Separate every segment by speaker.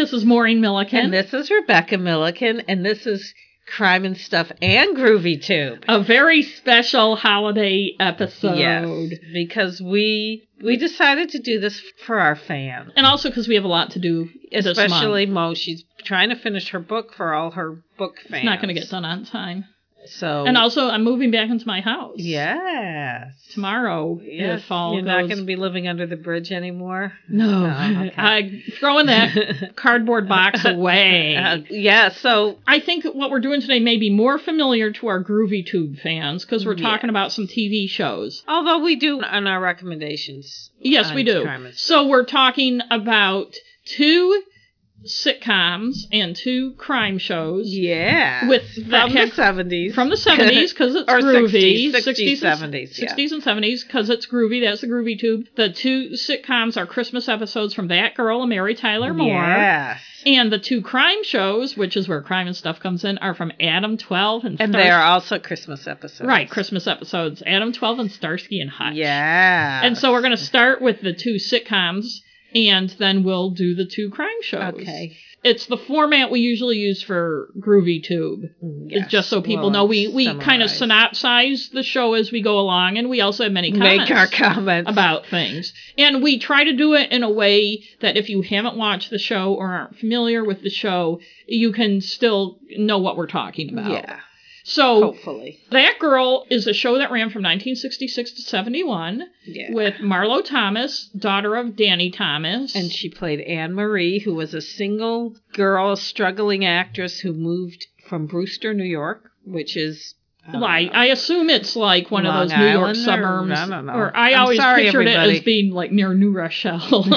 Speaker 1: is Maureen Milliken.
Speaker 2: And this is Rebecca Milliken, and this is Crime and Stuff and Groovy Tube.
Speaker 1: a very special holiday episode.
Speaker 2: Yes, because we we decided to do this for our fans,
Speaker 1: And also because we have a lot to do. this month.
Speaker 2: especially Mo. She's trying to finish her book for all her book fans.
Speaker 1: It's not going to get done on time.
Speaker 2: So
Speaker 1: And also, I'm moving back into my house.
Speaker 2: yes,
Speaker 1: Tomorrow,
Speaker 2: Yes,
Speaker 1: if all
Speaker 2: you're
Speaker 1: goes...
Speaker 2: not going to be living under the bridge anymore.
Speaker 1: No.
Speaker 2: Oh, okay.
Speaker 1: I, throwing that cardboard box away.
Speaker 2: Uh, yeah. So
Speaker 1: I think what we're doing today may be more familiar to our Groovy Tube fans because we're talking
Speaker 2: Yes.
Speaker 1: about some TV shows.
Speaker 2: although we do on our recommendations,
Speaker 1: Yes,
Speaker 2: on
Speaker 1: we do.
Speaker 2: crime and
Speaker 1: So we're talking about two sitcoms and two crime shows
Speaker 2: yeah,
Speaker 1: With that
Speaker 2: from the
Speaker 1: had-
Speaker 2: seventies,
Speaker 1: from the 70s because it's
Speaker 2: Or
Speaker 1: groovy.
Speaker 2: 60s, 60s,
Speaker 1: and-
Speaker 2: 70s, yeah.
Speaker 1: 60s and 70s because it's groovy. That's the Groovy Tube. The two sitcoms are Christmas episodes from That Girl and Mary Tyler Moore.
Speaker 2: Yes.
Speaker 1: And the two crime shows, which is where crime and stuff comes in, are from Adam 12 and,
Speaker 2: And
Speaker 1: Stars-
Speaker 2: they are also Christmas episodes.
Speaker 1: Right, Christmas episodes. Adam 12 and Starsky and Hutch.
Speaker 2: Yeah.
Speaker 1: And so we're going to start with the two sitcoms and then we'll do the two crime shows.
Speaker 2: Okay.
Speaker 1: It's the format we usually use for Groovy Tube.
Speaker 2: Mm, Yes.
Speaker 1: It's just so people
Speaker 2: We'll
Speaker 1: know we, we kind of
Speaker 2: summarize.
Speaker 1: synopsize the show as we go along and we also have many comments
Speaker 2: make our comments
Speaker 1: about things. And we try to do it in a way that if you haven't watched the show or aren't familiar with the show, you can still know what we're talking about. Oh,
Speaker 2: Yeah.
Speaker 1: So
Speaker 2: Hopefully.
Speaker 1: that girl is a show that ran from 1966 to 71
Speaker 2: Yeah.
Speaker 1: with Marlo Thomas, daughter of Danny Thomas.
Speaker 2: and she played Anne Marie, who was a single girl struggling actress who moved from Brewster, New York, which is uh,
Speaker 1: like I assume it's like one
Speaker 2: Long
Speaker 1: of those New York
Speaker 2: Island or-
Speaker 1: suburbs,
Speaker 2: I don't know.
Speaker 1: or I
Speaker 2: I'm
Speaker 1: always
Speaker 2: sorry,
Speaker 1: pictured it
Speaker 2: everybody.
Speaker 1: as being like near New Rochelle, 'Cause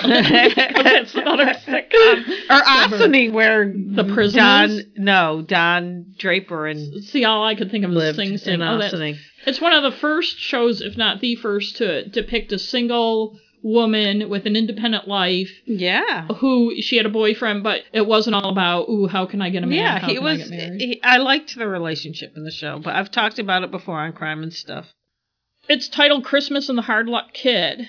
Speaker 1: it's another sitcom.
Speaker 2: or Ossany, where
Speaker 1: um, The
Speaker 2: Don
Speaker 1: prisoners?
Speaker 2: no Don Draper and
Speaker 1: See, all I could think of was
Speaker 2: lived
Speaker 1: Sing
Speaker 2: in
Speaker 1: Sing. Oh, that's-
Speaker 2: Ossany.
Speaker 1: it's one of the first shows, if not the first, to depict a single woman with an independent life Oh,
Speaker 2: Yeah.
Speaker 1: who she had a boyfriend, but it wasn't all about ooh, how can I get a man?
Speaker 2: Yeah,
Speaker 1: How
Speaker 2: he
Speaker 1: can
Speaker 2: was.
Speaker 1: I, get married?"
Speaker 2: He, I liked the relationship in the show, but I've talked about it before on Crime and Stuff.
Speaker 1: It's titled "Christmas and the Hard Luck Kid."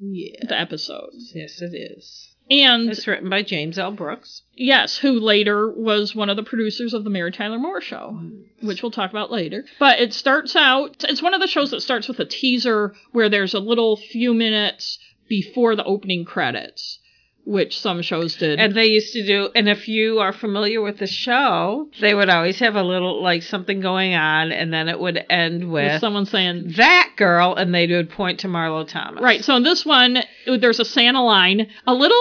Speaker 2: Yeah.
Speaker 1: The episode,
Speaker 2: Yes, it is.
Speaker 1: and
Speaker 2: It's written by James L. Brooks.
Speaker 1: Yes, who later was one of the producers of the Mary Tyler Moore show, which we'll talk about later. But it starts out, it's one of the shows that starts with a teaser where there's a little few minutes before the opening credits, which some shows did.
Speaker 2: And they used to do, and if you are familiar with the show, they would always have a little, like, something going on, and then it would end
Speaker 1: with
Speaker 2: with
Speaker 1: someone saying,
Speaker 2: that girl, and they would point to Marlo Thomas.
Speaker 1: Right, so in this one, there's a Santa line, a little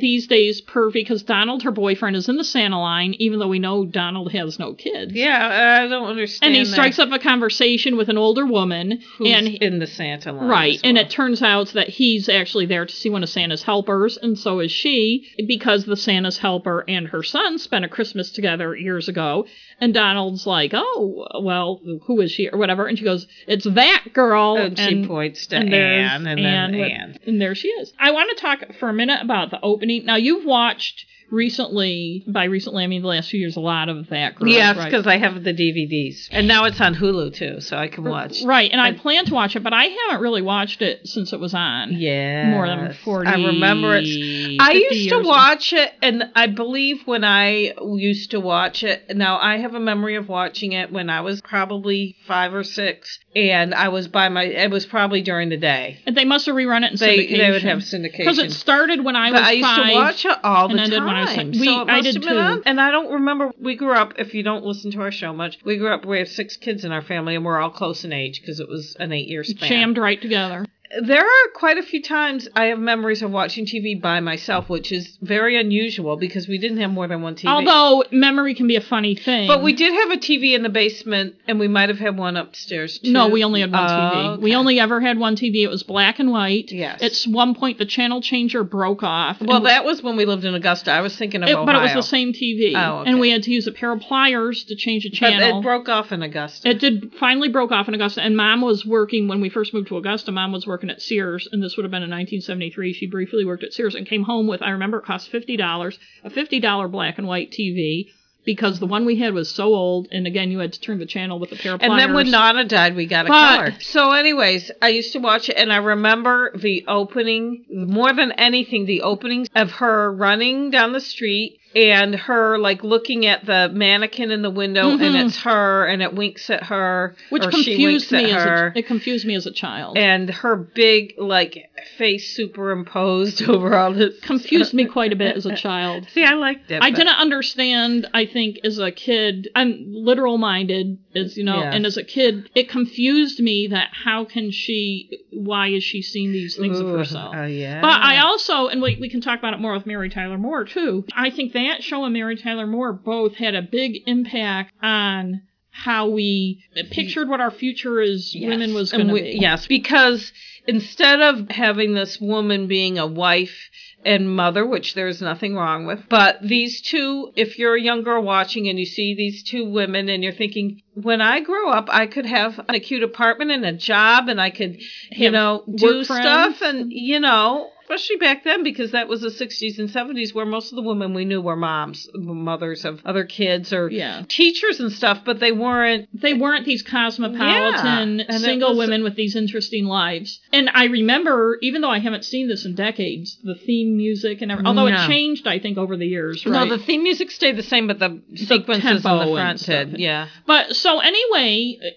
Speaker 1: these days pervy because Donald, her boyfriend, is in the Santa line, even though we know Donald has no kids.
Speaker 2: Yeah, I don't understand.
Speaker 1: And he
Speaker 2: that.
Speaker 1: strikes up a conversation with an older woman,
Speaker 2: Who's
Speaker 1: and
Speaker 2: in the Santa line.
Speaker 1: Right,
Speaker 2: as
Speaker 1: and
Speaker 2: well.
Speaker 1: it turns out that he's actually there to see one of Santa's helpers, and so is she, because the Santa's helper and her son spent a Christmas together years ago. And Donald's like, "Oh, well, who is she?" or whatever, and she goes, "It's that girl."
Speaker 2: And she points to
Speaker 1: there's
Speaker 2: Anne, and then
Speaker 1: with-
Speaker 2: Anne.
Speaker 1: and there she is. I want to talk for a minute about the opening. Now you've watched recently, by recently I mean the last few years, a lot of that. Girl,
Speaker 2: Yes,
Speaker 1: right?
Speaker 2: because I have the DVDs, and now it's on Hulu too, so I can watch.
Speaker 1: right, and I plan to watch it, but I haven't really watched it since it was on.
Speaker 2: Yeah,
Speaker 1: more than 40
Speaker 2: I remember it's. I
Speaker 1: 50
Speaker 2: used to
Speaker 1: years.
Speaker 2: watch it, and I believe when I used to watch it. Now I have a memory of watching it when I was probably five or six, and I was by my. It was probably during the day.
Speaker 1: And They must have rerun it in
Speaker 2: They
Speaker 1: syndication.
Speaker 2: they would have
Speaker 1: because it
Speaker 2: syndication.
Speaker 1: started when I
Speaker 2: But
Speaker 1: was
Speaker 2: I used
Speaker 1: five.
Speaker 2: to watch it all the
Speaker 1: and ended
Speaker 2: time.
Speaker 1: when I was six. We-
Speaker 2: so it
Speaker 1: I
Speaker 2: must
Speaker 1: did
Speaker 2: have been
Speaker 1: too.
Speaker 2: on. And I don't remember. We grew up. If you don't listen to our show much, we grew up. We have six kids in our family, and we're all close in age because it was an eight-year span.
Speaker 1: jammed right together.
Speaker 2: There are quite a few times I have memories of watching TV by myself, which is very unusual because we didn't have more than one TV.
Speaker 1: Although memory can be a funny thing.
Speaker 2: but we did have a TV in the basement, and we might have had one upstairs too.
Speaker 1: No, we only had one TV.
Speaker 2: Oh,
Speaker 1: We
Speaker 2: okay.
Speaker 1: only ever had one TV. It was black and white.
Speaker 2: Yes.
Speaker 1: It's one point the channel changer broke off. and
Speaker 2: Well, that was when we lived in Augusta. I was thinking of
Speaker 1: it-
Speaker 2: Ohio,
Speaker 1: but it was the same TV.
Speaker 2: Oh, okay.
Speaker 1: And we had to use a pair of pliers to change the
Speaker 2: But
Speaker 1: channel.
Speaker 2: it broke off in Augusta.
Speaker 1: It did finally broke off in Augusta, and Mom was working when we first moved to Augusta. Mom was working at Sears, and this would have been in 1973. She briefly worked at Sears and came home with I remember it cost fifty dollars, a fifty dollar black and white TV because the one we had was so old, and again you had to turn the channel with a pair of
Speaker 2: and
Speaker 1: pliers.
Speaker 2: then when Nana died, we got a
Speaker 1: But-
Speaker 2: color. So, anyways, I used to watch it, and I remember the opening more than anything. The openings of her running down the street and her like looking at the mannequin in the window and
Speaker 1: Mhm.
Speaker 2: it's her and it winks at her
Speaker 1: which
Speaker 2: or she winks
Speaker 1: confused me
Speaker 2: at
Speaker 1: as
Speaker 2: her
Speaker 1: a, it confused me as a child.
Speaker 2: and her big like face superimposed over all this
Speaker 1: confused me quite a bit as a child.
Speaker 2: see i liked it
Speaker 1: I
Speaker 2: but-
Speaker 1: didn't understand, I think, as a kid. I'm literal minded, as you know,
Speaker 2: Yes.
Speaker 1: and as a kid, it confused me that how can she, why is she seeing these things
Speaker 2: Ooh,
Speaker 1: of herself?
Speaker 2: oh, yeah
Speaker 1: But I also, and we, we can talk about it more with Mary Tyler Moore too. I think that show and Mary Tyler Moore both had a big impact on how we pictured what our future as
Speaker 2: Yes.
Speaker 1: women was going
Speaker 2: And
Speaker 1: to
Speaker 2: we-
Speaker 1: be.
Speaker 2: Yes, because instead of having this woman being a wife and mother, which there's nothing wrong with, but these two, if you're a young girl watching and you see these two women and you're thinking, when I grow up, I could have a cute apartment and a job and I could, you
Speaker 1: Have
Speaker 2: know,
Speaker 1: work
Speaker 2: do
Speaker 1: friends.
Speaker 2: stuff and, you know, especially back then because that was the 60s and 70s where most of the women we knew were moms, mothers of other kids or
Speaker 1: Yeah.
Speaker 2: teachers and stuff, but they weren't
Speaker 1: they weren't these cosmopolitan
Speaker 2: Yeah, and it
Speaker 1: single
Speaker 2: was-
Speaker 1: women with these interesting lives. And I remember, even though I haven't seen this in decades, the theme music and everything. Although
Speaker 2: No.
Speaker 1: it changed, I think, over the years. Right?
Speaker 2: No, the theme music stayed the same, but the sequences
Speaker 1: tempo
Speaker 2: on the
Speaker 1: and
Speaker 2: front
Speaker 1: stuff.
Speaker 2: did. Yeah.
Speaker 1: But so anyway, uh,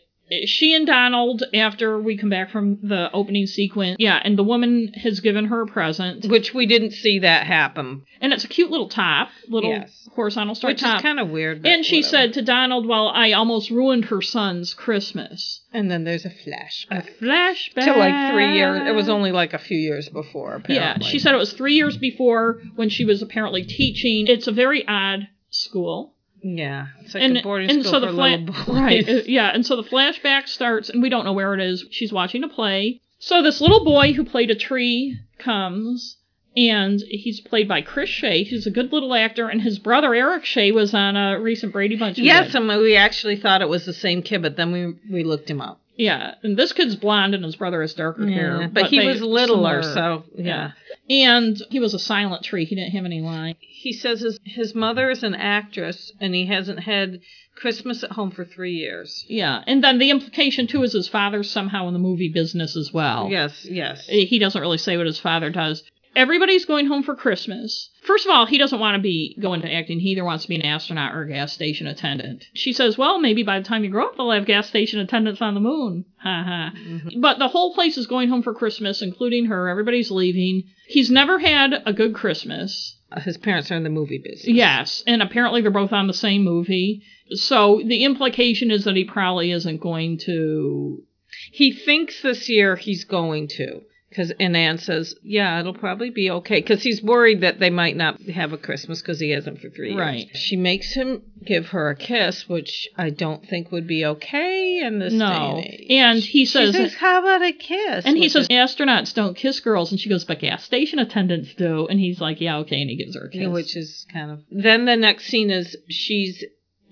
Speaker 1: she and Donald, after we come back from the opening sequence, yeah, and the woman has given her a present,
Speaker 2: Which we didn't see that happen,
Speaker 1: and it's a cute little top, little
Speaker 2: Yes.
Speaker 1: horizontal star
Speaker 2: which
Speaker 1: top.
Speaker 2: is kind of weird. but
Speaker 1: and she
Speaker 2: whatever.
Speaker 1: said to Donald, "Well, I almost ruined her son's Christmas."
Speaker 2: and then there's a flash
Speaker 1: A flashback
Speaker 2: to like three years. It was only like a few years before.
Speaker 1: Yeah,
Speaker 2: Apparently.
Speaker 1: she said it was three years before when she was apparently teaching. It's a very odd school.
Speaker 2: Yeah, it's like
Speaker 1: and
Speaker 2: a boarding
Speaker 1: and
Speaker 2: school
Speaker 1: so the
Speaker 2: for
Speaker 1: fla-
Speaker 2: little boys.
Speaker 1: right, uh, yeah, and so the flashback starts, and we don't know where it is. She's watching a play. So this little boy who played a tree comes, and he's played by Chris Shea, who's a good little actor, and his brother Eric Shea was on a recent Brady Bunch. we
Speaker 2: Yes,
Speaker 1: did.
Speaker 2: and we actually thought it was the same kid, but then we we looked him up.
Speaker 1: yeah, and this kid's blonde, and his brother has darker hair,
Speaker 2: but, he
Speaker 1: they-
Speaker 2: was littler,
Speaker 1: similar.
Speaker 2: so yeah.
Speaker 1: and he was a silent tree. He didn't have any line.
Speaker 2: He says his his mother is an actress, and he hasn't had Christmas at home for three years.
Speaker 1: Yeah, and then the implication too is his father's somehow in the movie business as well.
Speaker 2: Yes, yes.
Speaker 1: he doesn't really say what his father does. Everybody's going home for Christmas. First of all, he doesn't want to be going to acting. He either wants to be an astronaut or a gas station attendant. She says, "Well, maybe by the time you grow up, they'll have gas station attendants on the moon." Ha ha. But the whole place is going home for Christmas, including her. Everybody's leaving. He's never had a good Christmas.
Speaker 2: Uh, his parents are in the movie business.
Speaker 1: Yes, and apparently they're both on the same movie. So the implication is that he probably isn't going to.
Speaker 2: He thinks this year he's going to. Cause, and Anne says, yeah, it'll probably be okay. Because he's worried that they might not have a Christmas because he hasn't for three years.
Speaker 1: Right.
Speaker 2: She makes him give her a kiss, which I don't think would be okay in this
Speaker 1: No.
Speaker 2: day and age.
Speaker 1: And he
Speaker 2: She
Speaker 1: says.
Speaker 2: says, how about a kiss?
Speaker 1: and he
Speaker 2: Which
Speaker 1: says,
Speaker 2: is-
Speaker 1: astronauts don't kiss girls. And she goes, but gas station attendants do. And he's like, yeah, okay. And he gives her a kiss.
Speaker 2: which is kind of. Then the next scene is she's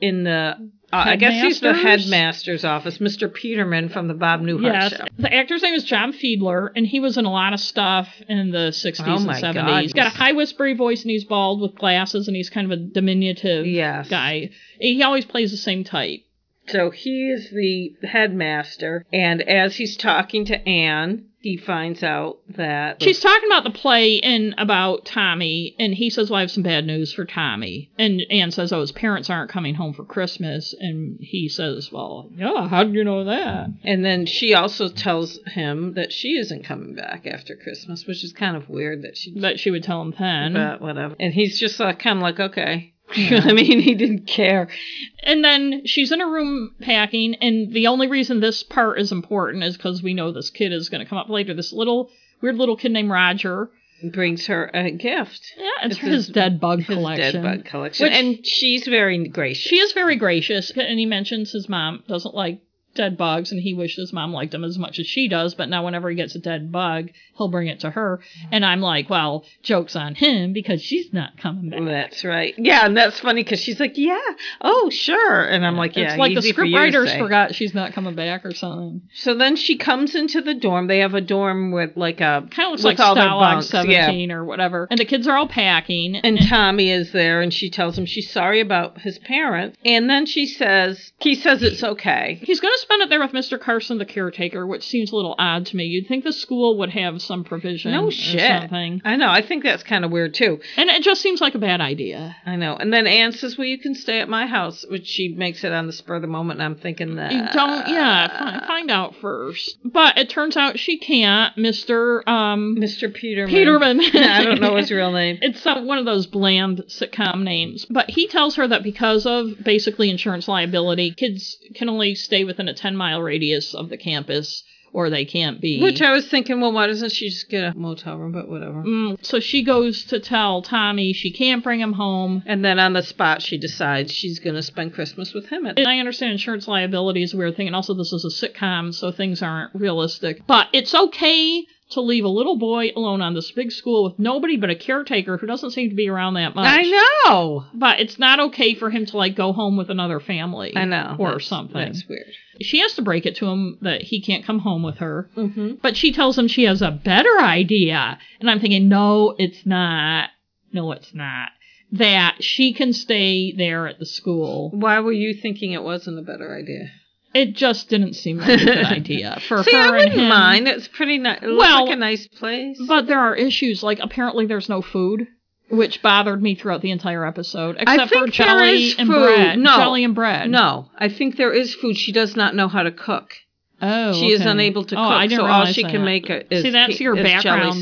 Speaker 2: in the. Uh, I guess he's the
Speaker 1: Headmasters?
Speaker 2: headmaster's office, Mr. Peterman from the Bob Newhart
Speaker 1: yes.
Speaker 2: show.
Speaker 1: The actor's name is John Fiedler, and he was in a lot of stuff in the 60s
Speaker 2: Oh
Speaker 1: and
Speaker 2: my
Speaker 1: 70s.
Speaker 2: God.
Speaker 1: He's got a high whispery voice, and he's bald with glasses, and he's kind of a diminutive
Speaker 2: Yes.
Speaker 1: guy. He always plays the same type.
Speaker 2: So he is the headmaster, and as he's talking to Anne, he finds out that
Speaker 1: She's talking about the play and about Tommy, and he says, Well, I have some bad news for Tommy. And Anne says, Oh, his parents aren't coming home for Christmas. And he says, Well, yeah, how did you know that?
Speaker 2: and then she also tells him that she isn't coming back after Christmas, which is kind of weird that she
Speaker 1: That she would tell him then.
Speaker 2: but whatever. And he's just like kind of like okay. I mean, he didn't care.
Speaker 1: And then she's in a room packing, and the only reason this part is important is because we know this kid is going to come up later. This little, weird little kid named Roger.
Speaker 2: He brings her a gift.
Speaker 1: Yeah, it's,
Speaker 2: It's
Speaker 1: his,
Speaker 2: his-
Speaker 1: dead bug
Speaker 2: His
Speaker 1: collection.
Speaker 2: dead bug collection,
Speaker 1: Which-
Speaker 2: and she's very gracious.
Speaker 1: She is very gracious, and he mentions his mom doesn't like dead bugs, and he wishes his mom liked them as much as she does. But now, whenever he gets a dead bug, he'll bring it to her, and I'm like, well, jokes on him because she's not coming back.
Speaker 2: That's right. Yeah, and that's funny because she's like, yeah, oh sure, and I'm like, yeah,
Speaker 1: it's like the
Speaker 2: easy for you to
Speaker 1: scriptwriters
Speaker 2: say.
Speaker 1: forgot she's not coming back or something.
Speaker 2: So then she comes into the dorm. They have a dorm with like a
Speaker 1: Kind of looks
Speaker 2: with
Speaker 1: like
Speaker 2: all their
Speaker 1: Stalag
Speaker 2: bunks, yeah.
Speaker 1: Seventeen or whatever, and the kids are all packing.
Speaker 2: And Tommy is there, and she tells him she's sorry about his parents. And then she says, he says it's okay.
Speaker 1: He's going to spent it there with Mr. Carson, the caretaker, which seems a little odd to me. You'd think the school would have some provision.
Speaker 2: No
Speaker 1: or
Speaker 2: shit.
Speaker 1: something.
Speaker 2: I know. I think that's kind of weird too.
Speaker 1: And it just seems like a bad idea.
Speaker 2: I know. And then Anne says, "Well, you can stay at my house," which she makes it on the spur of the moment. And I'm thinking that
Speaker 1: You don't, yeah, find, find out first. But it turns out she can't. Mr. Um,
Speaker 2: Mr. Peterman.
Speaker 1: Peterman.
Speaker 2: I don't know his real name.
Speaker 1: It's uh, one of those bland sitcom names. But he tells her that because of basically insurance liability, kids can only stay within a 10 mile radius of the campus or they can't be.
Speaker 2: Which uh, I was thinking, well, why doesn't she just get a motel room? But whatever.
Speaker 1: Mm, so she goes to tell Tommy she can't bring him home.
Speaker 2: And then on the spot, she decides she's going to spend Christmas with him. At-
Speaker 1: And I understand insurance liability is a weird thing, and also this is a sitcom, so things aren't realistic. But it's okay to leave a little boy alone on this big school with nobody but a caretaker who doesn't seem to be around that much.
Speaker 2: I know.
Speaker 1: But it's not okay for him to like go home with another family.
Speaker 2: I know.
Speaker 1: Or
Speaker 2: That's-
Speaker 1: something.
Speaker 2: That's weird.
Speaker 1: She has to break it to him that he can't come home with her.
Speaker 2: Mm-hmm.
Speaker 1: But she tells him she has a better idea. And I'm thinking, no, it's not. No, it's not. That she can stay there at the school.
Speaker 2: Why were you thinking it wasn't a better idea?
Speaker 1: It just didn't seem like a good idea for
Speaker 2: See,
Speaker 1: her
Speaker 2: I
Speaker 1: and
Speaker 2: wouldn't
Speaker 1: him.
Speaker 2: mind. It's pretty nice. It looks
Speaker 1: Well,
Speaker 2: like a nice place.
Speaker 1: But there are issues. Like apparently there's no food, which bothered me throughout the entire episode, except for
Speaker 2: think there
Speaker 1: jelly
Speaker 2: is
Speaker 1: and
Speaker 2: food.
Speaker 1: bread.
Speaker 2: No.
Speaker 1: Jelly and bread.
Speaker 2: no, I think there is food. She does not know how to cook.
Speaker 1: Oh,
Speaker 2: She is
Speaker 1: okay.
Speaker 2: unable to
Speaker 1: Oh,
Speaker 2: cook,
Speaker 1: I didn't
Speaker 2: so all
Speaker 1: realize
Speaker 2: she
Speaker 1: that.
Speaker 2: can make a, is
Speaker 1: See, that's
Speaker 2: ca-
Speaker 1: your
Speaker 2: is jelly
Speaker 1: background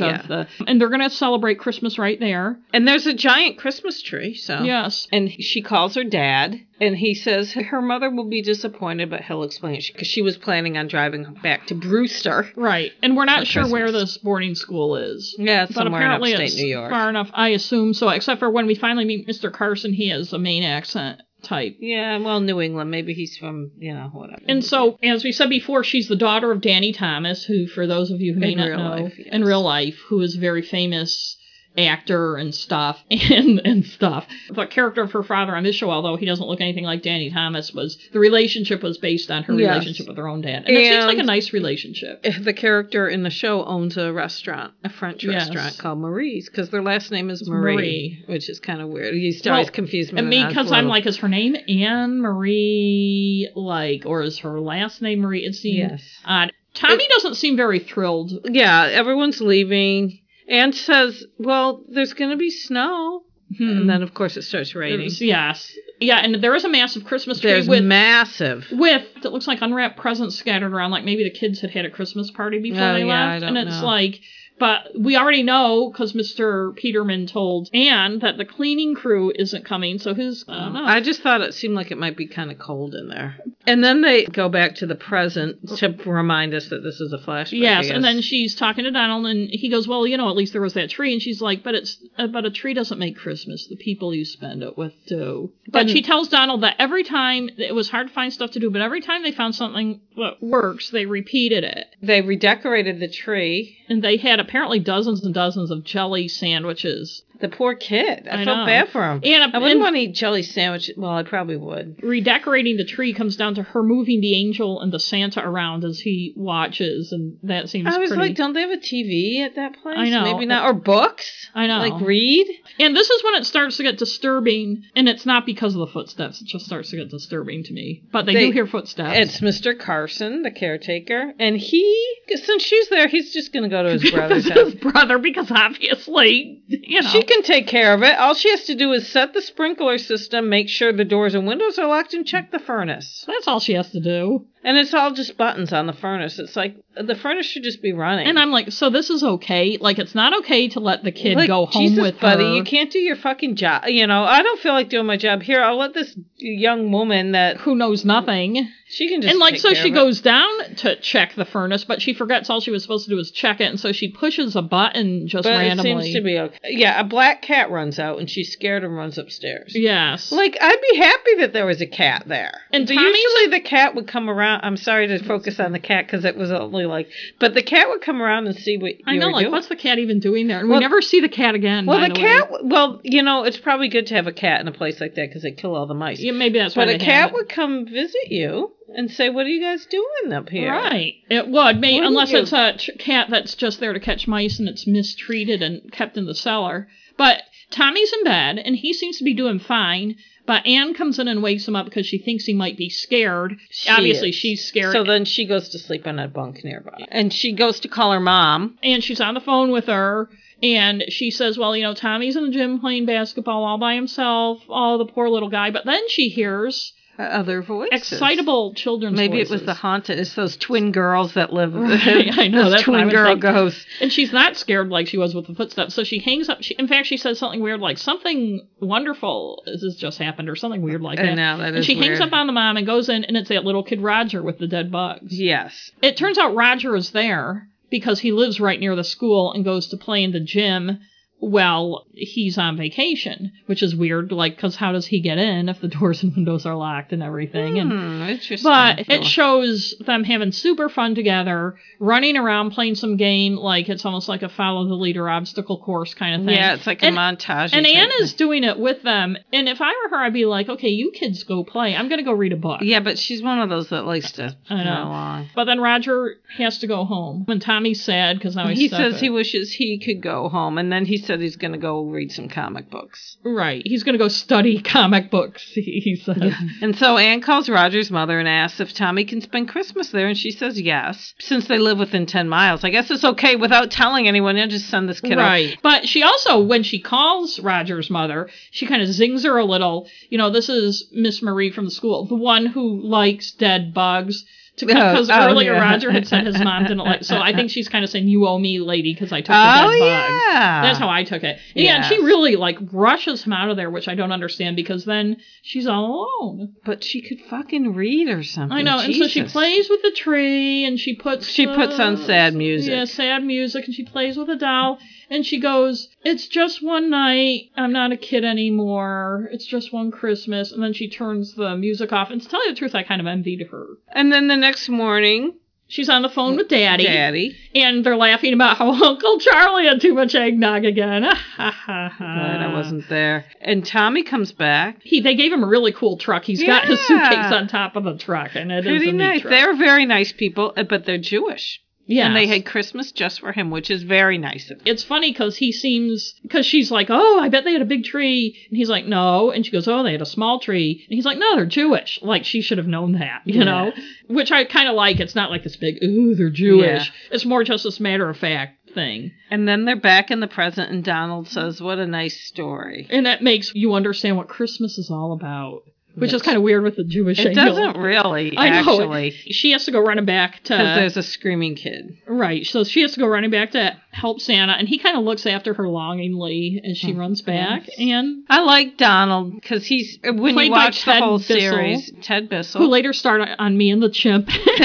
Speaker 1: knowledge
Speaker 2: yeah.
Speaker 1: of the. And they're going to celebrate Christmas right there.
Speaker 2: And there's a giant Christmas tree. So
Speaker 1: Yes.
Speaker 2: And she calls her dad, and he says her mother will be disappointed, but he'll explain it because she was planning on driving back to Brewster.
Speaker 1: Right. And we're not
Speaker 2: For
Speaker 1: sure where
Speaker 2: Christmas.
Speaker 1: this boarding school is.
Speaker 2: Yeah, it's
Speaker 1: But
Speaker 2: somewhere in
Speaker 1: apparently
Speaker 2: upstate
Speaker 1: it's
Speaker 2: New York.
Speaker 1: far enough, I assume so, except for when we finally meet Mr. Carson, he has a main accent type.
Speaker 2: yeah, well, New England. Maybe he's from you know whatever.
Speaker 1: And so, as we said before, she's the daughter of Danny Thomas, who, for those of you who may
Speaker 2: In
Speaker 1: not
Speaker 2: real
Speaker 1: know,
Speaker 2: life, yes.
Speaker 1: in real life, who is a very famous actor and stuff and and stuff. The character of her father on this show, although he doesn't look anything like Danny Thomas, was the relationship was based on her
Speaker 2: Yes.
Speaker 1: relationship with her own dad, and, it seems like a
Speaker 2: And-
Speaker 1: nice relationship.
Speaker 2: the character in the show owns a restaurant, a French
Speaker 1: Yes.
Speaker 2: restaurant called Marie's, because their last name is Marie,
Speaker 1: Marie.
Speaker 2: which is kind of weird. You used to
Speaker 1: Well,
Speaker 2: always confuse me.
Speaker 1: And
Speaker 2: when I
Speaker 1: me,
Speaker 2: was
Speaker 1: because I'm
Speaker 2: Mm, little.
Speaker 1: like, is her name Anne Marie, like, or is her last name Marie? It seems
Speaker 2: yes,
Speaker 1: odd. Tommy doesn't seem very thrilled
Speaker 2: yeah. Everyone's leaving. Anne says, "Well, there's going to be snow," and then of course it starts raining.
Speaker 1: Hmm. There's- Yes. Yeah, and there is a massive Christmas tree
Speaker 2: There's
Speaker 1: with
Speaker 2: massive.
Speaker 1: with it looks like unwrapped presents scattered around, like maybe the kids had had a Christmas party before
Speaker 2: Oh,
Speaker 1: they
Speaker 2: yeah, I
Speaker 1: left,
Speaker 2: don't
Speaker 1: and it's
Speaker 2: know.
Speaker 1: like. But we already know because Mr. Peterman told Anne that the cleaning crew isn't coming, so uh, who's I don't know.
Speaker 2: I just thought it seemed like it might be kind of cold in there. And then they go back to the present to remind us that this is a flashback. I
Speaker 1: yes, and
Speaker 2: guess.
Speaker 1: then she's talking to Donald, and he goes, "Well, you know, at least there was that tree." And she's like, "But it's uh, but a tree doesn't make Christmas. The people you spend it with do." But
Speaker 2: And-
Speaker 1: she tells Donald that every time it was hard to find stuff to do, but every time they found something that works, they repeated it.
Speaker 2: they redecorated the tree.
Speaker 1: And they had apparently dozens and dozens of jelly sandwiches.
Speaker 2: The poor kid. I,
Speaker 1: I
Speaker 2: felt
Speaker 1: know.
Speaker 2: bad for him.
Speaker 1: And-
Speaker 2: I wouldn't
Speaker 1: and-
Speaker 2: want to eat jelly sandwich. Well, I probably would.
Speaker 1: Redecorating the tree comes down to her moving the angel and the Santa around as he watches, and that seems
Speaker 2: I was
Speaker 1: pretty.
Speaker 2: like, don't they have a TV at that place?
Speaker 1: I know.
Speaker 2: Maybe not. Or books?
Speaker 1: I know.
Speaker 2: Like read?
Speaker 1: and this is when it starts to get disturbing, and it's not because of the footsteps. It just starts to get disturbing to me. But they,
Speaker 2: They-
Speaker 1: do hear footsteps.
Speaker 2: It's Mr. Carson, the caretaker. And he, since she's there, he's just going to go to his brother's
Speaker 1: This is
Speaker 2: house.
Speaker 1: brother, because obviously, you know.
Speaker 2: She can take care of it. All she has to do is set the sprinkler system, make sure the doors and windows are locked, and check the furnace.
Speaker 1: that's all she has to do.
Speaker 2: And it's all just buttons on the furnace. It's like the furnace should just be running.
Speaker 1: And I'm like, so this is okay? Like, it's not okay to let the kid go home
Speaker 2: Jesus,
Speaker 1: with
Speaker 2: buddy,
Speaker 1: her.
Speaker 2: you can't do your fucking job. You know, I don't feel like doing my job here. I'll let this young woman that
Speaker 1: who knows nothing.
Speaker 2: she can just
Speaker 1: and like
Speaker 2: take
Speaker 1: so
Speaker 2: care
Speaker 1: she
Speaker 2: of it.
Speaker 1: goes down to check the furnace but she forgets all she was supposed to do was check it and so she pushes a button just
Speaker 2: But
Speaker 1: randomly
Speaker 2: it seems to be okay. Yeah, a black cat runs out and she's scared and runs upstairs.
Speaker 1: yes
Speaker 2: Like I'd be happy that there was a cat there.
Speaker 1: And
Speaker 2: The-
Speaker 1: Tommy's-
Speaker 2: usually the cat would come around. I'm sorry to focus on the cat because it was only like, but the cat would come around and see what you
Speaker 1: i know
Speaker 2: were
Speaker 1: like
Speaker 2: doing.
Speaker 1: what's the cat even doing there and
Speaker 2: Well-
Speaker 1: we never see the cat again
Speaker 2: well,
Speaker 1: by
Speaker 2: the
Speaker 1: way.
Speaker 2: cat. Well, you know, it's probably good to have a cat in a place like that because they kill all the mice.
Speaker 1: yeah, maybe that's
Speaker 2: but
Speaker 1: why
Speaker 2: a
Speaker 1: they
Speaker 2: cat
Speaker 1: had it.
Speaker 2: would come visit you and say, "What are you guys doing up here?"
Speaker 1: Right, it would, may,
Speaker 2: Wouldn't
Speaker 1: unless
Speaker 2: you?
Speaker 1: it's a ch- cat that's just there to catch mice and it's mistreated and kept in the cellar. But Tommy's in bed and he seems to be doing fine. But Anne comes in and wakes him up because she thinks he might be scared. Obviously,
Speaker 2: is.
Speaker 1: she's scared.
Speaker 2: So then she goes to sleep on a bunk nearby. And she goes to call her mom.
Speaker 1: and she's on the phone with her and she says well you know tommy's in the gym playing basketball all by himself oh the poor little guy but then she hears
Speaker 2: Other voices.
Speaker 1: excitable children's
Speaker 2: Maybe it was
Speaker 1: voices.
Speaker 2: the haunted. It's those twin girls that live.
Speaker 1: Right, I know,
Speaker 2: those
Speaker 1: that's what I
Speaker 2: twin
Speaker 1: was
Speaker 2: girl
Speaker 1: thinking.
Speaker 2: ghosts.
Speaker 1: and she's not scared like she was with the footsteps so she hangs up she, in fact she says something weird like something wonderful has this just happened or something weird like
Speaker 2: I
Speaker 1: that
Speaker 2: know, that
Speaker 1: and
Speaker 2: is
Speaker 1: she hangs up
Speaker 2: weird.
Speaker 1: on the mom and goes in and it's that little kid roger with the dead bugs
Speaker 2: Yes.
Speaker 1: it turns out Roger is there because he lives right near the school and goes to play in the gym while he's on vacation, which is weird. Like, because how does he get in if the doors and windows are locked and everything? And
Speaker 2: Hmm, interesting.
Speaker 1: but
Speaker 2: Yeah.
Speaker 1: it shows them having super fun together, running around playing some game. Like it's almost like a follow the leader obstacle course kind of thing.
Speaker 2: yeah, it's like a
Speaker 1: And-
Speaker 2: montage.
Speaker 1: And
Speaker 2: type
Speaker 1: Anne
Speaker 2: thing.
Speaker 1: is doing it with them. And if I were her, I'd be like, okay, you kids go play. I'm gonna go read a book.
Speaker 2: Yeah, but she's one of those that likes to
Speaker 1: I
Speaker 2: go
Speaker 1: know.
Speaker 2: along.
Speaker 1: But then Roger has to go home. When Tommy's sad because now he's
Speaker 2: He
Speaker 1: stuck
Speaker 2: says
Speaker 1: there.
Speaker 2: he wishes he could go home, and then he said he's going to go read some comic books.
Speaker 1: Right. He's going to go study comic books, he, he says.
Speaker 2: And so Anne calls Roger's mother and asks if Tommy can spend Christmas there, and she says yes, since they live within 10 miles. I guess it's okay without telling anyone. You'll just send this kid off.
Speaker 1: Right. But she also, when she calls Roger's mother, she kind of zings her a little. You know, this is Miss Marie from the school, the one who likes dead bugs. Because
Speaker 2: Oh, oh,
Speaker 1: earlier
Speaker 2: yeah.
Speaker 1: Roger had said his mom didn't like, so I think she's kind of saying, "You owe me, lady," because I took the dead
Speaker 2: Oh,
Speaker 1: bugs.
Speaker 2: yeah.
Speaker 1: That's how I took it. Yeah, and she
Speaker 2: Yes.
Speaker 1: really like rushes him out of there, which I don't understand because then she's all alone.
Speaker 2: But she could fucking read or something.
Speaker 1: I know, and so she
Speaker 2: Jesus.
Speaker 1: plays with the tree, and she puts
Speaker 2: She puts on
Speaker 1: uh,
Speaker 2: sad music.
Speaker 1: Yeah, sad music, and she plays with a doll, and she goes, "It's just one night. I'm not a kid anymore. It's just one Christmas." And then she turns the music off. And to tell you the truth, I kind of envied her.
Speaker 2: And then the next morning,
Speaker 1: She's on the phone with Daddy,
Speaker 2: Daddy.
Speaker 1: and they're laughing about how Uncle Charlie had too much eggnog again. Ha ha
Speaker 2: But I wasn't there. And Tommy comes back.
Speaker 1: He, they gave him a really cool truck. He's got his
Speaker 2: Yeah.
Speaker 1: suitcase on top of the truck, and it is
Speaker 2: Pretty
Speaker 1: a neat
Speaker 2: nice.
Speaker 1: truck.
Speaker 2: They're very nice people, uh, but they're Jewish.
Speaker 1: yeah,
Speaker 2: And they had Christmas just for him, which is very nice of them.
Speaker 1: it's funny because he seems because she's like, oh, I bet they had a big tree, and he's like, no, and she goes, oh, they had a small tree, and he's like, no, they're Jewish. Like she should have known that, you
Speaker 2: Yeah.
Speaker 1: know, which I kind of like. It's not like this big, ooh, they're Jewish.
Speaker 2: Yeah.
Speaker 1: It's more just this matter of fact thing,
Speaker 2: And then they're back in the present, and Donald says, What a nice story.
Speaker 1: and that makes you understand what Christmas is all about, which is
Speaker 2: Yes.
Speaker 1: kind of weird with the Jewish.
Speaker 2: It
Speaker 1: angle.
Speaker 2: doesn't really,
Speaker 1: I know.
Speaker 2: actually.
Speaker 1: She has to go running back to
Speaker 2: Because there's a screaming kid.
Speaker 1: Right. So she has to go running back to help Santa, and he kind of looks after her longingly as she runs back.
Speaker 2: Mm. Yes.
Speaker 1: And
Speaker 2: I like Donald because he's uh, when
Speaker 1: Played
Speaker 2: you
Speaker 1: by
Speaker 2: watch the
Speaker 1: Ted
Speaker 2: whole
Speaker 1: Bissell.
Speaker 2: series, Ted
Speaker 1: who
Speaker 2: Bissell.
Speaker 1: later start on me and the chimp.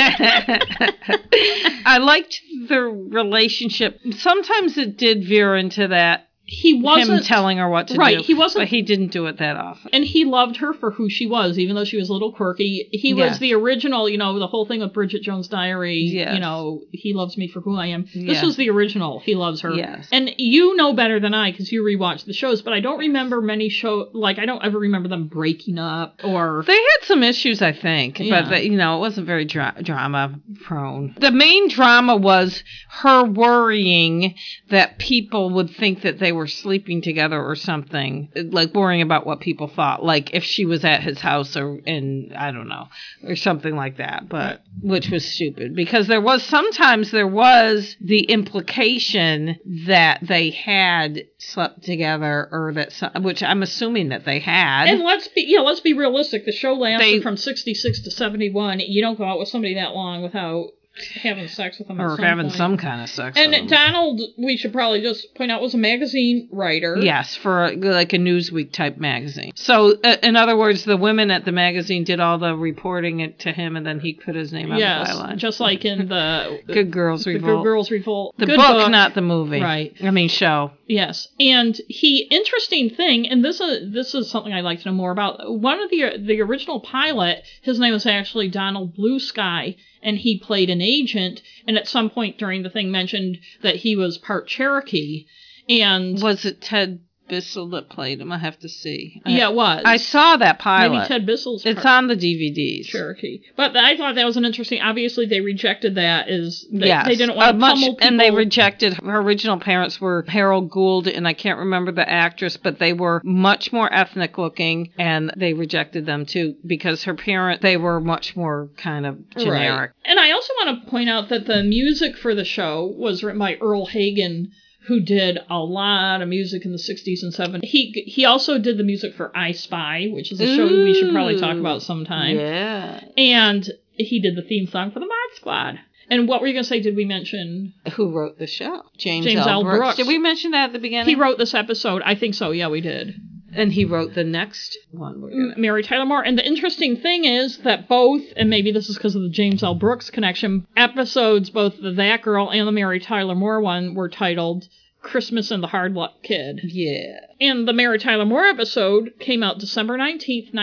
Speaker 2: I liked the relationship. Sometimes it did veer into that
Speaker 1: he wasn't
Speaker 2: him telling her what to
Speaker 1: right,
Speaker 2: do.
Speaker 1: he wasn't-
Speaker 2: But he didn't do it that often.
Speaker 1: and he loved her for who she was, even though she was a little quirky. He was
Speaker 2: Yes.
Speaker 1: the original, you know, the whole thing with Bridget Jones' Diary. You
Speaker 2: Yes.
Speaker 1: know, he loves me for who I am. This
Speaker 2: Yeah.
Speaker 1: was the original. He loves her.
Speaker 2: Yes.
Speaker 1: And you know better than I because you rewatch the shows, but I don't remember many show like I don't ever remember them breaking up or
Speaker 2: They had some issues, I think,
Speaker 1: Yeah.
Speaker 2: but that you know it wasn't very dra- drama prone. The main drama was her worrying that people would think that they were sleeping together or something, like worrying about what people thought, like if she was at his house or in I don't know or something like that. But which was stupid because there was sometimes there was the implication that they had slept together or that some, which I'm assuming that they had.
Speaker 1: And let's be yeah, let's be realistic. The show lasted
Speaker 2: They-
Speaker 1: from sixty six to seventy one. You don't go out with somebody that long without having sex with them at
Speaker 2: or
Speaker 1: some
Speaker 2: having
Speaker 1: point.
Speaker 2: some kind of sex. with
Speaker 1: And
Speaker 2: them.
Speaker 1: Donald, we should probably just point out, was a magazine writer.
Speaker 2: yes, for a, like a Newsweek type magazine. So, uh, in other words, the women at the magazine did all the reporting it to him, and then he put his name on
Speaker 1: Yes,
Speaker 2: the byline.
Speaker 1: just like in the
Speaker 2: Good Girls
Speaker 1: the
Speaker 2: Revolt.
Speaker 1: Girls Revolt.
Speaker 2: the
Speaker 1: Good
Speaker 2: book, not the movie.
Speaker 1: Right.
Speaker 2: I mean, show.
Speaker 1: Yes, and he interesting thing, and this is this is something I'd like to know more about. One of the the original pilot, his name was actually Donald Blue Sky, and he played an agent. And at some point during the thing, mentioned that he was part Cherokee, and
Speaker 2: Was it Ted Bissell that played him. I have to see. I-
Speaker 1: yeah, it was.
Speaker 2: I saw that pilot.
Speaker 1: Maybe Ted Bissell's.
Speaker 2: it's
Speaker 1: part-
Speaker 2: on the DVDs.
Speaker 1: Cherokee, but th- I thought that was an interesting. Obviously, they rejected that. Is they,
Speaker 2: yes,
Speaker 1: they didn't
Speaker 2: Uh,
Speaker 1: want to
Speaker 2: much,
Speaker 1: pummel people.
Speaker 2: and they rejected her original parents were Harold Gould and I can't remember the actress, but they were much more ethnic looking, and they rejected them too because her parent they were much more kind of generic.
Speaker 1: Right. And I also want to point out that the music for the show was written by Earl Hagen, who did a lot of music in the 60s and 70s. He he also did the music for I Spy, which is a show we should probably talk
Speaker 2: Ooh.
Speaker 1: about sometime.
Speaker 2: Yeah.
Speaker 1: And he did the theme song for the Mod Squad. And what were you going to say? Did we mention
Speaker 2: Who wrote the show? James,
Speaker 1: James
Speaker 2: L.
Speaker 1: L.
Speaker 2: Brooks.
Speaker 1: Brooks.
Speaker 2: Did we mention that at the beginning?
Speaker 1: he wrote this episode? I think so. Yeah, we did.
Speaker 2: and he wrote the next one. We're gonna.
Speaker 1: Mary Tyler Moore. And the interesting thing is that both, and maybe this is because of the James L. Brooks connection, episodes, both the That Girl and the Mary Tyler Moore one, were titled Christmas and the Hard Luck Kid.
Speaker 2: Yeah.
Speaker 1: And the Mary Tyler Moore episode came out December 19th,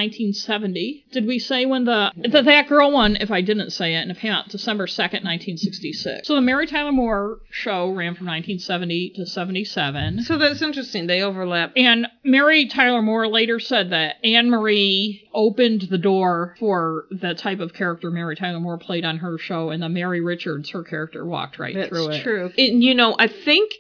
Speaker 1: 1970. Did we say when the, the That Girl one, if I didn't say it, and it came out December 2nd, 1966. So the Mary Tyler Moore show ran from 1970 to 77.
Speaker 2: So that's interesting. They overlap.
Speaker 1: And Mary Tyler Moore later said that Anne Marie opened the door for the type of character Mary Tyler Moore played on her show, and the Mary Richards, her character, walked right through it.
Speaker 2: true. And, you know, I think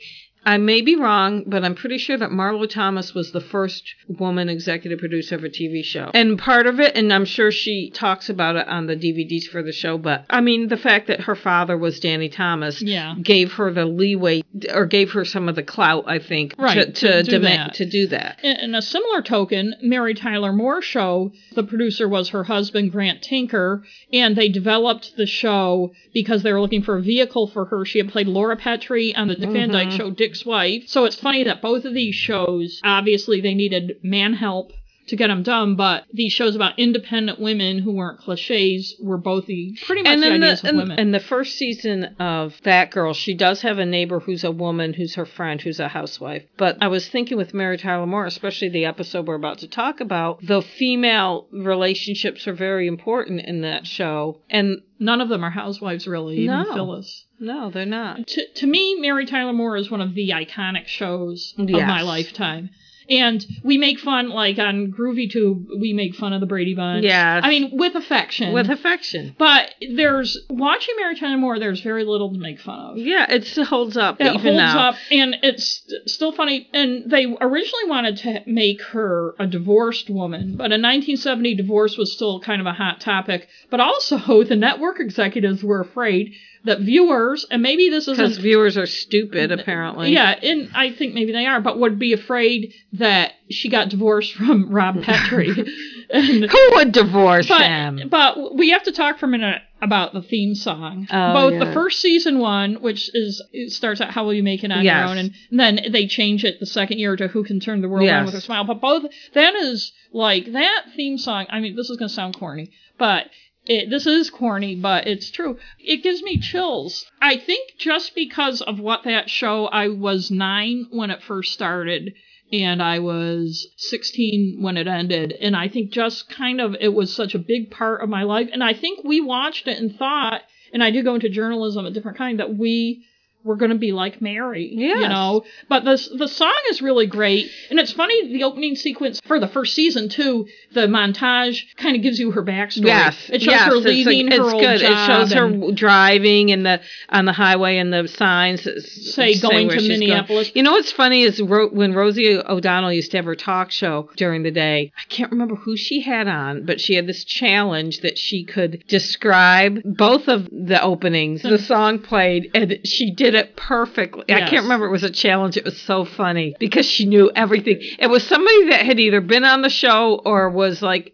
Speaker 2: I may be wrong, but I'm pretty sure that Marlo Thomas was the first woman executive producer of a TV show. And part of it, and I'm sure she talks about it on the DVDs for the show, but I mean, the fact that her father was Danny Thomas
Speaker 1: Yeah.
Speaker 2: gave her the leeway or gave her some of the clout, I think,
Speaker 1: Right,
Speaker 2: to,
Speaker 1: to
Speaker 2: to,
Speaker 1: do
Speaker 2: demand,
Speaker 1: that.
Speaker 2: to do that.
Speaker 1: In in a similar token, Mary Tyler Moore show, the producer was her husband, Grant Tinker, and they developed the show because they were looking for a vehicle for her. She had played Laura Petrie on the Dick Van Dyke
Speaker 2: Mm-hmm.
Speaker 1: show, Dick's Wife. So it's funny that both of these shows, obviously, they needed man help to get them done, but these shows about independent women who weren't cliches were both the pretty much
Speaker 2: and
Speaker 1: the
Speaker 2: then
Speaker 1: ideas
Speaker 2: the,
Speaker 1: of
Speaker 2: and,
Speaker 1: women.
Speaker 2: and the first season of that girl she does have a neighbor who's a woman who's her friend who's a housewife but i was thinking with mary tyler moore especially the episode we're about to talk about the female relationships are very important in that show and
Speaker 1: None of them are housewives, really,
Speaker 2: No.
Speaker 1: even Phyllis.
Speaker 2: no they're not
Speaker 1: to, to me, Mary Tyler Moore is one of the iconic shows of
Speaker 2: Yes.
Speaker 1: my lifetime. And we make fun, like on Groovy Tube, we make fun of the Brady Bunch.
Speaker 2: Yes.
Speaker 1: I mean, with affection.
Speaker 2: with affection
Speaker 1: but there's, watching Mary Tyler Moore, there's very little to make fun of.
Speaker 2: yeah it still holds up
Speaker 1: It
Speaker 2: even
Speaker 1: holds
Speaker 2: now
Speaker 1: up, and it's st- still funny. And they originally wanted to make her a divorced woman, but in 1970, divorce was still kind of a hot topic. But also, the network executives were afraid that viewers, and maybe this
Speaker 2: because
Speaker 1: isn't
Speaker 2: viewers are stupid apparently
Speaker 1: yeah, and I think maybe they are, but would be afraid that she got divorced from Rob Petrie. and,
Speaker 2: who would divorce
Speaker 1: but,
Speaker 2: them
Speaker 1: but we have to talk for a minute about the theme song.
Speaker 2: Oh,
Speaker 1: Both
Speaker 2: yeah.
Speaker 1: the first season one, which is it starts out "How will you make it on
Speaker 2: Yes.
Speaker 1: your own," and then they change it the second year to "Who can turn the world around with a
Speaker 2: Yes.
Speaker 1: smile." But both that is like that theme song. I mean, this is going to sound corny, but. It, this is corny, but it's true. It gives me chills. I think just because of what that show, I was nine when it first started, and I was 16 when it ended. And I think just kind of it was such a big part of my life. And I think we watched it and thought, and I do go into journalism a different kind, that we were going to be like Mary, you
Speaker 2: Yes.
Speaker 1: know. But the the song is really great, and it's funny the opening sequence for the first season too. The montage kind of gives you her backstory.
Speaker 2: Yes,
Speaker 1: it shows
Speaker 2: yes,
Speaker 1: her
Speaker 2: it's, like-
Speaker 1: leaving
Speaker 2: it's
Speaker 1: her old
Speaker 2: good. It
Speaker 1: job
Speaker 2: shows her
Speaker 1: and-
Speaker 2: driving in the on the highway and the signs that s-
Speaker 1: Say going
Speaker 2: where
Speaker 1: to
Speaker 2: she's going.
Speaker 1: Minneapolis.
Speaker 2: You know what's funny is Ro- when Rosie O'Donnell used to have her talk show during the day. I can't remember who she had on, but she had this challenge that she could describe both of the openings. the song played, and she did it perfectly. I
Speaker 1: Yes.
Speaker 2: can't remember. It was a challenge. It was so funny because she knew everything. It was somebody that had either been on the show or was like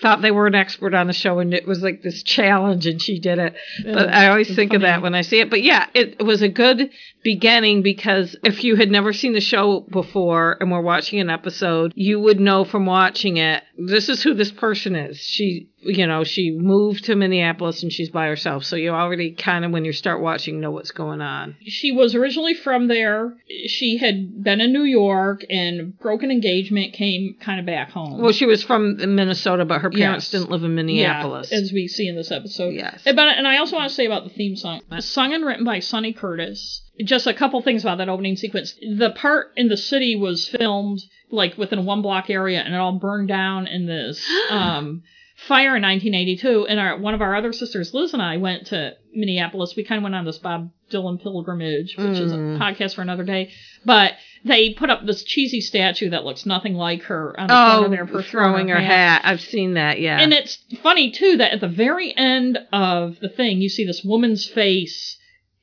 Speaker 2: thought they were an expert on the show and it was like this challenge and she did it. But I always think of that when I see it. But yeah, it was a good beginning because if you had never seen the show before and were watching an episode, you would know from watching it, this is who this person is. She you know, she moved to Minneapolis and she's by herself. So you already kind of, when you start watching, know what's going on.
Speaker 1: She was originally from there. She had been in New York and broken engagement, came kind of back home.
Speaker 2: Well, she was from Minnesota, but her parents
Speaker 1: Yes.
Speaker 2: didn't live in Minneapolis.
Speaker 1: Yeah, as we see in this episode.
Speaker 2: Yes.
Speaker 1: And, but, and I also want to say about the theme song. It's sung and written by Sonny Curtis. Just a couple things about that opening sequence. The part in the city was filmed like within a one block area and it all burned down in this um, fire in 1982. And our, one of our other sisters, Liz and I, went to Minneapolis. We kind of went on this Bob Dylan pilgrimage, which is a
Speaker 2: Mm.
Speaker 1: podcast for another day. But they put up this cheesy statue that looks nothing like her on the corner there
Speaker 2: oh,
Speaker 1: for
Speaker 2: throwing her
Speaker 1: hat.
Speaker 2: hat. I've seen that. Yeah.
Speaker 1: And it's funny too that at the very end of the thing, you see this woman's face,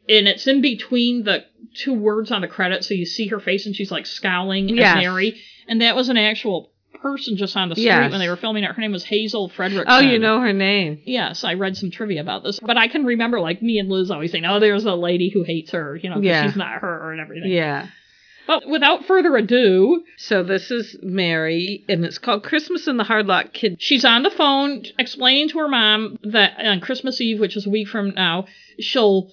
Speaker 1: and it's in between the two words on the credits, so you see her face, and she's like scowling and
Speaker 2: Yes.
Speaker 1: merry. And that was an actual person just on the street
Speaker 2: Yes.
Speaker 1: when they were filming it. Her name was Hazel Frederickson.
Speaker 2: oh, you know her name.
Speaker 1: Yes, I read some trivia about this, but I can remember like me and Liz always saying, "Oh, there's a lady who hates her," you know, 'cause
Speaker 2: Yeah.
Speaker 1: she's not her and everything.
Speaker 2: Yeah.
Speaker 1: But without further ado,
Speaker 2: So this is Mary, and it's called Christmas in the Hardlock Kid.
Speaker 1: she's on the phone explaining to her mom that on Christmas Eve, which is a week from now, she'll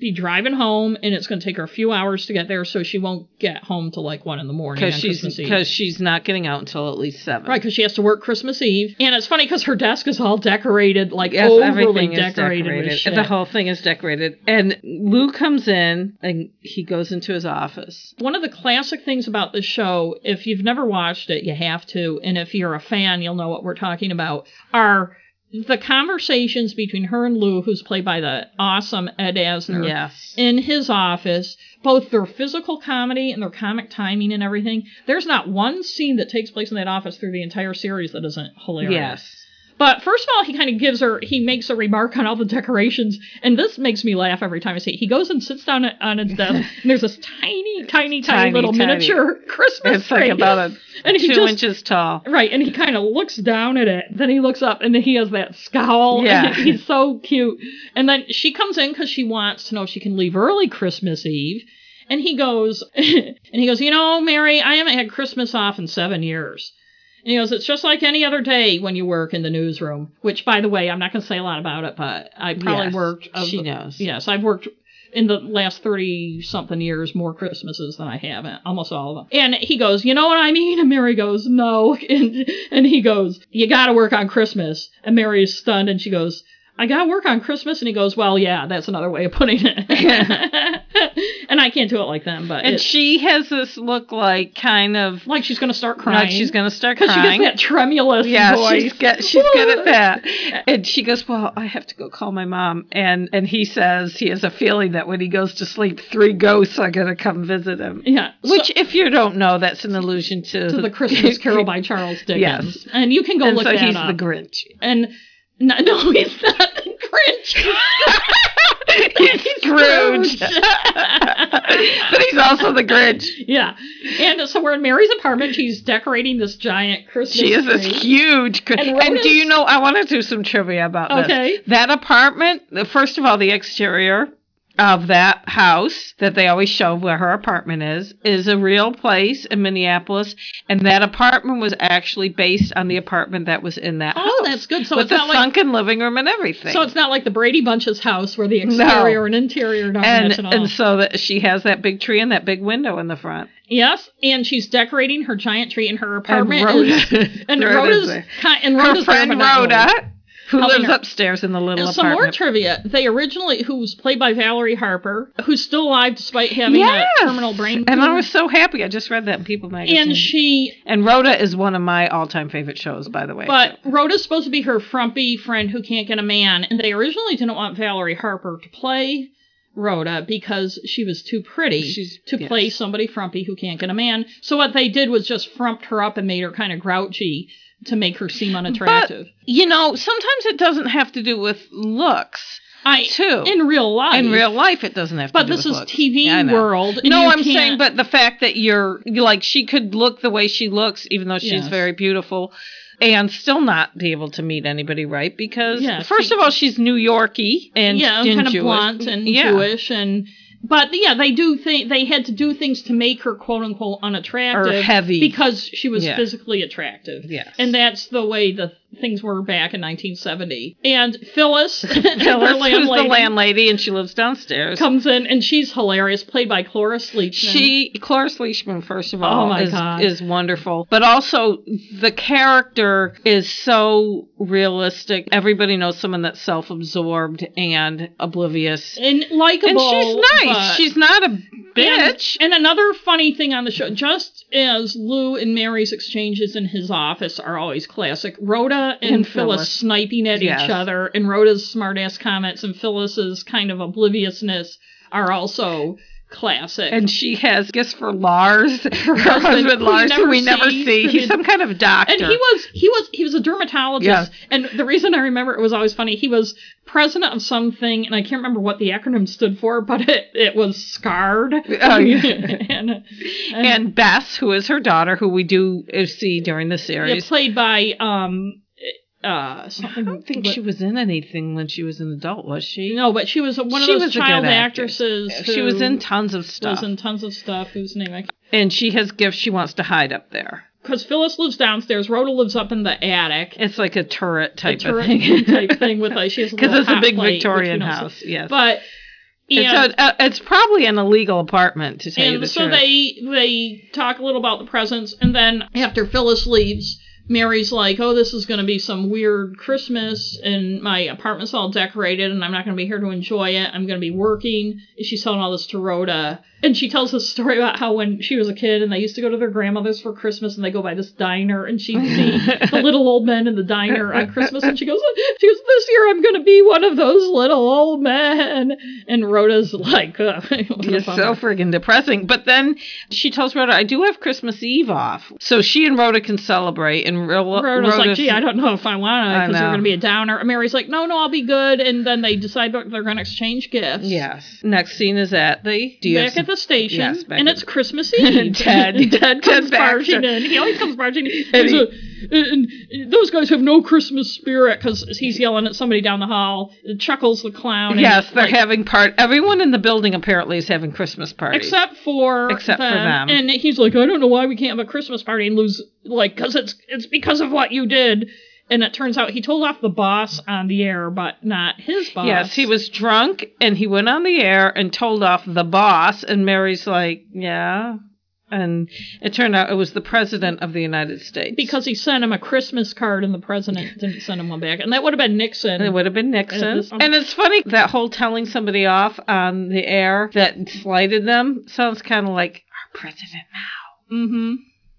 Speaker 1: be driving home and it's going to take her a few hours to get there, so she won't get home till like one in the morning on
Speaker 2: Because she's
Speaker 1: Christmas Eve.
Speaker 2: because she's not getting out until at least seven.
Speaker 1: Right, because she has to work Christmas Eve, and it's funny because her desk is all decorated, like
Speaker 2: Yes,
Speaker 1: overly
Speaker 2: everything
Speaker 1: decorated,
Speaker 2: is decorated.
Speaker 1: with shit.
Speaker 2: The whole thing is decorated. And Lou comes in and he goes into his office.
Speaker 1: One of the classic things about this show, if you've never watched it, you have to, and if you're a fan, you'll know what we're talking about, are the conversations between her and Lou, who's played by the awesome Ed Asner.
Speaker 2: Yes.
Speaker 1: in his office, both their physical comedy and their comic timing and everything. There's not one scene that takes place in that office through the entire series that isn't hilarious.
Speaker 2: Yes.
Speaker 1: But first of all, he kind of gives her, he makes a remark on all the decorations, and this makes me laugh every time I see it. He goes and sits down at- on his desk, and there's this tiny, tiny, tiny,
Speaker 2: Tiny,
Speaker 1: little
Speaker 2: tiny.
Speaker 1: miniature Christmas
Speaker 2: It's like
Speaker 1: tree.
Speaker 2: about a
Speaker 1: and he
Speaker 2: two
Speaker 1: just,
Speaker 2: inches tall.
Speaker 1: Right, and he kind of looks down at it. Then he looks up, and then he has that scowl.
Speaker 2: Yeah.
Speaker 1: and he's so cute. And then she comes in because she wants to know if she can leave early Christmas Eve. And he goes, and he goes, you know, Mary, I haven't had Christmas off in seven years. And he goes, it's just like any other day when you work in the newsroom. Which, by the way, I'm not going to say a lot about it, but I probably
Speaker 2: Yes,
Speaker 1: worked. of-
Speaker 2: she knows.
Speaker 1: Yes, I've worked in the last 30 something years more Christmases than I haven't, almost all of them. And he goes, You know what I mean? And Mary goes, No. And, and he goes, You got to work on Christmas. And Mary is stunned and she goes, I got to work on Christmas. And he goes, Well, yeah, that's another way of putting it. and I can't do it like them, but
Speaker 2: And
Speaker 1: it's
Speaker 2: she has this look like kind of
Speaker 1: like she's going to start crying.
Speaker 2: like she's gonna start
Speaker 1: Because she
Speaker 2: crying.
Speaker 1: gets that tremulous
Speaker 2: yeah,
Speaker 1: voice.
Speaker 2: she's good. She's good at that. And she goes, "Well, I have to go call my mom." And and he says he has a feeling that when he goes to sleep, three ghosts are going to come visit him.
Speaker 1: Yeah. So-
Speaker 2: Which, if you don't know, that's an allusion to,
Speaker 1: to the Christmas Carol by Charles Dickens.
Speaker 2: Yes.
Speaker 1: And you can go
Speaker 2: and
Speaker 1: look
Speaker 2: so
Speaker 1: that
Speaker 2: he's
Speaker 1: up.
Speaker 2: the Grinch.
Speaker 1: and no, no, he's not the Grinch.
Speaker 2: he's Scrooge, but he's also the Grinch.
Speaker 1: yeah. And so we're in Mary's apartment. She's decorating this giant Christmas
Speaker 2: She is this
Speaker 1: tree.
Speaker 2: huge. Grinch.
Speaker 1: And
Speaker 2: And,
Speaker 1: Rhoda's-
Speaker 2: do you know? I want to do some trivia about
Speaker 1: Okay.
Speaker 2: this. That apartment. the- First of all, the exterior of that house that they always show where her apartment is is a real place in Minneapolis, and that apartment was actually based on the apartment that was in that
Speaker 1: Oh,
Speaker 2: house.
Speaker 1: that's good. So
Speaker 2: with
Speaker 1: it's
Speaker 2: the
Speaker 1: not like
Speaker 2: sunken living room and everything.
Speaker 1: so it's not like the Brady Bunch's house where the exterior and interior don't
Speaker 2: and
Speaker 1: match at all.
Speaker 2: and so that she has that big tree and that big window in the front.
Speaker 1: yes, and she's decorating her giant tree in her
Speaker 2: And
Speaker 1: apartment. is,
Speaker 2: Rhoda-
Speaker 1: and
Speaker 2: Rhoda's
Speaker 1: Rhoda's,
Speaker 2: there.
Speaker 1: ki- and
Speaker 2: her
Speaker 1: Rhoda's
Speaker 2: friend
Speaker 1: there, but not really.
Speaker 2: Rhoda, who
Speaker 1: Helping
Speaker 2: lives
Speaker 1: her.
Speaker 2: upstairs in the little
Speaker 1: And some more
Speaker 2: apartment.
Speaker 1: trivia. They originally, who was played by Valerie Harper, who's still alive despite having a terminal brain
Speaker 2: And I
Speaker 1: tumor.
Speaker 2: was so happy. I just read that in People magazine.
Speaker 1: and she
Speaker 2: And Rhoda is one of my all-time favorite shows, by the way.
Speaker 1: But Rhoda's supposed to be her frumpy friend who can't get a man, and they originally didn't want Valerie Harper to play Rhoda because she was too pretty
Speaker 2: She's-
Speaker 1: to
Speaker 2: yes.
Speaker 1: play somebody frumpy who can't get a man. So what they did was just frumped her up and made her kind of grouchy to make her seem unattractive.
Speaker 2: you know, sometimes it doesn't have to do with looks.
Speaker 1: I
Speaker 2: too.
Speaker 1: in real life.
Speaker 2: In real life, it doesn't have to.
Speaker 1: But
Speaker 2: do
Speaker 1: this
Speaker 2: with
Speaker 1: is
Speaker 2: looks.
Speaker 1: TV
Speaker 2: Yeah, I know.
Speaker 1: world. and
Speaker 2: No,
Speaker 1: you
Speaker 2: I'm saying,
Speaker 1: can't-
Speaker 2: but the fact that you're like she could look the way she looks, even though she's
Speaker 1: Yes.
Speaker 2: very beautiful, and still not be able to meet anybody right because
Speaker 1: Yes,
Speaker 2: first of all, she's New Yorkie and
Speaker 1: yeah,
Speaker 2: and
Speaker 1: kind of
Speaker 2: Jewish.
Speaker 1: blunt and
Speaker 2: yeah.
Speaker 1: Jewish and. But yeah, they do think they had to do things to make her quote unquote unattractive
Speaker 2: Or heavy.
Speaker 1: because she was
Speaker 2: Yeah.
Speaker 1: physically attractive.
Speaker 2: Yes.
Speaker 1: and that's the way the things were back in 1970. And Phyllis,
Speaker 2: Phyllis,
Speaker 1: Phyllis
Speaker 2: who's the landlady, and she lives downstairs.
Speaker 1: comes in and she's hilarious, played by Clara Sleachman.
Speaker 2: She Oh Cloris Leachman, first of all,
Speaker 1: my
Speaker 2: is
Speaker 1: God.
Speaker 2: is wonderful, but also the character is so realistic. Everybody knows someone that's self-absorbed and oblivious,
Speaker 1: and likable.
Speaker 2: and she's nice.
Speaker 1: but-
Speaker 2: she's not a
Speaker 1: And-
Speaker 2: bitch.
Speaker 1: And, another funny thing on the show, just as Lou and Mary's exchanges in his office are always classic, Rhoda and,
Speaker 2: And
Speaker 1: Phyllis,
Speaker 2: Phyllis.
Speaker 1: sniping at
Speaker 2: Yes.
Speaker 1: each other, and Rhoda's smartass comments and Phyllis's kind of obliviousness are also classic.
Speaker 2: And she has, guess for Lars, her husband,
Speaker 1: who
Speaker 2: Lars,
Speaker 1: you
Speaker 2: who we
Speaker 1: never
Speaker 2: never
Speaker 1: see.
Speaker 2: see. He's some kind of doctor.
Speaker 1: And he was he was he was a dermatologist.
Speaker 2: Yeah.
Speaker 1: And the reason I remember it was always funny, he was president of something and I can't remember what the acronym stood for, but it, it was scarred.
Speaker 2: Oh, yeah.
Speaker 1: and, and,
Speaker 2: and Bess, who is her daughter, who we do uh, see during the
Speaker 1: yeah,
Speaker 2: series.
Speaker 1: played by um uh
Speaker 2: I
Speaker 1: something
Speaker 2: don't think
Speaker 1: what-
Speaker 2: she was in anything when she was an adult, was she?
Speaker 1: No, but she was one of
Speaker 2: She
Speaker 1: those
Speaker 2: was a good
Speaker 1: child
Speaker 2: actress.
Speaker 1: actresses.
Speaker 2: She was
Speaker 1: who
Speaker 2: in tons of stuff.
Speaker 1: was in tons of stuff whose name I can't
Speaker 2: and she has gifts she wants to hide up there.
Speaker 1: because Phyllis lives downstairs, Rhoda lives up in the attic.
Speaker 2: It's like a turret type
Speaker 1: Turret
Speaker 2: of thing.
Speaker 1: type thing with like she has
Speaker 2: Because
Speaker 1: little
Speaker 2: it's a
Speaker 1: hot
Speaker 2: big
Speaker 1: plate, which we
Speaker 2: Victorian
Speaker 1: don't see.
Speaker 2: house, yes.
Speaker 1: But
Speaker 2: it's,
Speaker 1: and-
Speaker 2: a, a- it's probably an illegal apartment, to tell you the
Speaker 1: and so
Speaker 2: truth.
Speaker 1: they they talk a little about the presents and then after phyllis leaves mary's like oh this is going to be some weird christmas and my apartment's all decorated and i'm not going to be here to enjoy it i'm going to be working and she's telling all this to rhoda and she tells this story about how when she was a kid and they used to go to their grandmother's for christmas and they go by this diner and she'd see the little old men in the diner on christmas and she goes she goes this year i'm going to be one of those little old men and rhoda's like uh, what a
Speaker 2: It's
Speaker 1: bummer.
Speaker 2: so friggin' depressing. But then she tells Rhoda, I do have Christmas Eve off. So she and Rhoda can celebrate. And Ro-
Speaker 1: Rhoda's like, gee, I
Speaker 2: Rhoda's-
Speaker 1: don't know if I want to
Speaker 2: I
Speaker 1: because they're
Speaker 2: know.
Speaker 1: going to be a downer. And Mary's like, no, no, I'll be good. And then they decide that they're going to exchange gifts.
Speaker 2: Yes. Next scene is at the. Do you have
Speaker 1: Back at the station,
Speaker 2: Yes, back
Speaker 1: and
Speaker 2: at-
Speaker 1: it's Christmas Eve.
Speaker 2: Ted-
Speaker 1: Ted
Speaker 2: Ted
Speaker 1: comes barging
Speaker 2: Baxter.
Speaker 1: in. He always comes barging in.
Speaker 2: And
Speaker 1: He's a- and- and those guys have no Christmas spirit because he's yelling at somebody down the hall. Chuckles the clown. and
Speaker 2: Yes, they're
Speaker 1: like,
Speaker 2: having part. Everyone in the building apparently is having Christmas parties.
Speaker 1: except for
Speaker 2: Except for them.
Speaker 1: And he's like, I don't know why we can't have a Christmas party and lose like because it's it's because of what you did. And it turns out he told off the boss on the air, but not his boss.
Speaker 2: Yes, he was drunk and he went on the air and told off the boss. And Mary's like, yeah. And it turned out it was the president of the United States.
Speaker 1: because he sent him a Christmas card and the president didn't send him one back, and that would have been Nixon.
Speaker 2: It would have been
Speaker 1: And
Speaker 2: Nixon.
Speaker 1: this-
Speaker 2: And it's funny that whole telling somebody off on the air that slighted them sounds kind of like our president now.
Speaker 1: Mm-hmm.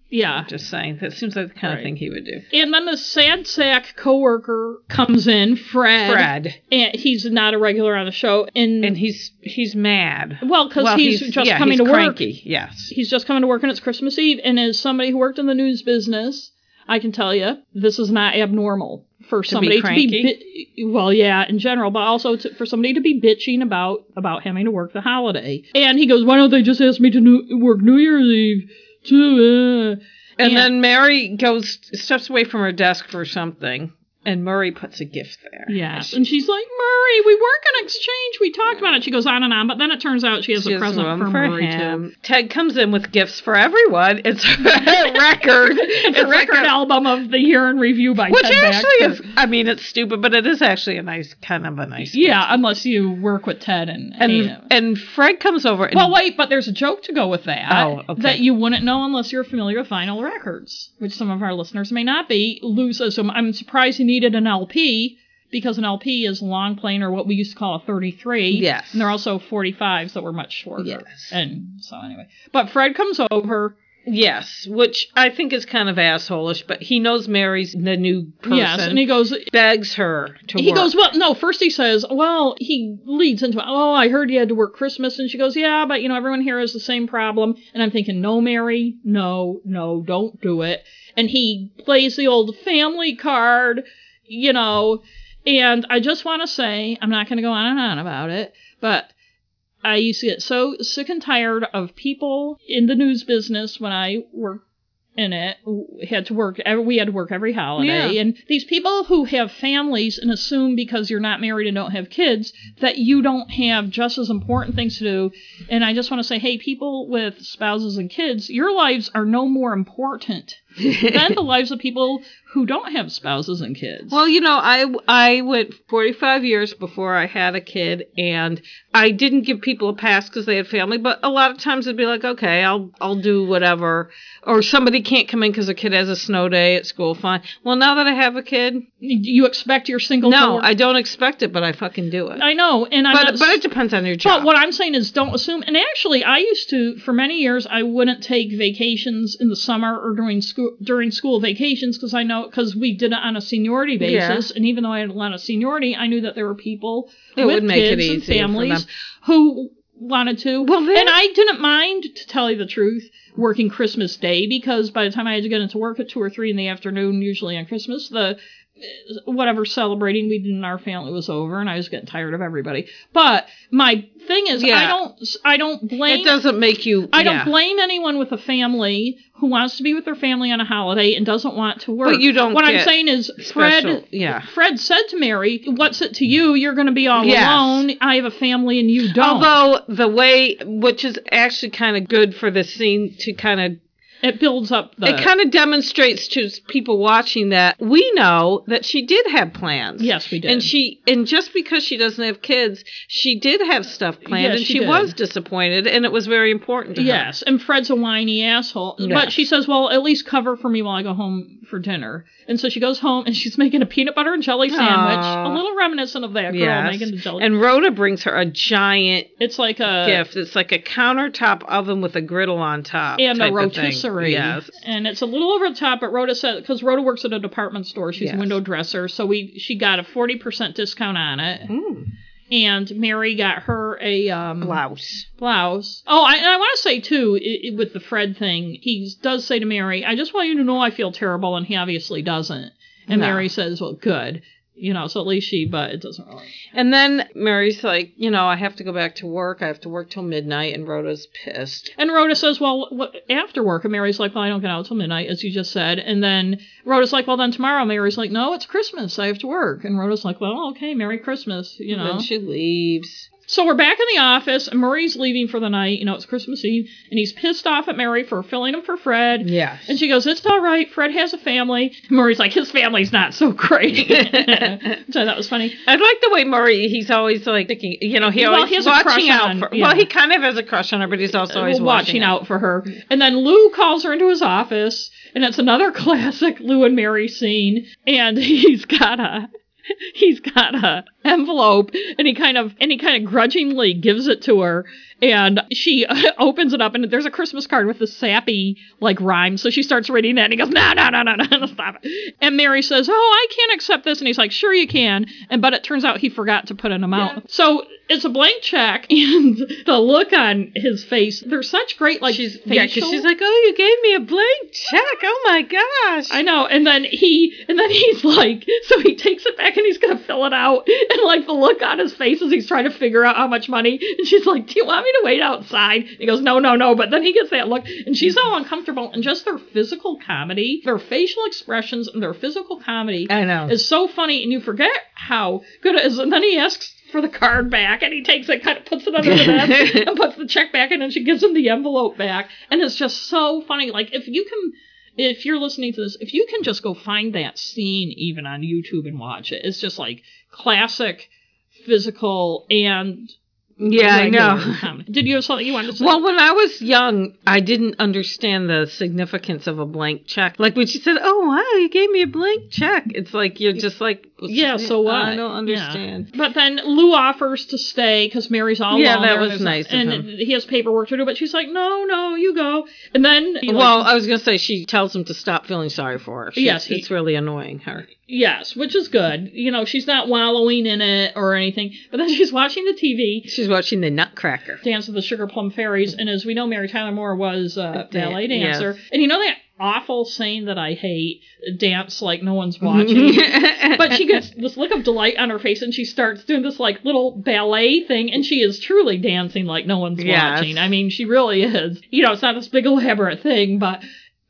Speaker 1: Yeah.
Speaker 2: Just saying. That seems like the kind
Speaker 1: Right.
Speaker 2: of thing he would do.
Speaker 1: And then the sad sack coworker comes in, Fred.
Speaker 2: Fred.
Speaker 1: And he's not a regular on the show, and,
Speaker 2: And he's he's mad.
Speaker 1: well, because
Speaker 2: Well,
Speaker 1: he's, just
Speaker 2: yeah,
Speaker 1: coming
Speaker 2: he's
Speaker 1: to work.
Speaker 2: cranky. Yes.
Speaker 1: he's just coming to work and it's Christmas Eve. And as somebody who worked in the news business, I can tell you this is not abnormal for somebody to
Speaker 2: cranky?
Speaker 1: be bi- well, yeah, in general, but also to, for somebody to be bitching about about having to work the holiday. And he goes, "Why don't they just ask me to new, work New Year's Eve too?" uh?"
Speaker 2: And
Speaker 1: Yeah.
Speaker 2: then Mary goes steps away from her desk for something, and Murray puts a gift there.
Speaker 1: Yes, and she's like, "Murray, we weren't gonna exchange. We talked about it." She goes on and on, but then it turns out she has
Speaker 2: She
Speaker 1: a
Speaker 2: has
Speaker 1: present
Speaker 2: one
Speaker 1: for, Murray too.
Speaker 2: Ted comes in with gifts for everyone. It's a record.
Speaker 1: It's, a record album of the year in review by
Speaker 2: Which
Speaker 1: Ted
Speaker 2: actually
Speaker 1: Baxter.
Speaker 2: is, I mean, it's stupid, but it is actually a nice, kind of a nice. gift.
Speaker 1: Yeah, unless you work with Ted and
Speaker 2: And
Speaker 1: hate him.
Speaker 2: and Fred comes over. And,
Speaker 1: Well, wait, but there's a joke to go with that.
Speaker 2: Oh, okay.
Speaker 1: That you wouldn't know unless you're familiar with vinyl records, which some of our listeners may not be. Lou says, "Um, I'm surprised you needed an LP because an LP is long playing or what we used to call a 33.
Speaker 2: Yes.
Speaker 1: And they're also 45s that were much shorter.
Speaker 2: Yes.
Speaker 1: And so, anyway. But Fred comes over.
Speaker 2: yes, which I think is kind of assholish, but he knows Mary's the new person.
Speaker 1: Yes. And he goes,
Speaker 2: begs her to.
Speaker 1: He
Speaker 2: work.
Speaker 1: goes, well, no. First he says, well, he leads into, oh, I heard you had to work Christmas, and she goes, yeah, but you know, everyone here has the same problem. And I'm thinking, no, Mary, no, no, don't do it. And he plays the old family card, you know. And I just want to say, I'm not going to go on and on about it, but I used to get so sick and tired of people in the news business when I worked in it w- had to work ev- we had to work every holiday
Speaker 2: Yeah.
Speaker 1: and these people who have families and assume because you're not married and don't have kids that you don't have just as important things to do and i just want to say hey people with spouses and kids your lives are no more important than the lives of people who don't have spouses and kids.
Speaker 2: Well, you know, I I went 45 years before I had a kid, and I didn't give people a pass because they had family. But a lot of times it'd be like, okay, I'll I'll do whatever, or somebody can't come in because a kid has a snow day at school. Fine. Well, now that I have a kid,
Speaker 1: you expect your single.
Speaker 2: no,
Speaker 1: I,
Speaker 2: I don't expect it, but I fucking do it.
Speaker 1: I know, and I'm
Speaker 2: but
Speaker 1: not
Speaker 2: but it depends on your job.
Speaker 1: But what I'm saying is don't assume. And actually, I used to, for many years, I wouldn't take vacations in the summer or during school during school vacations because I know because we did it on a seniority
Speaker 2: Yeah.
Speaker 1: basis. And even though I had a lot of seniority, I knew that there were people
Speaker 2: It
Speaker 1: with
Speaker 2: would make it
Speaker 1: kids and
Speaker 2: easier for
Speaker 1: families
Speaker 2: them.
Speaker 1: who wanted to.
Speaker 2: Well, then-
Speaker 1: and I didn't mind, to tell you the truth, working Christmas Day because by the time I had to get into work at two or three in the afternoon, usually on Christmas, the whatever celebrating we did in our family was over and I was getting tired of everybody. But my thing is I
Speaker 2: Yeah.
Speaker 1: don't I don't blame
Speaker 2: it doesn't make you.
Speaker 1: I don't
Speaker 2: yeah.
Speaker 1: blame anyone with a family who wants to be with their family on a holiday and doesn't want to work.
Speaker 2: But you don't
Speaker 1: What I'm
Speaker 2: get
Speaker 1: saying is
Speaker 2: Special-
Speaker 1: Fred
Speaker 2: yeah.
Speaker 1: Fred said to Mary, "What's it to you? You're going to be all
Speaker 2: Yes.
Speaker 1: alone. I have a family and you don't."
Speaker 2: Although the way, which is actually kind of good for the scene to kind of
Speaker 1: it builds up the
Speaker 2: it kind of demonstrates to people watching that we know that she did have plans.
Speaker 1: Yes, we did.
Speaker 2: And she and just because she doesn't have kids, she did have stuff planned,
Speaker 1: Yes,
Speaker 2: and
Speaker 1: she
Speaker 2: she,
Speaker 1: did.
Speaker 2: was disappointed, and it was very important to her.
Speaker 1: Yes, and Fred's a whiny asshole. But
Speaker 2: Uh-huh. Yes.
Speaker 1: she says, "Well, at least cover for me while I go home for dinner." And so she goes home, and she's making a peanut butter and jelly sandwich, a
Speaker 2: Aw.
Speaker 1: little reminiscent of that girl
Speaker 2: Yes.
Speaker 1: making the jelly.
Speaker 2: And Rhoda brings her a giant
Speaker 1: it's like a
Speaker 2: gift. It's like a countertop oven with a griddle on top.
Speaker 1: and a
Speaker 2: type of thing.
Speaker 1: rotisserie.
Speaker 2: Yes.
Speaker 1: And it's a little over the top, but Rhoda said because Rhoda works at a department store, she's a
Speaker 2: Yes.
Speaker 1: window dresser, so we she got a forty percent discount on it,
Speaker 2: Mm.
Speaker 1: and Mary got her a um,
Speaker 2: Blouse.
Speaker 1: blouse. Oh, I, and I want to say too, i i with the Fred thing, he does say to Mary, "I just want you to know I feel terrible," and he obviously doesn't. And
Speaker 2: No.
Speaker 1: Mary says, "Well, good." You know, so at least she, but it doesn't really.
Speaker 2: And then Mary's like, you know, I have to go back to work. I have to work till midnight, and Rhoda's pissed.
Speaker 1: And Rhoda says, "Well, what, after work." And Mary's like, "Well, I don't get out till midnight, as you just said." And then Rhoda's like, "Well, then tomorrow." Mary's like, "No, it's Christmas. I have to work." And Rhoda's like, "Well, okay, Merry Christmas." You know.
Speaker 2: Then she leaves.
Speaker 1: So we're back in the office, and Murray's leaving for the night. You know, it's Christmas Eve, and he's pissed off at Mary for filling him for Fred.
Speaker 2: Yes.
Speaker 1: And she goes, It's all right. Fred has a family. And Murray's like, His family's not so great. so that was funny.
Speaker 2: I like the way Murray. He's always like thinking, you know, he
Speaker 1: Well,
Speaker 2: always
Speaker 1: he has a crush
Speaker 2: watching out
Speaker 1: on-
Speaker 2: for.
Speaker 1: yeah.
Speaker 2: Well, he kind of has a crush on her, but he's also always
Speaker 1: Watching,
Speaker 2: watching, out.
Speaker 1: out for her. And then Lou calls her into his office, and it's another classic Lou and Mary scene. And he's got a. He's got a envelope and he kind of and he kind of grudgingly gives it to her and she opens it up and there's a Christmas card with the sappy like rhyme so she starts reading that and he goes no no no no no no stop it and Mary says oh I can't accept this and he's like sure you can and but it turns out he forgot to put an amount
Speaker 2: Yeah.
Speaker 1: so it's a blank check and the look on his face they're such great like
Speaker 2: She's
Speaker 1: facial.
Speaker 2: yeah, 'cause she's like, oh, you gave me a blank check. Oh my gosh.
Speaker 1: I know. And then he, and then he's like, so he takes it back and he's gonna fill it out, and like the look on his face as he's trying to figure out how much money. And she's like, "Do you want me to wait outside?" And he goes, "No, no, no." But then he gets that look, and she's all uncomfortable. And just their physical comedy, their facial expressions, and their physical comedy
Speaker 2: I know.
Speaker 1: is so funny, and you forget how good it is. And then he asks. For the card back, and he takes it, kind of puts it under the desk, and puts the check back in, and she gives him the envelope back, and it's just so funny. Like if you can if you're listening to this, if you can just go find that scene even on YouTube and watch it, it's just like classic physical and
Speaker 2: yeah, I
Speaker 1: regular
Speaker 2: know.
Speaker 1: comedy. Did you have something you wanted to say?
Speaker 2: Well, when I was young, I didn't understand the significance of a blank check. Like when she said, "Oh wow, you gave me a blank check," it's like you're just like,
Speaker 1: yeah, so what?
Speaker 2: I don't
Speaker 1: Yeah.
Speaker 2: understand.
Speaker 1: But then Lou offers to stay because Mary's all
Speaker 2: Yeah,
Speaker 1: alone
Speaker 2: that
Speaker 1: there and
Speaker 2: was
Speaker 1: there's
Speaker 2: nice of
Speaker 1: and
Speaker 2: him.
Speaker 1: he has paperwork to do, but she's like, no, no, you go. And then he, like,
Speaker 2: Well, I was gonna say she tells him to stop feeling sorry for her. She-
Speaker 1: Yes, he-
Speaker 2: it's really annoying her.
Speaker 1: yes, which is good. You know, she's not wallowing in it or anything. But then she's watching the TV
Speaker 2: She's watching the Nutcracker.
Speaker 1: Dance with the Sugar Plum Fairies, and as we know, Mary Tyler Moore was a
Speaker 2: Dan-
Speaker 1: ballet dancer.
Speaker 2: yes.
Speaker 1: And you know that awful saying that I hate, dance like no one's watching. but she gets this look of delight on her face, and she starts doing this like little ballet thing, and she is truly dancing like no one's
Speaker 2: Yes.
Speaker 1: watching. I mean, she really is. You know, it's not this big elaborate thing, but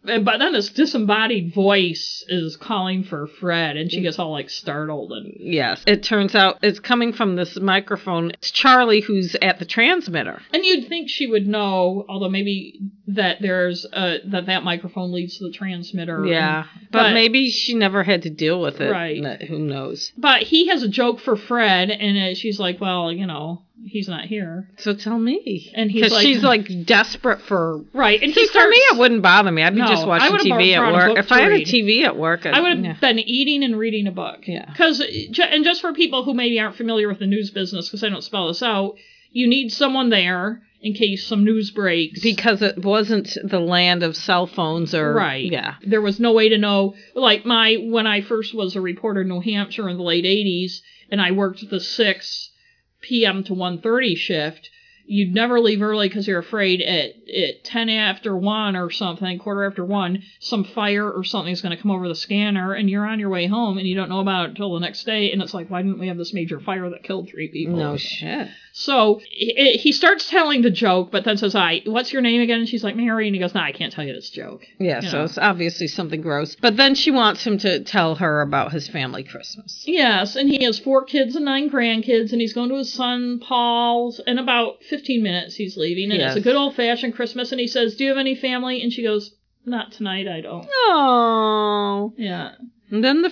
Speaker 1: And but then this disembodied voice is calling for Fred, and she gets all like startled and
Speaker 2: Yes. It turns out it's coming from this microphone. It's Charlie who's at the transmitter.
Speaker 1: and you'd think she would know, although maybe that there's uh that that microphone leads to the transmitter.
Speaker 2: Yeah. But,
Speaker 1: But-
Speaker 2: maybe she never had to deal with it.
Speaker 1: Right.
Speaker 2: N- Who knows?
Speaker 1: But he has a joke for Fred, and uh, she's like, "Well, you know, he's not here."
Speaker 2: So tell me.
Speaker 1: And he's
Speaker 2: 'Cause
Speaker 1: like-
Speaker 2: she's like desperate for.
Speaker 1: Right, and
Speaker 2: See,
Speaker 1: he starts.
Speaker 2: for me, it wouldn't bother me. I'd be
Speaker 1: No,
Speaker 2: just
Speaker 1: I
Speaker 2: watching
Speaker 1: would've
Speaker 2: TV
Speaker 1: brought
Speaker 2: at
Speaker 1: a
Speaker 2: work.
Speaker 1: book
Speaker 2: If
Speaker 1: to
Speaker 2: I had a
Speaker 1: read.
Speaker 2: TV at work,
Speaker 1: I would have
Speaker 2: yeah.
Speaker 1: been eating and reading a book.
Speaker 2: Yeah.
Speaker 1: Because, and just for people who maybe aren't familiar with the news business, because I don't spell this out, you need someone there in case some news breaks.
Speaker 2: because it wasn't the land of cell phones or
Speaker 1: Right.
Speaker 2: Yeah.
Speaker 1: There was no way to know. Like my when I first was a reporter in New Hampshire in the late '80s, and I worked the six p.m. to 1:30 shift. You'd never leave early because you're afraid at at 10 after one or something, quarter after one, some fire or something's going to come over the scanner, and you're on your way home, and you don't know about it until the next day. And it's like, why didn't we have this major fire that killed three people?
Speaker 2: No shit.
Speaker 1: So he he starts telling the joke, but then says, "I, what's your name again?" And she's like, "Mary," and he goes, "No, I can't tell you this joke."
Speaker 2: Yeah,
Speaker 1: You
Speaker 2: so
Speaker 1: know.
Speaker 2: it's obviously something gross. But then she wants him to tell her about his family Christmas.
Speaker 1: Yes, and he has four kids and nine grandkids, and he's going to his son Paul's. In about 15 minutes, he's leaving, and
Speaker 2: Yes.
Speaker 1: it's a good old fashioned Christmas. And he says, "Do you have any family?" And she goes, "Not tonight, I don't."
Speaker 2: Oh.
Speaker 1: Yeah,
Speaker 2: And then the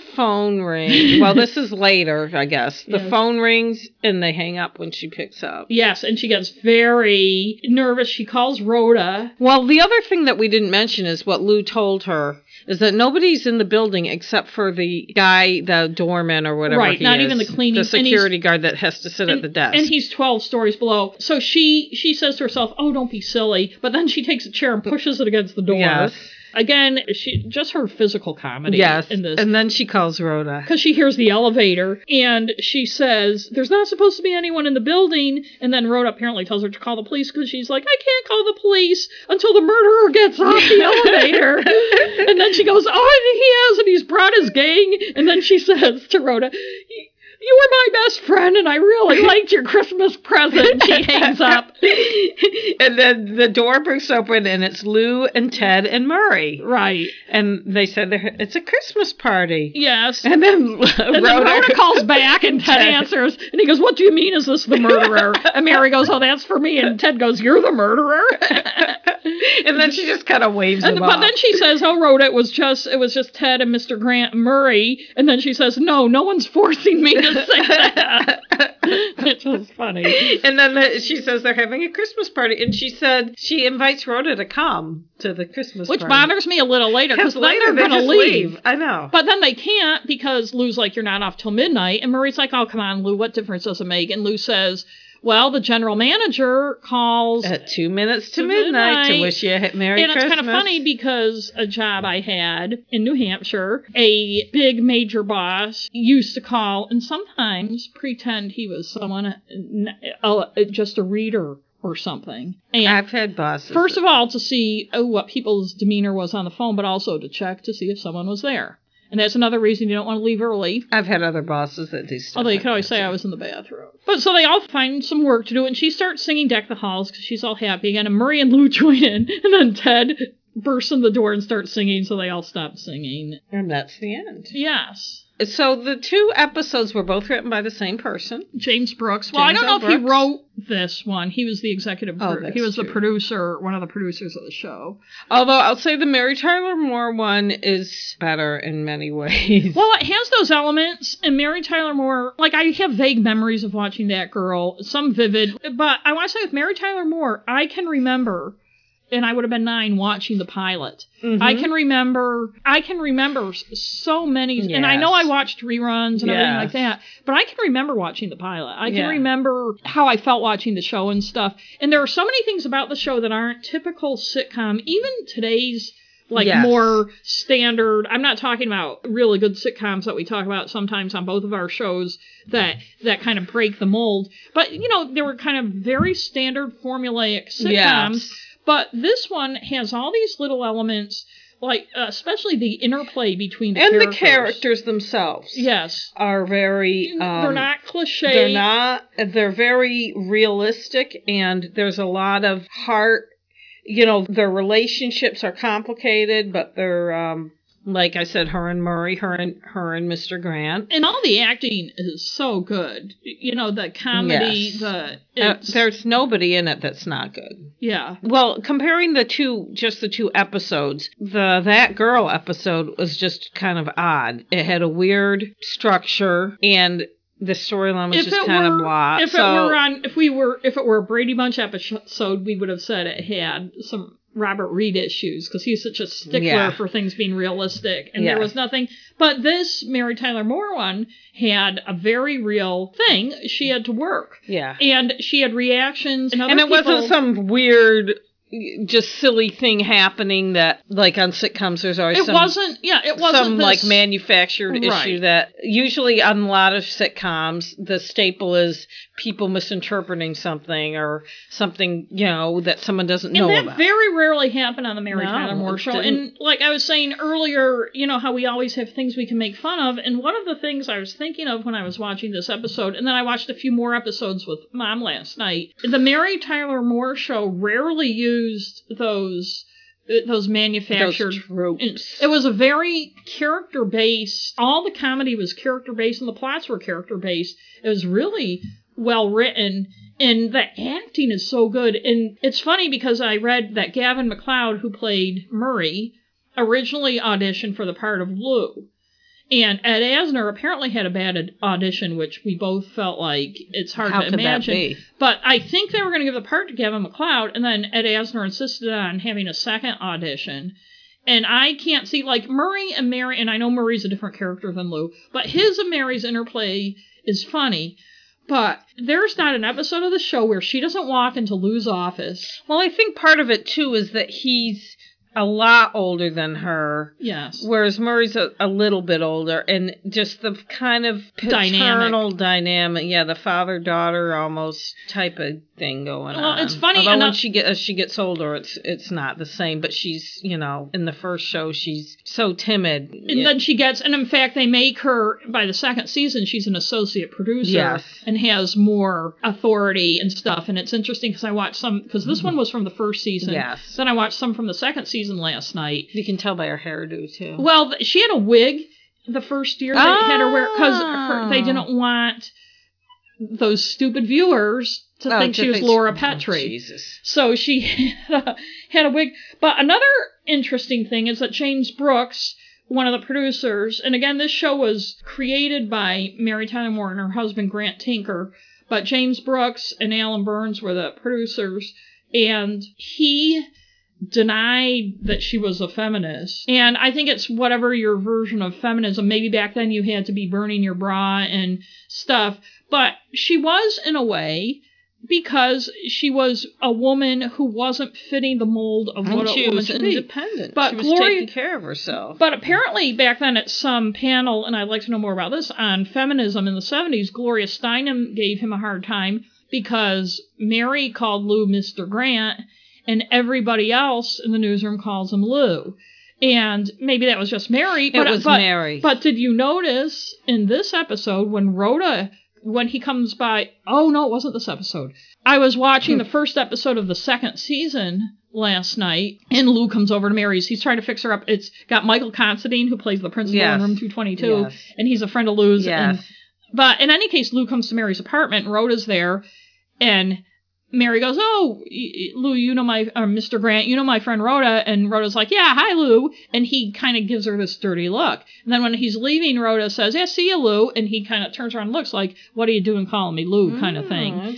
Speaker 2: phone rings. well, this is later, I guess. The
Speaker 1: Yes.
Speaker 2: phone rings and they hang up when she picks up.
Speaker 1: yes, and she gets very nervous. She calls Rhoda.
Speaker 2: Well, the other thing that we didn't mention is what Lou told her is that nobody's in the building except for the guy, the doorman or whatever.
Speaker 1: Right,
Speaker 2: he
Speaker 1: not
Speaker 2: is,
Speaker 1: even the cleaning-
Speaker 2: the
Speaker 1: and he's-
Speaker 2: security guard that has to sit at the desk.
Speaker 1: And he's 12 stories below. So she she says to herself, "Oh, don't be silly." But then she takes a chair and pushes it against the door.
Speaker 2: yes,
Speaker 1: Again, she just her physical comedy
Speaker 2: yes.
Speaker 1: in this.
Speaker 2: And then she calls Rhoda.
Speaker 1: because she hears the elevator and she says, There's not supposed to be anyone in the building. And then Rhoda apparently tells her to call the police because she's like, I can't call the police until the murderer gets off the elevator. and then she goes, Oh, and he has, and he's brought his gang. And then she says to Rhoda, "Y- You were my best friend, and I really liked your Christmas present. And She hangs up.
Speaker 2: and then the door breaks open and it's Lou and Ted and Murray.
Speaker 1: Right.
Speaker 2: And they said they're- it's a Christmas party.
Speaker 1: Yes.
Speaker 2: And then Rhoda,
Speaker 1: And then Rhoda calls back and Ted answers and he goes, What do you mean? Is this the murderer? And Mary goes, Oh, that's for me. And Ted goes, You're the murderer.
Speaker 2: and then she just kind of waves
Speaker 1: And,
Speaker 2: them
Speaker 1: but
Speaker 2: off.
Speaker 1: then she says, Oh, Rhoda, it was just it was just Ted and Mr. Grant and Murray. And then she says, No, no one's forcing me to say that. Which was funny.
Speaker 2: and then the, she says they're having a Christmas party, and she said she invites Rhoda to come to the Christmas
Speaker 1: Which
Speaker 2: party.
Speaker 1: bothers me a little later because
Speaker 2: because
Speaker 1: then
Speaker 2: later
Speaker 1: they're
Speaker 2: they
Speaker 1: going to
Speaker 2: just
Speaker 1: leave.
Speaker 2: leave. I know.
Speaker 1: But then they can't because Lou's like, You're not off till midnight. And Murray's like, Oh, come on, Lou, what difference does it make? And Lou says, Well, the general manager calls
Speaker 2: at two minutes to midnight, to
Speaker 1: midnight.
Speaker 2: wish you a ha- merry
Speaker 1: and it's
Speaker 2: Christmas.
Speaker 1: kind of funny because a job I had in New Hampshire, a big major boss used to call and sometimes pretend he was someone, uh, n- uh, just a reader or something. And
Speaker 2: I've had bosses.
Speaker 1: first of all, to see oh, what people's demeanor was on the phone, but also to check to see if someone was there. And that's another reason you don't want to leave early.
Speaker 2: I've had other bosses that do stuff.
Speaker 1: Although you
Speaker 2: like
Speaker 1: could always
Speaker 2: that,
Speaker 1: say I was in the bathroom. But so they all find some work to do, and she starts singing Deck the Halls because she's all happy again. And Murray and Lou join in, and then Ted bursts in the door and starts singing, so they all stop singing.
Speaker 2: too. and that's the end.
Speaker 1: Yes.
Speaker 2: So the two episodes were both written by the same person.
Speaker 1: James Brooks. Well,
Speaker 2: James
Speaker 1: I don't
Speaker 2: L.
Speaker 1: know if he
Speaker 2: Brooks?
Speaker 1: wrote this one. He was the executive.
Speaker 2: Oh,
Speaker 1: pro-
Speaker 2: that's
Speaker 1: he was the
Speaker 2: true.
Speaker 1: producer, one of the producers of the show.
Speaker 2: Although I'll say the Mary Tyler Moore one is better in many ways.
Speaker 1: Well, it has those elements, and Mary Tyler Moore, like, I have vague memories of watching that girl, some vivid, but I want to say with Mary Tyler Moore, I can remember, and I would have been nine watching the pilot.
Speaker 2: Mhm.
Speaker 1: Mm-hmm. I can remember, I can remember s- so many, and I know I
Speaker 2: Yes.
Speaker 1: watched reruns and everything like
Speaker 2: Yes.
Speaker 1: that, but I can remember watching the pilot. I can
Speaker 2: Yeah.
Speaker 1: remember how I felt watching the show and stuff. And there are so many things about the show that aren't typical sitcom, even today's like
Speaker 2: Yes.
Speaker 1: more standard i'm not talking about really good sitcoms that we talk about sometimes on both of our shows that that kind of break the mold but you know they were kind of very standard formulaic sitcoms
Speaker 2: Yes.
Speaker 1: but this one has all these little elements like uh, especially the interplay between the
Speaker 2: and
Speaker 1: characters.
Speaker 2: the characters themselves
Speaker 1: yes
Speaker 2: are very um,
Speaker 1: they're not cliche
Speaker 2: they're not they're very realistic and there's a lot of heart you know, their relationships are complicated, but they're, um, like I said, her and Murray, her and her and Mr. Grant.
Speaker 1: And all the acting is so good. You know, the comedy,
Speaker 2: Yes.
Speaker 1: the
Speaker 2: Uh,
Speaker 1: it's-
Speaker 2: there's nobody in it that's not good.
Speaker 1: yeah.
Speaker 2: Well, comparing the two, just the two episodes, the That Girl episode was just kind of odd. It had a weird structure, and the storyline was just kind of blah.
Speaker 1: if
Speaker 2: so,
Speaker 1: it were on, if we were, if it were a Brady Bunch episode, we would have said it had some Robert Reed issues because he's such a stickler
Speaker 2: Yeah.
Speaker 1: for things being realistic, and
Speaker 2: Yeah.
Speaker 1: there was nothing. But this Mary Tyler Moore one had a very real thing. She had to work,
Speaker 2: yeah,
Speaker 1: and she had reactions, and, other
Speaker 2: and it wasn't
Speaker 1: people-
Speaker 2: some weird, just silly thing happening that, like on sitcoms, there's always
Speaker 1: It
Speaker 2: some
Speaker 1: wasn't. Yeah, it wasn't
Speaker 2: some
Speaker 1: this-
Speaker 2: like manufactured issue
Speaker 1: Right.
Speaker 2: that usually on a lot of sitcoms the staple is people misinterpreting something or something you know that someone doesn't know
Speaker 1: And that
Speaker 2: about.
Speaker 1: very rarely happened on the Mary
Speaker 2: No,
Speaker 1: Tyler Moore
Speaker 2: it
Speaker 1: show.
Speaker 2: didn't.
Speaker 1: And like I was saying earlier, you know how we always have things we can make fun of. And one of the things I was thinking of when I was watching this episode, and then I watched a few more episodes with Mom last night. The Mary Tyler Moore show rarely used those uh, those
Speaker 2: Those
Speaker 1: manufactured and
Speaker 2: tropes.
Speaker 1: It was a very character based. All the comedy was character based, and the plots were character based. It was really well written, and the acting is so good. And it's funny because I read that Gavin McLeod, who played Murray, originally auditioned for the part of Lou. And Ed Asner apparently had a bad ad- audition, which we both felt like it's hard
Speaker 2: How
Speaker 1: to
Speaker 2: could that
Speaker 1: imagine.
Speaker 2: be?
Speaker 1: But I think they were going to give the part to Gavin McLeod, and then Ed Asner insisted on having a second audition. And I can't see like Murray and Mary, and I know Murray's a different character than Lou, but his and Mary's interplay is funny. But there's not an episode of the show where she doesn't walk into Lou's office.
Speaker 2: well, I think part of it too is that he's a lot older than her.
Speaker 1: Yes.
Speaker 2: Whereas Murray's a, a little bit older, and just the kind of
Speaker 1: Dynamic.
Speaker 2: paternal dynamic, yeah, the father daughter almost type of thing going
Speaker 1: Well,
Speaker 2: on.
Speaker 1: it's funny
Speaker 2: Although when
Speaker 1: enough-
Speaker 2: she get as she gets older, it's it's not the same. But she's you know in the first show she's so timid.
Speaker 1: And then she gets, and in fact, they make her by the second season. She's an associate producer
Speaker 2: Yes.
Speaker 1: and has more authority and stuff. And it's interesting because I watched some because this one was from the first season.
Speaker 2: Yes.
Speaker 1: Then I watched some from the second season last night.
Speaker 2: you can tell by her hairdo too.
Speaker 1: Well, th- she had a wig the first year they had her wear because they
Speaker 2: Oh.
Speaker 1: didn't want those stupid viewers to
Speaker 2: Oh,
Speaker 1: think
Speaker 2: to
Speaker 1: she was
Speaker 2: think-
Speaker 1: Laura
Speaker 2: Oh,
Speaker 1: Petrie.
Speaker 2: Jesus.
Speaker 1: So she had a, had a wig. But another interesting thing is that James Brooks, one of the producers, and again, this show was created by Mary Tyler Moore and her husband Grant Tinker, but James Brooks and Alan Burns were the producers, and he denied that she was a feminist. And I think it's whatever your version of feminism. Maybe back then you had to be burning your bra and stuff, but she was in a way because she was a woman who wasn't fitting the mold of
Speaker 2: And
Speaker 1: what
Speaker 2: she
Speaker 1: a woman
Speaker 2: was
Speaker 1: should be.
Speaker 2: independent.
Speaker 1: But
Speaker 2: she was
Speaker 1: Gloria-
Speaker 2: taking care of herself.
Speaker 1: But apparently, back then at some panel, and I'd like to know more about this, on feminism in the 70s, Gloria Steinem gave him a hard time because Mary called Lou Mr. Grant, and everybody else in the newsroom calls him Lou. And maybe that was just Mary, but
Speaker 2: it was
Speaker 1: but,
Speaker 2: Mary.
Speaker 1: but did you notice in this episode when Rhoda, when he comes by? Oh no, it wasn't this episode. I was watching
Speaker 2: Hmm.
Speaker 1: the first episode of the second season last night, and Lou comes over to Mary's. He's trying to fix her up. It's got Michael Considine who plays the principal
Speaker 2: Yes.
Speaker 1: in Room Two Twenty Two,
Speaker 2: Yes.
Speaker 1: and he's a friend of Lou's. and
Speaker 2: yes.
Speaker 1: but in any case, Lou comes to Mary's apartment. Rhoda's there, and Mary goes, "Oh, y- y- Lou, you know my or Mr. Grant, you know my friend Rhoda." And Rhoda's like, "Yeah, hi, Lou." And he kind of gives her this dirty look. And then when he's leaving, Rhoda says, "Yeah, see you, Lou." And he kind of turns around, and looks like, "What are you doing, calling me
Speaker 2: Mm.
Speaker 1: Lou?" kind
Speaker 2: Mm-hmm.
Speaker 1: of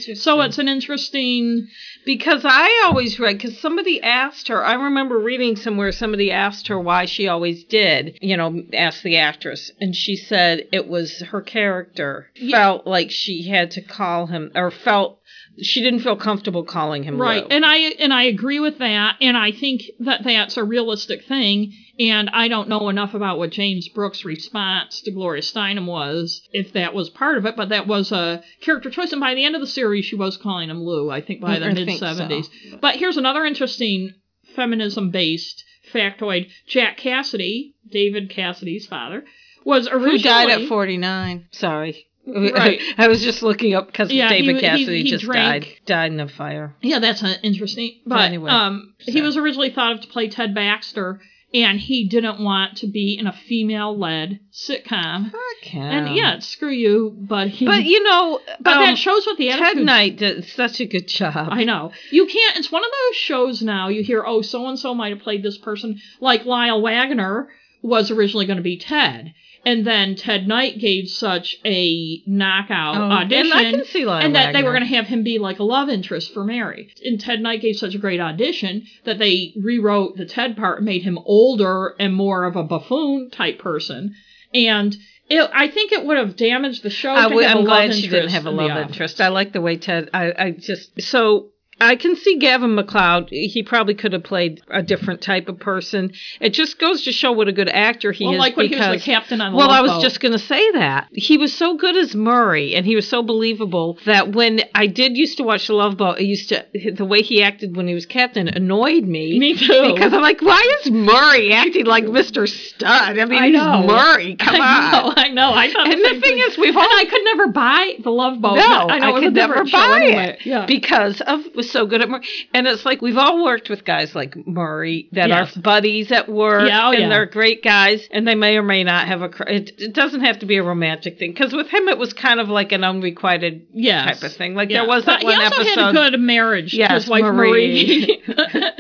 Speaker 1: thing. So it's an interesting.
Speaker 2: Because I always read, because somebody asked her, I remember reading somewhere, somebody asked her why she always did, you know, ask the actress. And she said it was her character. Felt like she had to call him, or felt she didn't feel comfortable calling him
Speaker 1: Right.
Speaker 2: Lou.
Speaker 1: And I and I agree with that and I think that that's a realistic thing and I don't know enough about what James Brooks' response to Gloria Steinem was if that was part of it but that was a character choice and by the end of the series she was calling him Lou I think by the
Speaker 2: I
Speaker 1: mid
Speaker 2: think so.
Speaker 1: 70s. But here's another interesting feminism based factoid Jack Cassidy, David Cassidy's father was originally
Speaker 2: Who died at 49? Sorry.
Speaker 1: Right.
Speaker 2: I was just looking up because
Speaker 1: Yeah, he
Speaker 2: David
Speaker 1: w- he-
Speaker 2: Cassidy
Speaker 1: he
Speaker 2: just
Speaker 1: drank-
Speaker 2: died. Died in a fire.
Speaker 1: Yeah, that's uh, interesting. But
Speaker 2: anyway,
Speaker 1: um, he
Speaker 2: so.
Speaker 1: was originally thought of to play Ted Baxter, and he didn't want to be in a female-led sitcom.
Speaker 2: Okay.
Speaker 1: And yeah, screw you, but he.
Speaker 2: But you know,
Speaker 1: but
Speaker 2: um,
Speaker 1: that shows what the
Speaker 2: Ted
Speaker 1: attitude.
Speaker 2: Knight did such a good job.
Speaker 1: I know you can't. It's one of those shows now. You hear, oh, so and so might have played this person. Like Lyle Wagner was originally going to be Ted, and then Ted Knight gave such a knockout
Speaker 2: Oh,
Speaker 1: audition.
Speaker 2: And I can see Lyle
Speaker 1: and that they were
Speaker 2: Wagner.
Speaker 1: going to have him be like a love interest for Mary. And Ted Knight gave such a great audition that they rewrote the Ted part, and made him older and more of a buffoon type person. And it, I think it would have damaged the show.
Speaker 2: I
Speaker 1: to
Speaker 2: w-
Speaker 1: have a love
Speaker 2: I'm glad she didn't
Speaker 1: interest
Speaker 2: have a
Speaker 1: in the
Speaker 2: love
Speaker 1: office.
Speaker 2: interest. I like the way Ted. I, I just so I can see Gavin McLeod. He probably could have played a different type of person. It just goes to show what a good actor he
Speaker 1: Well,
Speaker 2: is.
Speaker 1: like when he
Speaker 2: because,
Speaker 1: was the captain on the
Speaker 2: well,
Speaker 1: love
Speaker 2: I was
Speaker 1: boat.
Speaker 2: just going to say that he was so good as Murray, and he was so believable that when I did used to watch The Love Boat, it used to the way he acted when he was captain annoyed me.
Speaker 1: Me too.
Speaker 2: Because I'm like, why is Murray acting like Mr. Stud? I mean,
Speaker 1: I
Speaker 2: he's
Speaker 1: know.
Speaker 2: Murray. Come
Speaker 1: I
Speaker 2: on.
Speaker 1: know, I know. I thought
Speaker 2: And
Speaker 1: same
Speaker 2: the thing is, we've all
Speaker 1: and I could never buy the Love Boat.
Speaker 2: no,
Speaker 1: I
Speaker 2: I,
Speaker 1: know it was a
Speaker 2: could never
Speaker 1: different show
Speaker 2: buy
Speaker 1: anyway.
Speaker 2: it
Speaker 1: Yeah.
Speaker 2: because of was so good at Murray. And it's like we've all worked with guys like Murray that
Speaker 1: Yes.
Speaker 2: are buddies at work,
Speaker 1: Yeah, oh,
Speaker 2: and
Speaker 1: yeah.
Speaker 2: they're great guys, and they may or may not have a. cr- It, it doesn't have to be a romantic thing because with him it was kind of like an unrequited
Speaker 1: Yes.
Speaker 2: type of thing. Like
Speaker 1: Yeah.
Speaker 2: there was
Speaker 1: But
Speaker 2: that one
Speaker 1: he also
Speaker 2: episode.
Speaker 1: had a good marriage. to
Speaker 2: Yes,
Speaker 1: his wife Marie.
Speaker 2: Marie.
Speaker 1: And-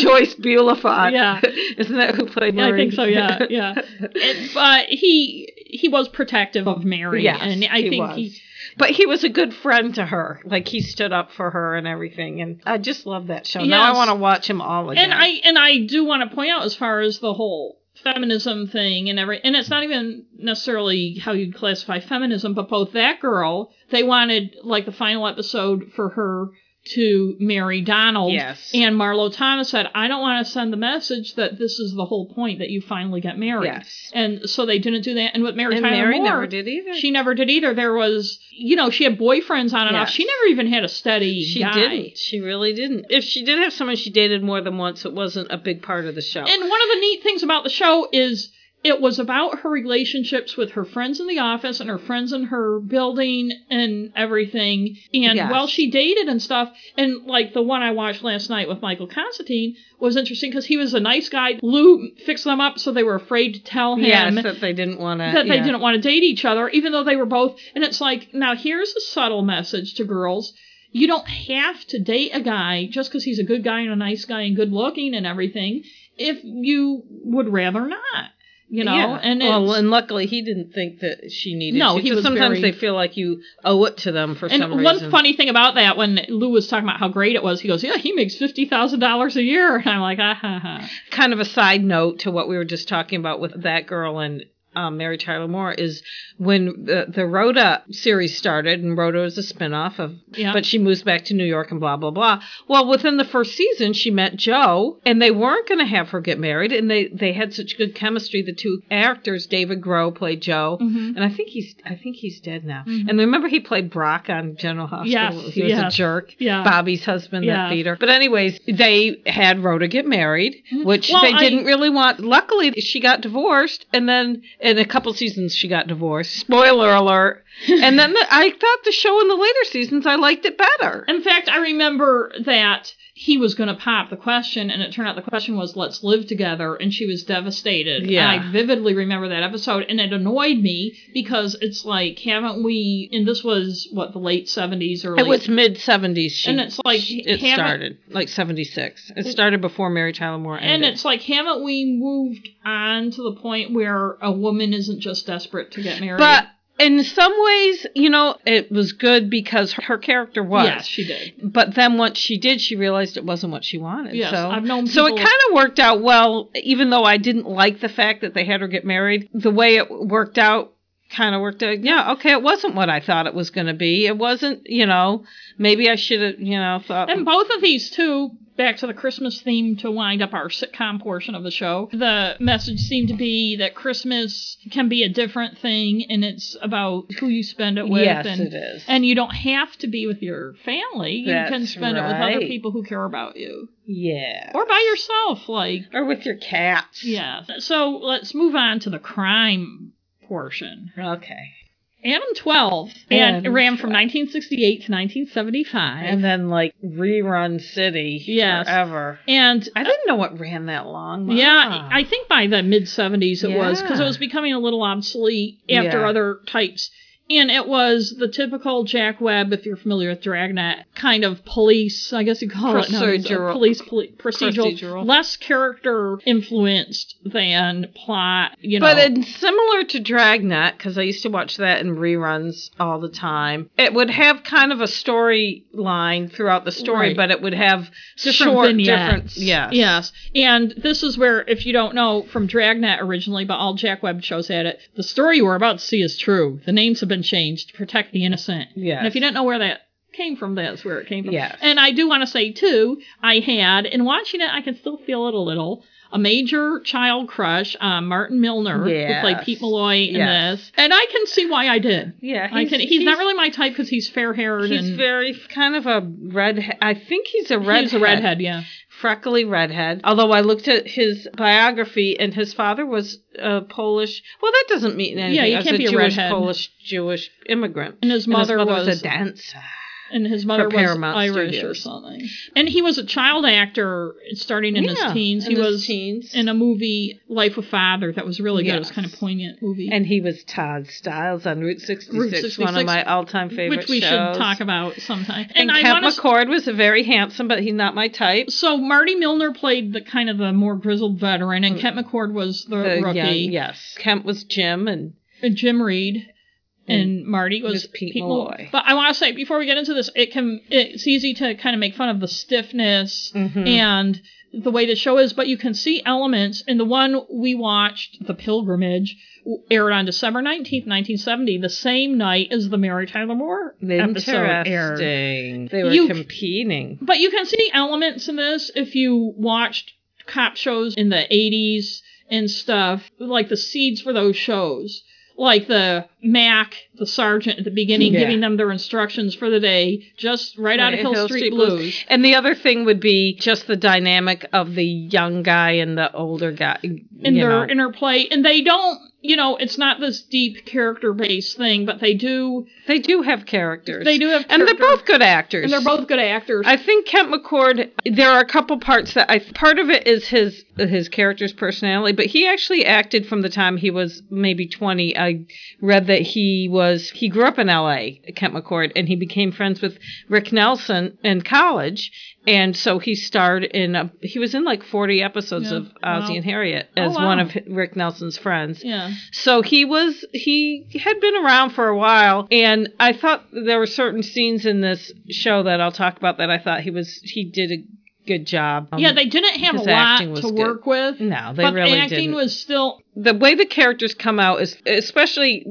Speaker 2: Joyce Bulafont.
Speaker 1: Yeah.
Speaker 2: Isn't that who played
Speaker 1: Yeah,
Speaker 2: Murray?
Speaker 1: I think so. Yeah, yeah. And- but he he was protective of Mary,
Speaker 2: Yes,
Speaker 1: and I
Speaker 2: he
Speaker 1: think
Speaker 2: was.
Speaker 1: he
Speaker 2: But he was a good friend to her. Like he stood up for her and everything. And I just love that show. Now I
Speaker 1: Yes.
Speaker 2: want to watch him all again.
Speaker 1: and I and I do want to point out as far as the whole feminism thing and every and it's not even necessarily how you'd classify feminism, but both that girl they wanted like the final episode for her to marry Donald.
Speaker 2: Yes.
Speaker 1: And Marlo Thomas said, I don't want to send the message that this is the whole point that you finally get married.
Speaker 2: Yes.
Speaker 1: And so they didn't do that. And with Mary
Speaker 2: and
Speaker 1: Tyler
Speaker 2: Mary
Speaker 1: Moore,
Speaker 2: never did either.
Speaker 1: She never did either. There was, you know, she had boyfriends on and off.
Speaker 2: Yes.
Speaker 1: She never even had a steady
Speaker 2: She
Speaker 1: guy.
Speaker 2: didn't. She really didn't. If she did have someone she dated more than once, it wasn't a big part of the show.
Speaker 1: And one of the neat things about the show is it was about her relationships with her friends in the office and her friends in her building and everything. And
Speaker 2: Yes.
Speaker 1: while she dated and stuff, and like the one I watched last night with Michael Constantine was interesting because he was a nice guy. Lou fixed them up so they were afraid to tell him.
Speaker 2: yes, that they didn't want to.
Speaker 1: that they didn't want to date each other, even though they were both. And it's like, now here's a subtle message to girls. You don't have to date a guy just because he's a good guy and a nice guy and good looking and everything if you would rather not, you know?
Speaker 2: Yeah.
Speaker 1: And it's,
Speaker 2: well, and luckily he didn't think that she needed.
Speaker 1: No,
Speaker 2: to,
Speaker 1: he
Speaker 2: 'cause
Speaker 1: was
Speaker 2: sometimes
Speaker 1: very-
Speaker 2: they feel like you owe it to them for
Speaker 1: and
Speaker 2: some
Speaker 1: one
Speaker 2: reason.
Speaker 1: funny thing about that, when Lou was talking about how great it was, he goes, yeah, he makes $50,000 a year. And I'm like, ah, ha, ha.
Speaker 2: kind of a side note to what we were just talking about with that girl and um, Mary Tyler Moore is when the, the Rhoda series started, and Rhoda was a spinoff of,
Speaker 1: Yeah.
Speaker 2: but she moves back to New York and blah, blah, blah. Well, within the first season, she met Joe, and they weren't going to have her get married, and they, they had such good chemistry. The two actors, David Groh played Joe,
Speaker 1: Mhm.
Speaker 2: and I think he's I think he's dead now. And remember, he played Brock on General Hospital.
Speaker 1: Mm-hmm. Yes,
Speaker 2: he was
Speaker 1: yes.
Speaker 2: a jerk.
Speaker 1: Yeah.
Speaker 2: Bobby's husband,
Speaker 1: Um, Yeah.
Speaker 2: that theater. But anyways, they had Rhoda get married, which
Speaker 1: Mm-hmm. Well,
Speaker 2: they
Speaker 1: I-
Speaker 2: didn't really want. Luckily, she got divorced, and then in a couple seasons she got divorced. Spoiler alert. and then the, I thought the show in the later seasons I liked it better.
Speaker 1: In fact, I remember that he was going to pop the question, and it turned out the question was, let's live together, and she was devastated.
Speaker 2: Yeah.
Speaker 1: And I vividly remember that episode, and it annoyed me because it's like, haven't we, and this was, what, the late 70s or
Speaker 2: It was mid seventies.
Speaker 1: And it's like,
Speaker 2: it
Speaker 1: haven't-
Speaker 2: started like seventy six. It started before Mary Tyler Moore ended.
Speaker 1: And it's like, haven't we moved on to the point where a woman isn't just desperate to get married?
Speaker 2: but in some ways, you know, it was good because her, her character was.
Speaker 1: yes, she did.
Speaker 2: but then once she did, she realized it wasn't what she wanted.
Speaker 1: Yes,
Speaker 2: so
Speaker 1: I've known
Speaker 2: so it
Speaker 1: people-
Speaker 2: kind of worked out well. Even though I didn't like the fact that they had her get married, the way it worked out kind of worked out. Yeah, okay, it wasn't what I thought it was going to be. It wasn't, you know, maybe I should have, you know, thought.
Speaker 1: And both of these two, back to the Christmas theme to wind up our sitcom portion of the show, the message seemed to be that Christmas can be a different thing and it's about who you spend it with.
Speaker 2: yes,
Speaker 1: and,
Speaker 2: it is.
Speaker 1: And you don't have to be with your family. You can
Speaker 2: That's
Speaker 1: spend it with other
Speaker 2: right.
Speaker 1: people who care about you.
Speaker 2: yeah,
Speaker 1: Or by yourself, like
Speaker 2: or with your cats.
Speaker 1: yeah. So let's move on to the crime portion.
Speaker 2: Okay.
Speaker 1: Adam 12 and it
Speaker 2: Adam
Speaker 1: ran from
Speaker 2: 12.
Speaker 1: 1968 to 1975.
Speaker 2: And then like rerun city
Speaker 1: Yes.
Speaker 2: forever.
Speaker 1: and
Speaker 2: I didn't know it ran that long.
Speaker 1: Yeah,
Speaker 2: Wow.
Speaker 1: I think by the mid 70s it was because it
Speaker 2: Yeah.
Speaker 1: was becoming a little obsolete after
Speaker 2: Yeah.
Speaker 1: other types. And it was the typical Jack Webb, if you're familiar with Dragnet, kind of police, I guess you call it nowadays, uh,
Speaker 2: Procedural.
Speaker 1: police, poli- procedural,
Speaker 2: Procedural.
Speaker 1: less character influenced than plot, you know.
Speaker 2: But it's similar to Dragnet because I used to watch that in reruns all the time. It would have kind of a storyline throughout the story,
Speaker 1: Right.
Speaker 2: but it would have
Speaker 1: different
Speaker 2: short, different,
Speaker 1: vignettes.
Speaker 2: yes,
Speaker 1: Yes. And this is where, if you don't know from Dragnet originally, but all Jack Webb shows at it, the story you are about to see is true. The names have been changed to protect the innocent.
Speaker 2: Yes.
Speaker 1: And if you didn't know where that came from, that's where it came from.
Speaker 2: Yes.
Speaker 1: And I do want to say, too, I had, in watching it, I can still feel it a little. A major child crush, um, Martin Milner, who
Speaker 2: Yes.
Speaker 1: played Pete Malloy in
Speaker 2: Yes.
Speaker 1: this, and I can see why I did.
Speaker 2: Yeah,
Speaker 1: I can. He's, not really my type because he's fair haired
Speaker 2: He's
Speaker 1: and
Speaker 2: very kind of a redhead. I think he's a redhead.
Speaker 1: he's a redhead. Yeah,
Speaker 2: freckly redhead. Although I looked at his biography, and his father was a Polish. Well, that doesn't mean anything.
Speaker 1: you
Speaker 2: It was
Speaker 1: can't be a
Speaker 2: Jewish,
Speaker 1: redhead.
Speaker 2: Polish Jewish immigrant,
Speaker 1: And his mother
Speaker 2: was,
Speaker 1: was-
Speaker 2: a dancer.
Speaker 1: and his mother was
Speaker 2: Paramount
Speaker 1: Irish or
Speaker 2: Studios.
Speaker 1: something. And he was a child actor starting in his teens.
Speaker 2: in
Speaker 1: he
Speaker 2: his
Speaker 1: was
Speaker 2: teens,
Speaker 1: in a movie, Life of Father, that was really good. It was
Speaker 2: Yes.
Speaker 1: kind of poignant movie.
Speaker 2: and he was Todd Styles on Route 66,
Speaker 1: Route
Speaker 2: one
Speaker 1: 66,
Speaker 2: of my all-time favorite
Speaker 1: which we
Speaker 2: shows.
Speaker 1: should talk about sometime.
Speaker 2: And,
Speaker 1: I
Speaker 2: Kent
Speaker 1: wanna-
Speaker 2: McCord was a very handsome, but he's not my type.
Speaker 1: So Marty Milner played the kind of the more grizzled veteran, and Kent McCord was the,
Speaker 2: The
Speaker 1: rookie.
Speaker 2: young- yes, Kemp was Jim, and
Speaker 1: and Jim Reed and, Marty was
Speaker 2: was Pete Malloy.
Speaker 1: But I want to say before we get into this, it can it's easy to kind of make fun of the stiffness and the way the show is, but you can see elements in the one we watched, The Pilgrimage, w- aired on December nineteenth, nineteen seventy, the same night as the Mary Tyler Moore episode aired.
Speaker 2: interesting. They were
Speaker 1: You-
Speaker 2: competing.
Speaker 1: But you can see elements in this if you watched cop shows in the 80s and stuff, like the seeds for those shows. Like the Mac, the sergeant at the beginning,
Speaker 2: Yeah.
Speaker 1: giving them their instructions for the day, just right, out of Hill, Street, Blues.
Speaker 2: And the other thing would be just the dynamic of the young guy and the older guy.
Speaker 1: in
Speaker 2: you
Speaker 1: their
Speaker 2: know.
Speaker 1: interplay. And they don't, you know, it's not this deep character based thing, but they do,
Speaker 2: they do have characters.
Speaker 1: They do have
Speaker 2: and they're
Speaker 1: characters.
Speaker 2: both good actors.
Speaker 1: and they're both good actors.
Speaker 2: I think Kent McCord. There are a couple parts that I. Part of it is his his character's personality, but he actually acted from the time he was maybe twenty. I read that he was he grew up in L.A. Kent McCord, and he became friends with Rick Nelson in college, and so he starred in. A, he was in like forty episodes
Speaker 1: Yeah.
Speaker 2: of Ozzie
Speaker 1: Wow.
Speaker 2: and Harriet as
Speaker 1: Oh, wow.
Speaker 2: one of Rick Nelson's friends.
Speaker 1: yeah.
Speaker 2: So he was he had been around for a while and I thought there were certain scenes in this show that I'll talk about that I thought he was he did a good job. Um,
Speaker 1: yeah, they didn't have a
Speaker 2: his
Speaker 1: lot
Speaker 2: acting
Speaker 1: to
Speaker 2: was good.
Speaker 1: work with.
Speaker 2: No, they
Speaker 1: but
Speaker 2: really
Speaker 1: the acting
Speaker 2: didn't.
Speaker 1: was still
Speaker 2: the way the characters come out is especially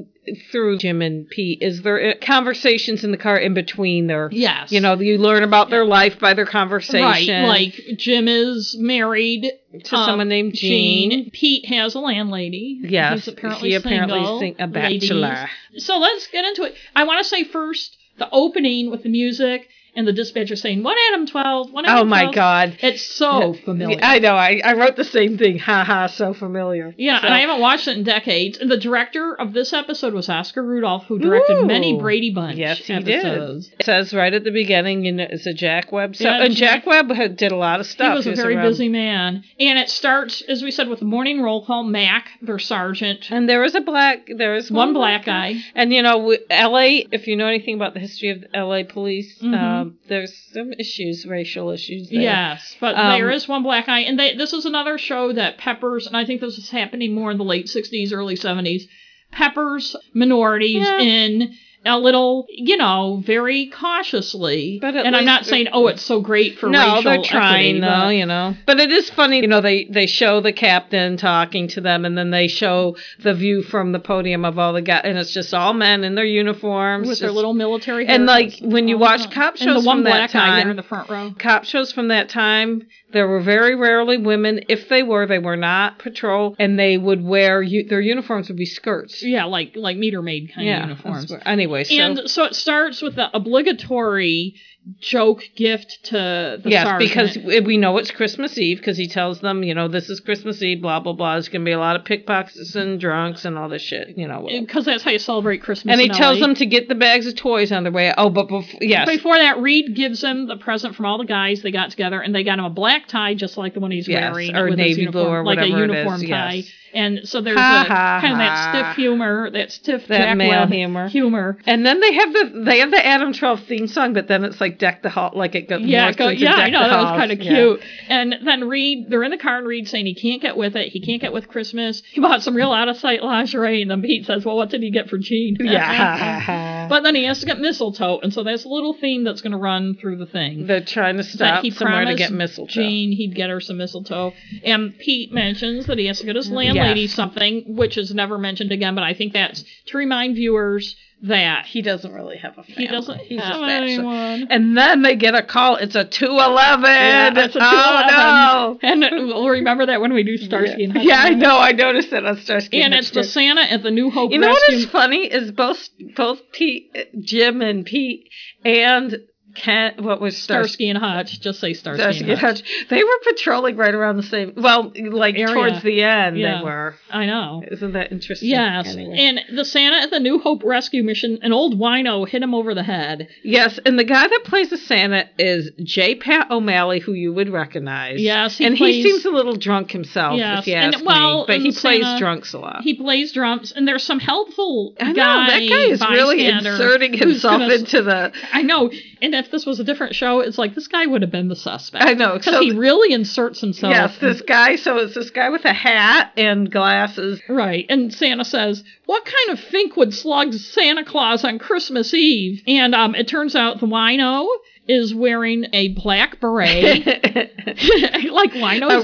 Speaker 2: through Jim and Pete is their conversations in the car in between their
Speaker 1: Yes.
Speaker 2: You know, you learn about their life by their conversation.
Speaker 1: Right, like Jim is married
Speaker 2: To someone named Jean.
Speaker 1: Pete has a landlady.
Speaker 2: Yes,
Speaker 1: he's apparently
Speaker 2: he apparently
Speaker 1: single,
Speaker 2: sing- a bachelor.
Speaker 1: ladies. So let's get into it. I want to say first the opening with the music and the dispatcher saying "One Adam 12, one Adam
Speaker 2: Oh my
Speaker 1: 12."
Speaker 2: god.
Speaker 1: it's so familiar.
Speaker 2: Oh, I know. I, I wrote the same thing. Ha ha, so familiar.
Speaker 1: Yeah,
Speaker 2: So-
Speaker 1: and I haven't watched it in decades. And the director of this episode was Oscar Rudolph, who directed
Speaker 2: Ooh.
Speaker 1: many Brady Bunch
Speaker 2: Yes, he
Speaker 1: episodes.
Speaker 2: did. It says right at the beginning, you know, it's a Jack Webb. So,
Speaker 1: Yeah,
Speaker 2: and
Speaker 1: Jack-
Speaker 2: Jack Webb had, did a lot of stuff.
Speaker 1: He was a very
Speaker 2: around-
Speaker 1: busy man. And it starts, as we said, with the morning roll call. Mac, their sergeant,
Speaker 2: And there was a black, there was
Speaker 1: one black guy.
Speaker 2: And you know, w- L.A. If you know anything about the history of L.A. police,
Speaker 1: Mm-hmm.
Speaker 2: um, there's some issues, racial issues. There.
Speaker 1: Yes, but
Speaker 2: Um,
Speaker 1: there is one black guy, and they, this is another show that peppers, and I think this is happening more in the late '60s, early '70s. Peppers minorities
Speaker 2: Yeah.
Speaker 1: in a little, you know, very cautiously.
Speaker 2: But at
Speaker 1: and I'm
Speaker 2: least
Speaker 1: not
Speaker 2: they're-
Speaker 1: saying, oh, it's so great for
Speaker 2: No,
Speaker 1: racial
Speaker 2: they're trying
Speaker 1: equity,
Speaker 2: though,
Speaker 1: but-
Speaker 2: you know. But it is funny, you know. They they show the captain talking to them, and then they show the view from the podium of all the guys, and it's just all men in their uniforms,
Speaker 1: with their
Speaker 2: just-
Speaker 1: little military.
Speaker 2: and,
Speaker 1: haircuts
Speaker 2: like, when you
Speaker 1: all the
Speaker 2: watch
Speaker 1: time.
Speaker 2: cop
Speaker 1: and
Speaker 2: shows
Speaker 1: the one
Speaker 2: from that
Speaker 1: black guy there
Speaker 2: time-
Speaker 1: in the front row.
Speaker 2: cop shows from that time there were very rarely women if they were they were not patrol and they would wear u- their uniforms would be skirts
Speaker 1: Yeah, like like meter maid kind of
Speaker 2: yeah
Speaker 1: uniforms.
Speaker 2: that's where- anyway so
Speaker 1: And so it starts with the obligatory joke gift to the
Speaker 2: yes,
Speaker 1: SARS.
Speaker 2: because
Speaker 1: and it-
Speaker 2: we know it's Christmas Eve because he tells them, you know, this is Christmas Eve, blah blah blah. There's gonna be a lot of pickpockets and drunks and all this shit, you know.
Speaker 1: because that's how you celebrate Christmas.
Speaker 2: and he
Speaker 1: in
Speaker 2: tells
Speaker 1: LA.
Speaker 2: them to get the bags of toys on their way. Oh, but before, yes,
Speaker 1: Before that, Reed gives him the present from all the guys they got together, and they got him a black tie, just like the one he's
Speaker 2: Yes,
Speaker 1: wearing,
Speaker 2: or
Speaker 1: with his
Speaker 2: navy blue
Speaker 1: uniform,
Speaker 2: or
Speaker 1: like a
Speaker 2: whatever it
Speaker 1: uniform
Speaker 2: is,
Speaker 1: tie.
Speaker 2: yes.
Speaker 1: And so there's
Speaker 2: Ha,
Speaker 1: a,
Speaker 2: ha,
Speaker 1: kind of that
Speaker 2: ha.
Speaker 1: stiff humor, that stiff
Speaker 2: That
Speaker 1: Jack
Speaker 2: male
Speaker 1: Webb
Speaker 2: humor.
Speaker 1: humor.
Speaker 2: And then they have the they have the Adam Twelve theme song, but then it's like deck the hall, like it goes.
Speaker 1: Yeah,
Speaker 2: morphs
Speaker 1: go,
Speaker 2: into
Speaker 1: yeah, I
Speaker 2: Deck
Speaker 1: know
Speaker 2: the
Speaker 1: that was
Speaker 2: Halls.
Speaker 1: kind of
Speaker 2: Yeah.
Speaker 1: cute. And then Reed, they're in the car, and Reed saying he can't get with it, he can't get with Christmas. He bought some real out of sight lingerie, and then Pete says, "Well, what did he get for Gene?"
Speaker 2: Yeah,
Speaker 1: but then he has to get mistletoe, and so that's a little theme that's going to run through the thing.
Speaker 2: they're trying to
Speaker 1: that
Speaker 2: stop
Speaker 1: he
Speaker 2: somewhere to
Speaker 1: promised
Speaker 2: get mistletoe.
Speaker 1: Jean he'd get her some mistletoe. And Pete mentions that he has to get his landlady
Speaker 2: Mm, Yes.
Speaker 1: something, which is never mentioned again, but I think that's to remind viewers that
Speaker 2: He doesn't really have a family.
Speaker 1: he doesn't
Speaker 2: He's
Speaker 1: have
Speaker 2: just bachelor.
Speaker 1: anyone.
Speaker 2: And then they get a call. It's a two eleven.
Speaker 1: Yeah, that's a
Speaker 2: oh
Speaker 1: 211. And we'll remember that when we do Starsky and
Speaker 2: no!
Speaker 1: Hutch.
Speaker 2: Yeah, I know. I noticed that on Starsky.
Speaker 1: And it's
Speaker 2: Hutch, too.
Speaker 1: the Santa at the New Hope
Speaker 2: You know what
Speaker 1: Rescue.
Speaker 2: is funny is both both Pete, Jim, and Pete, and Ken. What was Starsky?
Speaker 1: Starsky and Hutch. Just say Starsky,
Speaker 2: Starsky
Speaker 1: and Hutch.
Speaker 2: and Hutch. They were patrolling right around the same. Well, like
Speaker 1: Area.
Speaker 2: towards the end,
Speaker 1: Yeah.
Speaker 2: they were.
Speaker 1: I know.
Speaker 2: Isn't that interesting?
Speaker 1: Yes.
Speaker 2: Anyway.
Speaker 1: And the Santa at the New Hope Rescue Mission, an old wino hit him over the head.
Speaker 2: yes, and the guy that plays the Santa is J. Pat O'Malley, who you would recognize.
Speaker 1: Yes, he
Speaker 2: and
Speaker 1: plays-
Speaker 2: he seems a little drunk himself,
Speaker 1: Yes,
Speaker 2: if you
Speaker 1: and-
Speaker 2: ask
Speaker 1: well,
Speaker 2: me. But he
Speaker 1: and
Speaker 2: plays
Speaker 1: Santa-
Speaker 2: drunks a lot.
Speaker 1: He plays drums, and there's some helpful
Speaker 2: Uh. I know
Speaker 1: guy.
Speaker 2: that guy is really
Speaker 1: bystander
Speaker 2: inserting
Speaker 1: who's
Speaker 2: himself
Speaker 1: gonna-
Speaker 2: into the.
Speaker 1: I know, and if this was a different show, it's like this guy would have been the suspect.
Speaker 2: I know.
Speaker 1: because
Speaker 2: So
Speaker 1: he really inserts himself.
Speaker 2: yes, this guy. So it's this guy with a hat and glasses.
Speaker 1: Right, and Santa says, "What kind of fink would slug Santa Claus on Christmas Eve?" And um, it turns out the wino is wearing a black beret,
Speaker 2: a
Speaker 1: like winos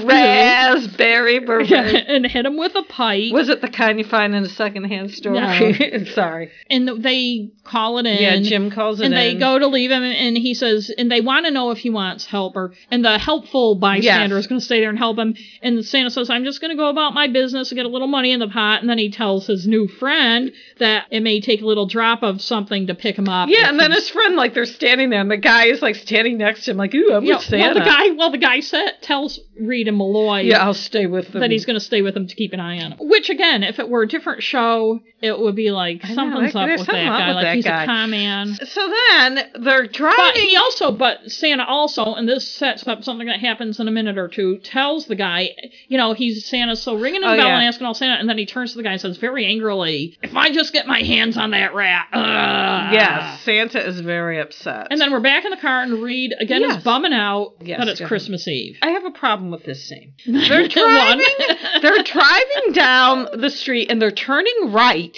Speaker 1: do,
Speaker 2: raspberry beret.
Speaker 1: and hit him with a pipe.
Speaker 2: Was it the kind you find in a secondhand store?
Speaker 1: No.
Speaker 2: Sorry.
Speaker 1: and they call it in.
Speaker 2: Yeah, Jim calls it
Speaker 1: and
Speaker 2: in.
Speaker 1: they go to leave him and he says and they want to know if he wants help or and the helpful bystander
Speaker 2: Yes.
Speaker 1: is going to stay there and help him and santa says i'm just going to go about my business and get a little money in the pot and then he tells his new friend that it may take a little drop of something to pick him up
Speaker 2: Yeah, and then his friend, like, they're standing there, and the guy is, like, standing next to him, like, ooh, I'm
Speaker 1: you know,
Speaker 2: with Santa.
Speaker 1: well the guy well the guy sa tells reed and malloy
Speaker 2: yeah, I'll stay with them.
Speaker 1: that he's going to stay with him to keep an eye on him. Which, again, if it were a different show, it would be like
Speaker 2: know,
Speaker 1: something's
Speaker 2: like,
Speaker 1: up
Speaker 2: there's
Speaker 1: with
Speaker 2: something
Speaker 1: that
Speaker 2: up
Speaker 1: guy.
Speaker 2: with
Speaker 1: like
Speaker 2: that
Speaker 1: he's
Speaker 2: guy.
Speaker 1: a con man.
Speaker 2: So then they're
Speaker 1: But
Speaker 2: driving.
Speaker 1: he also, but Santa also, and this sets up something that happens in a minute or two, tells the guy, you know, he's Santa, so ringing his
Speaker 2: Oh,
Speaker 1: bell
Speaker 2: yeah.
Speaker 1: and asking all Santa, and then he turns to the guy and says very angrily, if I just get my hands on that rat. Ugh.
Speaker 2: yes, Santa is very upset.
Speaker 1: And then we're back in the car, and Reed, again,
Speaker 2: Yes.
Speaker 1: is bumming out
Speaker 2: Yes,
Speaker 1: that it's
Speaker 2: definitely.
Speaker 1: Christmas Eve.
Speaker 2: I have a problem with this scene.
Speaker 1: They're
Speaker 2: driving. they're driving down the street and they're turning right.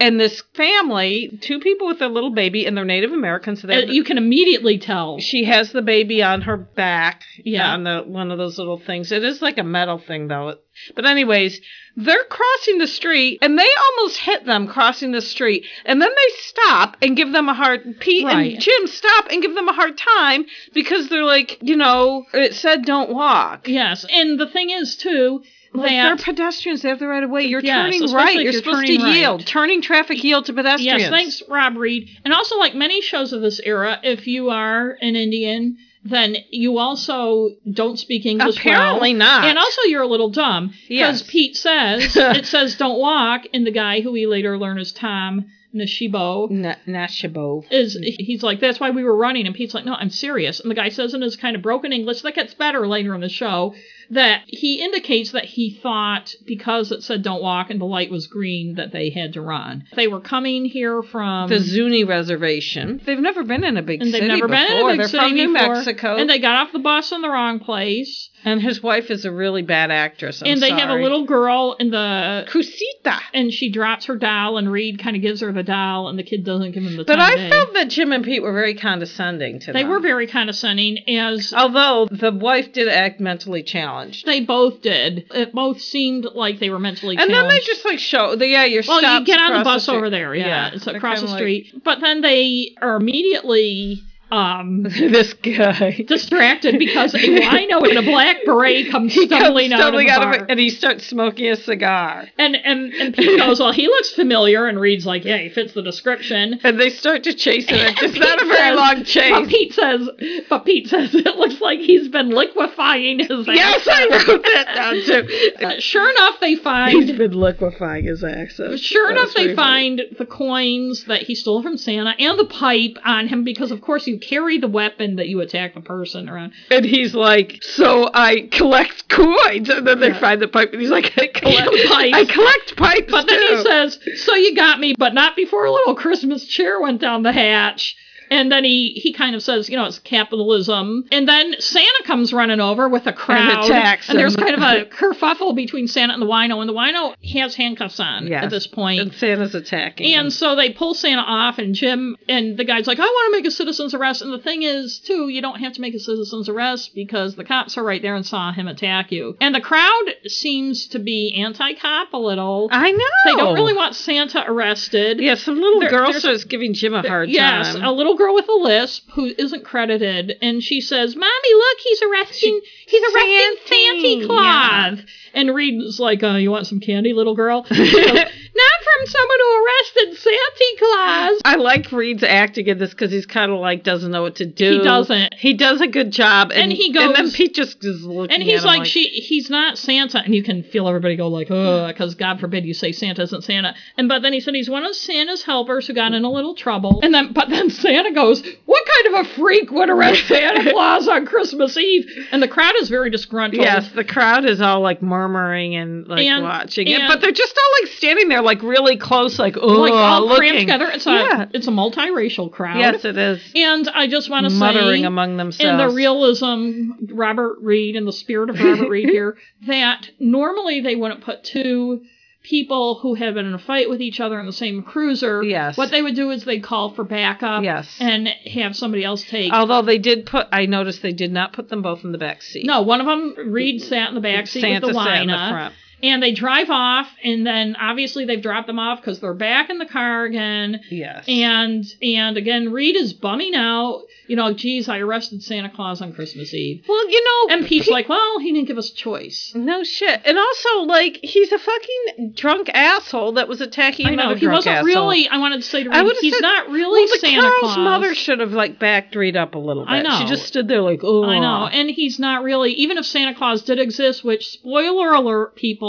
Speaker 2: And this family, two people with their little baby, and they're Native American, so they
Speaker 1: Uh, you can immediately tell.
Speaker 2: she has the baby on her back.
Speaker 1: Yeah.
Speaker 2: On the one of those little things. It is like a metal thing though. But anyways, they're crossing the street and they almost hit them crossing the street. And then they stop and give them a hard Pete
Speaker 1: Right.
Speaker 2: and Jim stop and give them a hard time because they're like, you know, it said don't walk.
Speaker 1: Yes. And the thing is, too,
Speaker 2: Like,
Speaker 1: that.
Speaker 2: they're pedestrians. They have the right of way. You're
Speaker 1: Yes,
Speaker 2: turning
Speaker 1: especially
Speaker 2: right.
Speaker 1: if you're
Speaker 2: You're, supposed to
Speaker 1: turning right.
Speaker 2: yield. Turning traffic yield to pedestrians.
Speaker 1: Yes, thanks, Rob Reed. And also, like many shows of this era, if you are an Indian, then you also don't speak English. well.
Speaker 2: Apparently not.
Speaker 1: And also, you're a little dumb because
Speaker 2: Yes.
Speaker 1: Pete says it says "don't walk," and the guy who we later learn is Tom Nishibo
Speaker 2: Na- Nashabo.
Speaker 1: is he's like that's why we were running and pete's like no i'm serious and the guy says in his kind of broken english that gets better later in the show that he indicates that he thought because it said don't walk and the light was green that they had to run they were coming here from
Speaker 2: the Zuni reservation. They've never been in a big
Speaker 1: Um, and they've
Speaker 2: city
Speaker 1: never
Speaker 2: before.
Speaker 1: been in a big
Speaker 2: They're
Speaker 1: city
Speaker 2: from New
Speaker 1: before.
Speaker 2: Mexico.
Speaker 1: and they got off the bus in the wrong place
Speaker 2: And his wife is a really bad actress. I'm
Speaker 1: and they have a
Speaker 2: sorry.
Speaker 1: little girl in the
Speaker 2: Cusita.
Speaker 1: and she drops her doll and reed kind of gives her the doll and the kid doesn't give him the
Speaker 2: But
Speaker 1: time
Speaker 2: I
Speaker 1: of day.
Speaker 2: felt that Jim and Pete were very condescending to
Speaker 1: they
Speaker 2: them.
Speaker 1: were very condescending as
Speaker 2: Although the wife did act mentally challenged.
Speaker 1: They both did. It both seemed like they were mentally
Speaker 2: and then they
Speaker 1: challenged.
Speaker 2: just like show, the, yeah, you're
Speaker 1: well, you
Speaker 2: stopped
Speaker 1: get on the
Speaker 2: across
Speaker 1: bus
Speaker 2: street.
Speaker 1: over there, yeah, it's
Speaker 2: they're
Speaker 1: across the
Speaker 2: kinda like-
Speaker 1: street. But then they are immediately um,
Speaker 2: this guy.
Speaker 1: distracted because a wino in a black beret comes
Speaker 2: He comes
Speaker 1: stumbling, out,
Speaker 2: stumbling
Speaker 1: of the
Speaker 2: out
Speaker 1: bar.
Speaker 2: of it, and he starts smoking a cigar.
Speaker 1: and and and Pete goes, well, he looks familiar and reads like, yeah, he fits the description.
Speaker 2: And they start to chase him. It's
Speaker 1: Pete
Speaker 2: not a very
Speaker 1: says-
Speaker 2: long
Speaker 1: But
Speaker 2: chase.
Speaker 1: Pete says, but Pete says it looks like he's been liquefying his.
Speaker 2: Yes, I wrote that down too.
Speaker 1: accent. Sure enough, they
Speaker 2: He's
Speaker 1: find.
Speaker 2: been liquefying his accent.
Speaker 1: Sure
Speaker 2: That
Speaker 1: enough,
Speaker 2: was
Speaker 1: they
Speaker 2: pretty funny.
Speaker 1: find the coins that he stole from Santa and the pipe on him because, of course, you carry the weapon that you attack the person around.
Speaker 2: And he's like, so I collect coins. And then they
Speaker 1: Yeah.
Speaker 2: find the pipe, and he's like, I collect
Speaker 1: Pipes.
Speaker 2: I collect pipes
Speaker 1: But
Speaker 2: too.
Speaker 1: then he says, "So you got me, but not before a little Christmas cheer went down the hatch." And then he he kind of says, "You know, it's capitalism." And then Santa comes running over with a crowd,
Speaker 2: attacks
Speaker 1: and there's
Speaker 2: him.
Speaker 1: kind of a kerfuffle between Santa and the wino, and the wino has handcuffs on
Speaker 2: Yes.
Speaker 1: at this point.
Speaker 2: and Santa's attacking. him.
Speaker 1: And so they pull Santa off, and Jim and the guy's like, I want to make a citizen's arrest. And the thing is, too, you don't have to make a citizen's arrest because the cops are right there and saw him attack you. And the crowd seems to be anti cop a little.
Speaker 2: I know
Speaker 1: They don't really want Santa arrested.
Speaker 2: Yeah, some little
Speaker 1: There-
Speaker 2: girl
Speaker 1: there's-
Speaker 2: starts giving Jim a hard
Speaker 1: Yes,
Speaker 2: time.
Speaker 1: a little girl with a lisp who isn't credited, and she says, "Mommy, look, he's arresting, he's arresting
Speaker 2: Santy,
Speaker 1: Santa Claus." And Reed's like, uh, "You want some candy, little girl?" She goes, Not from someone who arrested Santa Claus.
Speaker 2: I like Reed's acting in this because he's kind of like doesn't know what to do.
Speaker 1: He doesn't.
Speaker 2: He does a good job, and,
Speaker 1: And he
Speaker 2: And then
Speaker 1: goes-
Speaker 2: Pete just is looking.
Speaker 1: And he's
Speaker 2: at him
Speaker 1: like, she, he's not Santa, and you can feel everybody go like, oh, because God forbid you say Santa isn't Santa. And but then he said he's one of Santa's helpers who got in a little trouble. And then, but then Santa goes, what kind of a freak would arrest Santa Claus on Christmas Eve? And the crowd is very disgruntled.
Speaker 2: Yes, the crowd is all like murmuring and like
Speaker 1: And-
Speaker 2: watching it,
Speaker 1: and-
Speaker 2: but they're just all like standing there, like really close, like oh,
Speaker 1: like all crammed
Speaker 2: looking.
Speaker 1: together. It's a
Speaker 2: yeah.
Speaker 1: it's a multiracial crowd.
Speaker 2: yes, it is
Speaker 1: And I just want to say,
Speaker 2: muttering among themselves.
Speaker 1: in the realism, Robert Reed, in the spirit of Robert Reed here, that normally they wouldn't put two people who have been in a fight with each other in the same cruiser.
Speaker 2: Yes.
Speaker 1: What they would do is they'd call for backup.
Speaker 2: Yes.
Speaker 1: uh,
Speaker 2: Oh,
Speaker 1: And have somebody else take.
Speaker 2: Although they did put, I noticed they did not put them both in the back seat.
Speaker 1: no, one of them, Reed sat in the back seat
Speaker 2: Santa
Speaker 1: with the
Speaker 2: sat in the
Speaker 1: lineup.
Speaker 2: front.
Speaker 1: And they drive off, and then obviously they've dropped them off because they're back in the car again.
Speaker 2: Yes.
Speaker 1: And and again, Reed is bumming out. You know, geez, I arrested Santa Claus on Christmas Eve.
Speaker 2: well, you know,
Speaker 1: And Pete's like, well, he didn't give us a choice.
Speaker 2: No shit. And also, like, he's a fucking drunk asshole that was attacking
Speaker 1: I know
Speaker 2: another
Speaker 1: he
Speaker 2: drunk
Speaker 1: wasn't
Speaker 2: asshole.
Speaker 1: really. I wanted to say to
Speaker 2: I
Speaker 1: Reed,
Speaker 2: would've
Speaker 1: he's
Speaker 2: said-
Speaker 1: not really
Speaker 2: Well, the
Speaker 1: Santa
Speaker 2: girl's
Speaker 1: Claus.
Speaker 2: mother should have like backed Reed up a little bit.
Speaker 1: I
Speaker 2: She
Speaker 1: know.
Speaker 2: just stood there like, oh,
Speaker 1: I know, and he's not really. Even if Santa Claus did exist, which spoiler alert, people,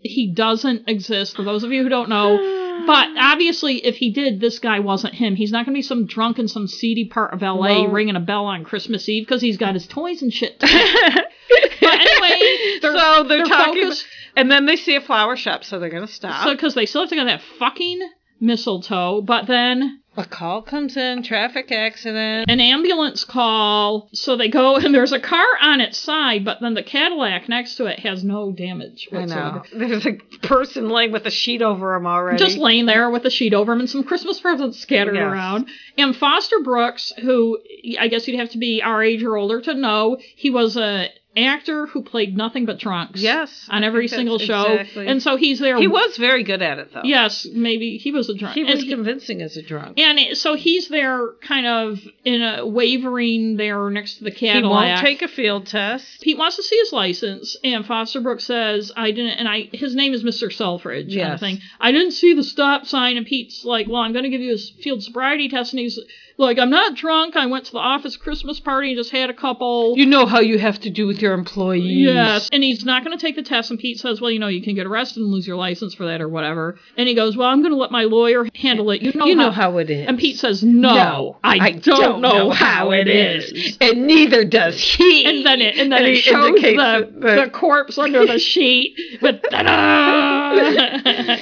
Speaker 1: he doesn't exist. For those of you who don't know. oh, But obviously, if he did, this guy wasn't him. He's not going to be some drunk in some seedy part of LA
Speaker 2: Well-
Speaker 1: ringing a bell on Christmas Eve because he's got his toys and shit. but anyway, they're,
Speaker 2: so they're,
Speaker 1: they're
Speaker 2: talking,
Speaker 1: focused-
Speaker 2: and then they see a flower shop, so they're gonna stop.
Speaker 1: So, because they still have to go to that fucking mistletoe, but then
Speaker 2: a call comes in, traffic accident.
Speaker 1: an ambulance call. So they go, and there's a car on its side, but then the Cadillac next to it has no damage
Speaker 2: I
Speaker 1: whatsoever.
Speaker 2: know. There's a person laying with a sheet over him already.
Speaker 1: Just laying there with a sheet over him and some Christmas presents scattered
Speaker 2: Yes.
Speaker 1: around. And Foster Brooks, who I guess you'd have to be our age or older to know, he was a actor who played nothing but drunks.
Speaker 2: Yes,
Speaker 1: On
Speaker 2: I
Speaker 1: every
Speaker 2: think that's
Speaker 1: single show.
Speaker 2: exactly-
Speaker 1: And so he's there.
Speaker 2: he was very good at it though.
Speaker 1: Yes, maybe he was a drunk.
Speaker 2: He was
Speaker 1: And-
Speaker 2: convincing as a drunk.
Speaker 1: And it- so he's there, kind of in a wavering there next to the
Speaker 2: He
Speaker 1: Cadillac.
Speaker 2: won't take a field test.
Speaker 1: Pete wants to see his license, and Foster Brooks says, "I didn't." And I, his name is Mister Selfridge. Kind
Speaker 2: Yes.
Speaker 1: of thing. I didn't see the stop sign, and Pete's like, "Well, I'm going to give you a s- field sobriety test," and he's like, "I'm not drunk. I went to the office Christmas party and just had a couple."
Speaker 2: You know how you have to do with your employees.
Speaker 1: Yes. And he's not going to take the test. And Pete says, Well, you know, you can get arrested and lose your license for that or whatever. And he goes, Well, I'm going to let my lawyer handle it. You know,
Speaker 2: You
Speaker 1: how,
Speaker 2: know how it is.
Speaker 1: And Pete says, No, I, don't, know, how it is.
Speaker 2: And neither does he.
Speaker 1: And then it and then
Speaker 2: And
Speaker 1: it
Speaker 2: he
Speaker 1: shows
Speaker 2: indicates
Speaker 1: the,
Speaker 2: that- that-
Speaker 1: the corpse under the sheet with ta-da!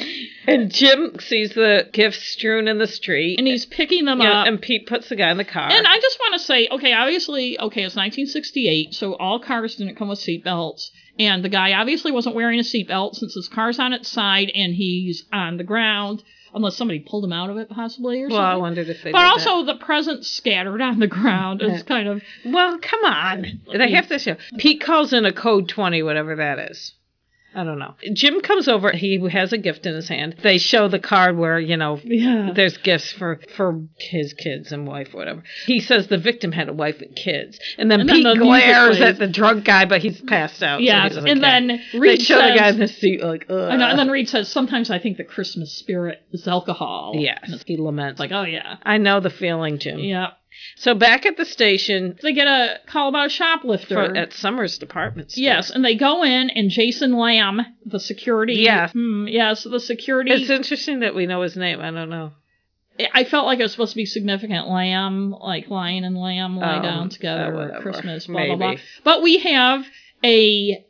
Speaker 2: And Jim sees the gifts strewn in the street.
Speaker 1: and he's picking them
Speaker 2: yeah,
Speaker 1: up.
Speaker 2: and Pete puts the guy in the car.
Speaker 1: And I just want to say, okay, obviously, okay, it's 1968, so all cars didn't come with seatbelts. And the guy obviously wasn't wearing a seatbelt since his car's on its side and he's on the ground, unless somebody pulled him out of it possibly or
Speaker 2: well, I
Speaker 1: something.
Speaker 2: wondered if they.
Speaker 1: but
Speaker 2: did
Speaker 1: also, the presents scattered on the ground is kind of.
Speaker 2: that. well, come on. They have to show. Pete calls in a code twenty, whatever that is. I don't know. Jim comes over. He has a gift in his hand. They show the card where, you know,
Speaker 1: Yeah.
Speaker 2: there's gifts for, for his kids and wife, whatever. He says the victim had a wife and kids. And then
Speaker 1: And then
Speaker 2: Pete
Speaker 1: the music
Speaker 2: glares at
Speaker 1: plays.
Speaker 2: the drunk guy, but he's passed out. so he
Speaker 1: Yes,
Speaker 2: doesn't
Speaker 1: and
Speaker 2: care.
Speaker 1: then
Speaker 2: they
Speaker 1: Reed
Speaker 2: show the guy
Speaker 1: says-
Speaker 2: in the suit, like, ugh.
Speaker 1: I know, and then Reed says, sometimes I think the Christmas spirit is alcohol. And
Speaker 2: yes,
Speaker 1: it's
Speaker 2: he laments.
Speaker 1: like, oh, yeah.
Speaker 2: I know the feeling, Jim.
Speaker 1: Yeah.
Speaker 2: So back at the station
Speaker 1: They get a call about a shoplifter.
Speaker 2: for, at Summers' department store.
Speaker 1: yes, and they go in, and Jason Lamb, the security.
Speaker 2: Yes.
Speaker 1: Hmm, yes, the security.
Speaker 2: It's interesting that we know his name. I don't know.
Speaker 1: I felt like it was supposed to be significant. Lamb, like lion and lamb lie
Speaker 2: Oh,
Speaker 1: down together
Speaker 2: oh,
Speaker 1: at
Speaker 2: whatever.
Speaker 1: Christmas, blah, blah, blah.
Speaker 2: Maybe.
Speaker 1: But we have a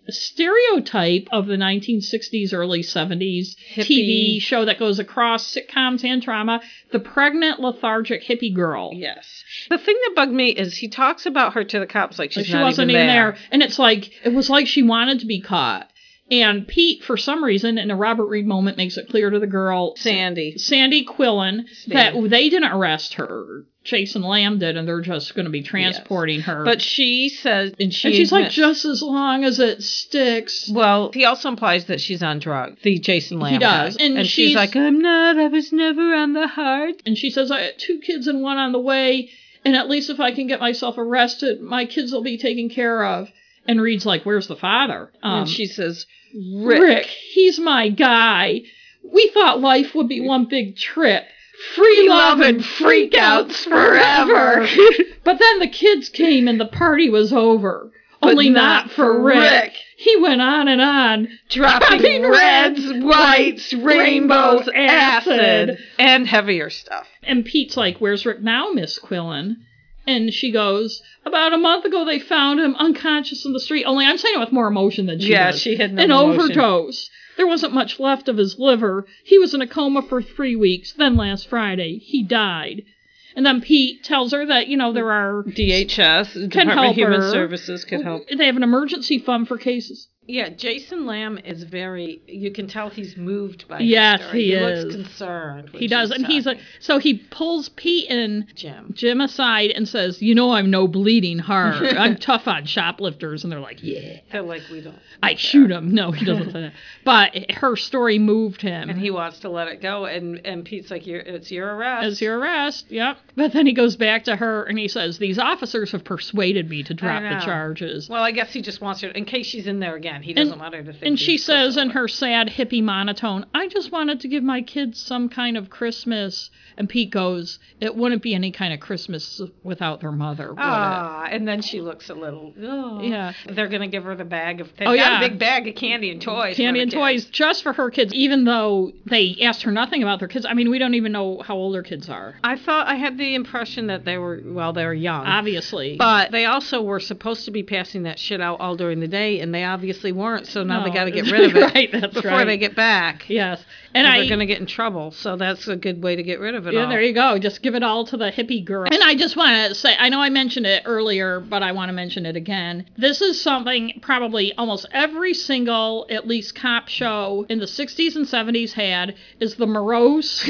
Speaker 1: stereotype of the 1960s, early 70s
Speaker 2: Hippie.
Speaker 1: TV show that goes across sitcoms and drama the pregnant, lethargic hippie girl.
Speaker 2: Yes. The thing that bugged me is he talks about her to the cops like she's
Speaker 1: Like, she
Speaker 2: not
Speaker 1: wasn't
Speaker 2: even, there.
Speaker 1: And it's like, it was like she wanted to be caught. And Pete, for some reason, in a Robert Reed moment, makes it clear to the girl,
Speaker 2: Sandy.
Speaker 1: Sandy Quillen
Speaker 2: Sandy.
Speaker 1: that they didn't arrest her. Jason Lamb did, and they're just going to be transporting her.
Speaker 2: But she says, and, she
Speaker 1: and she's like,
Speaker 2: admits-
Speaker 1: just as long as it sticks.
Speaker 2: Well, he also implies that she's on drugs. The Jason Lamb.
Speaker 1: does,
Speaker 2: guy.
Speaker 1: and
Speaker 2: she's
Speaker 1: she's-
Speaker 2: like, I'm not. I was never on the heart.
Speaker 1: And she says, I had two kids and one on the way, and at least if I can get myself arrested, my kids will be taken care of. And Reed's like, Where's the father? Um,
Speaker 2: and she says,
Speaker 1: Rick.
Speaker 2: Rick.
Speaker 1: he's my guy. We thought life would be one big trip. Free love and freakouts forever. But then the kids came and the party was over.
Speaker 2: But
Speaker 1: Only not, for Rick.
Speaker 2: Rick.
Speaker 1: He went on and on.
Speaker 2: Dropping
Speaker 1: Dropping
Speaker 2: reds,
Speaker 1: reds,
Speaker 2: whites, rainbows,
Speaker 1: rainbows,
Speaker 2: acid,
Speaker 1: acid.
Speaker 2: and heavier stuff.
Speaker 1: And Pete's like, Where's Rick now, Miss Quillen? And she goes, About a month ago they found him unconscious in the street. Only I'm saying it with more emotion than she
Speaker 2: yeah,
Speaker 1: does.
Speaker 2: she had no
Speaker 1: an
Speaker 2: emotion.
Speaker 1: overdose. There wasn't much left of his liver. He was in a coma for three weeks. Then last Friday, he died. And then Pete tells her that, you know, there are.
Speaker 2: DHS, Department of
Speaker 1: help
Speaker 2: Human
Speaker 1: her.
Speaker 2: Services, could help.
Speaker 1: They have an emergency fund for cases.
Speaker 2: Yeah, Jason Lamb is very. You can tell he's moved by.
Speaker 1: Yes,
Speaker 2: his story.
Speaker 1: he
Speaker 2: looks
Speaker 1: is.
Speaker 2: concerned. when
Speaker 1: He does. And he's like,
Speaker 2: talking.
Speaker 1: so he pulls Pete and
Speaker 2: Jim.
Speaker 1: Jim aside and says, You know, I'm no bleeding heart. I'm tough on shoplifters. And they're like, Yeah.
Speaker 2: They're like we don't.
Speaker 1: I shoot him. No, he doesn't say that. But her story moved him.
Speaker 2: And he wants to let it go, and and Pete's like, "You're it's your arrest."
Speaker 1: as your arrest. Yep. But then he goes back to her and he says, These officers have persuaded me to drop
Speaker 2: know.
Speaker 1: the charges.
Speaker 2: well, I guess he just wants her in case she's in there again. He doesn't want her to think.
Speaker 1: and she
Speaker 2: he's
Speaker 1: says in
Speaker 2: something.
Speaker 1: her sad hippie monotone, I just wanted to give my kids some kind of Christmas. And Pete goes, It wouldn't be any kind of Christmas without their mother. would it?"
Speaker 2: Ah, and then she looks a little. Oh.
Speaker 1: Yeah.
Speaker 2: They're gonna give her the bag of. They've
Speaker 1: Oh,
Speaker 2: got
Speaker 1: yeah.
Speaker 2: a big bag of candy and toys. for
Speaker 1: Candy
Speaker 2: the
Speaker 1: and
Speaker 2: kids.
Speaker 1: toys just for her kids, even though they asked her nothing about their kids. I mean, we don't even know how old their kids are,
Speaker 2: I thought I had the impression that they were well, they were young.
Speaker 1: obviously.
Speaker 2: But they also were supposed to be passing that shit out all during the day, and they obviously weren't. So now they
Speaker 1: No.
Speaker 2: got to get rid of it
Speaker 1: Right, that's
Speaker 2: before
Speaker 1: right.
Speaker 2: they get back.
Speaker 1: yes. And
Speaker 2: They're
Speaker 1: I,
Speaker 2: going to get in trouble. So that's a good way to get rid of it.
Speaker 1: Yeah,
Speaker 2: all.
Speaker 1: there you go. Just give it all to the hippie girl. And I just want to say, I know I mentioned it earlier, but I want to mention it again. This is something probably almost every single, at least cop show in the 60s and 70s had is the morose,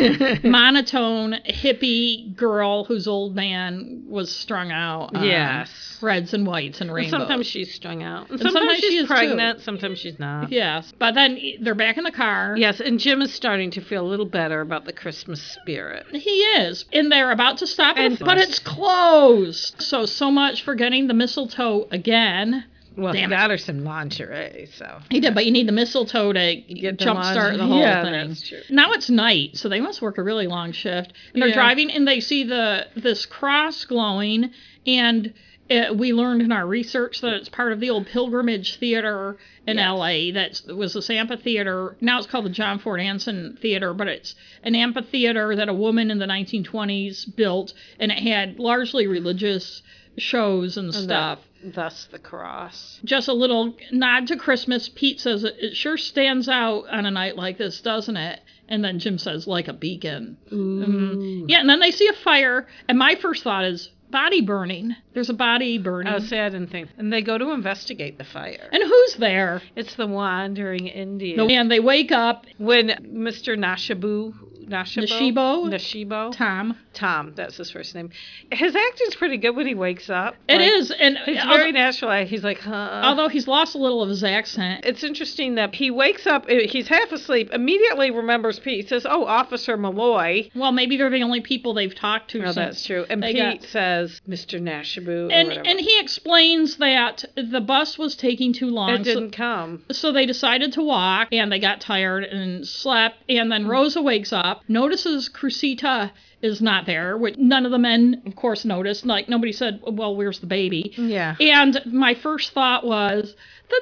Speaker 1: monotone hippie girl whose old man was strung out. on
Speaker 2: Yes.
Speaker 1: Reds and whites and
Speaker 2: And
Speaker 1: rainbows.
Speaker 2: sometimes she's strung out. And sometimes,
Speaker 1: sometimes she
Speaker 2: she's
Speaker 1: is, too.
Speaker 2: pregnant. Sometimes she's not.
Speaker 1: Yes. But then e, they're back in the car.
Speaker 2: Yes, and Jim is starting to feel a little better about the Christmas spirit.
Speaker 1: He is. And they're about to stop him,
Speaker 2: It's
Speaker 1: but
Speaker 2: nice.
Speaker 1: it's closed. So, so much for getting the mistletoe again.
Speaker 2: Well, he
Speaker 1: Damn it.
Speaker 2: got her some lingerie, so.
Speaker 1: He did, but you need the mistletoe to
Speaker 2: Get the
Speaker 1: jumpstart
Speaker 2: lingerie.
Speaker 1: the whole
Speaker 2: Yeah,
Speaker 1: thing.
Speaker 2: that's true.
Speaker 1: Now it's night, so they must work a really long shift. And they're
Speaker 2: Yeah.
Speaker 1: driving, and they see the this cross glowing, and it, we learned in our research that it's part of the old Pilgrimage Theater in
Speaker 2: Yes.
Speaker 1: L.A. That was the Sampa Theater. Now it's called the John Ford Anson Theater, but it's an amphitheater that a woman in the 1920s built, and it had largely religious shows and stuff
Speaker 2: Thus the cross.
Speaker 1: just a little nod to Christmas. Pete says, It sure stands out on a night like this, doesn't it? And then Jim says, Like a beacon. Mm. Yeah, and then they see a fire. And my first thought is, Body burning. There's a body burning.
Speaker 2: Oh, see, I didn't think. And they go to investigate the fire.
Speaker 1: and who's there?
Speaker 2: It's the wandering Indian.
Speaker 1: And they wake up.
Speaker 2: when Mr. Nashabu Nashibo?
Speaker 1: Nashibo?
Speaker 2: Nashibo?
Speaker 1: Tom.
Speaker 2: Tom, that's his first name. His acting's pretty good when he wakes up.
Speaker 1: It
Speaker 2: Like,
Speaker 1: is, and
Speaker 2: He's
Speaker 1: although,
Speaker 2: very natural. He's like, huh.
Speaker 1: although he's lost a little of his accent,
Speaker 2: it's interesting that he wakes up, uh, he's half asleep, immediately remembers Pete. He says, Oh, Officer Malloy.
Speaker 1: well, maybe they're the only people they've talked to.
Speaker 2: No,
Speaker 1: since
Speaker 2: Oh, that's true. And
Speaker 1: they
Speaker 2: Pete
Speaker 1: got-
Speaker 2: says, Mr. Nashabu.
Speaker 1: and
Speaker 2: or whatever.
Speaker 1: and he explains that the bus was taking too long.
Speaker 2: it didn't come.
Speaker 1: So, so they decided to walk, and they got tired and slept. And then Rosa wakes up, notices Crusita is not there, which none of the men, of course, noticed. Like nobody said, "Well, where's the baby?"
Speaker 2: Yeah.
Speaker 1: And my first thought was, the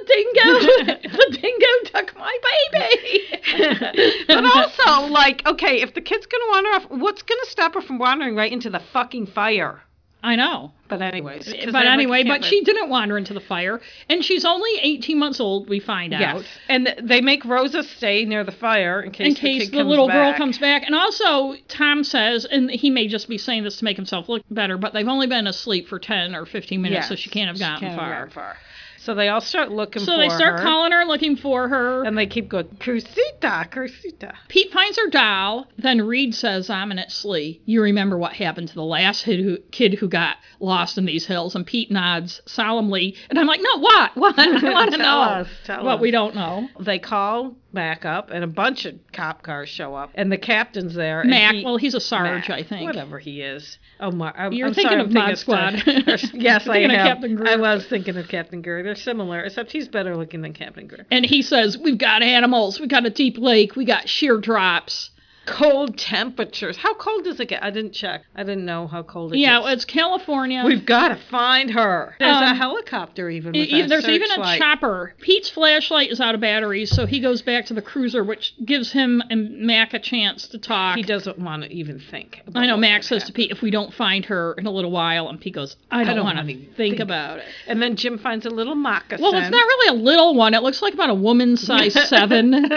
Speaker 1: dingo, the dingo took my baby.
Speaker 2: but also, like, okay, if the kid's going to wander off, what's going to stop her from wandering right into the fucking fire?
Speaker 1: I know.
Speaker 2: But anyways, 'cause
Speaker 1: But
Speaker 2: they're like,
Speaker 1: anyway,
Speaker 2: "You
Speaker 1: but
Speaker 2: can't
Speaker 1: she didn't wander into the fire, and she's only 18 months old. We find out.
Speaker 2: Yes, and they make Rosa stay near the fire in case
Speaker 1: in
Speaker 2: the,
Speaker 1: case
Speaker 2: kid
Speaker 1: the,
Speaker 2: comes
Speaker 1: little girl
Speaker 2: back.
Speaker 1: comes back. And also, Tom says, and he may just be saying this to make himself look better, but they've only been asleep for 10 or 15 minutes, so she can't have gotten
Speaker 2: can't
Speaker 1: far.
Speaker 2: far. So they all start looking.
Speaker 1: So they
Speaker 2: for
Speaker 1: start
Speaker 2: her, Um,
Speaker 1: calling her, looking for her.
Speaker 2: and they keep going. Crusita, Crusita.
Speaker 1: Pete finds her doll. Then Reed says ominously, You remember what happened to the last kid who, kid who got lost in these hills? And Pete nods solemnly. And I'm like, No, what? What? I want to
Speaker 2: Tell
Speaker 1: know.
Speaker 2: us, tell
Speaker 1: But we
Speaker 2: us.
Speaker 1: don't know.
Speaker 2: They call back up, and a bunch of cop cars show up, and the captain's there. and
Speaker 1: Mac,
Speaker 2: he-
Speaker 1: well, he's a Sarge,
Speaker 2: Mac,
Speaker 1: I think.
Speaker 2: Whatever he is. Oh my! I'm,
Speaker 1: You're
Speaker 2: I'm
Speaker 1: thinking
Speaker 2: sorry,
Speaker 1: of
Speaker 2: I'm thinking
Speaker 1: Mod Squad.
Speaker 2: Star- yes,
Speaker 1: You're
Speaker 2: I
Speaker 1: thinking of
Speaker 2: am.
Speaker 1: Captain Greer.
Speaker 2: I was thinking of Captain Greer. They're similar, except he's better looking than Captain Greer.
Speaker 1: And he says, We've got animals. We got a deep lake. We got sheer drops.
Speaker 2: Cold temperatures. How cold does it get? I didn't check. I didn't know how cold it
Speaker 1: Yeah,
Speaker 2: gets.
Speaker 1: it's California.
Speaker 2: We've got to find her. There's a
Speaker 1: Um,
Speaker 2: helicopter even. With
Speaker 1: E-
Speaker 2: a
Speaker 1: There's even a
Speaker 2: searchlight.
Speaker 1: chopper. Pete's flashlight is out of batteries, so he goes back to the cruiser, which gives him and Mac a chance to talk.
Speaker 2: He doesn't want to even think. About
Speaker 1: I know
Speaker 2: what
Speaker 1: Mac
Speaker 2: could
Speaker 1: says to
Speaker 2: happen.
Speaker 1: Pete, if we don't find her in a little while, and Pete goes, I don't,
Speaker 2: don't
Speaker 1: want to
Speaker 2: wanna
Speaker 1: think,
Speaker 2: think
Speaker 1: about it.
Speaker 2: And then Jim finds a little moccasin.
Speaker 1: Well, it's not really a little one. It looks like about a woman size seven.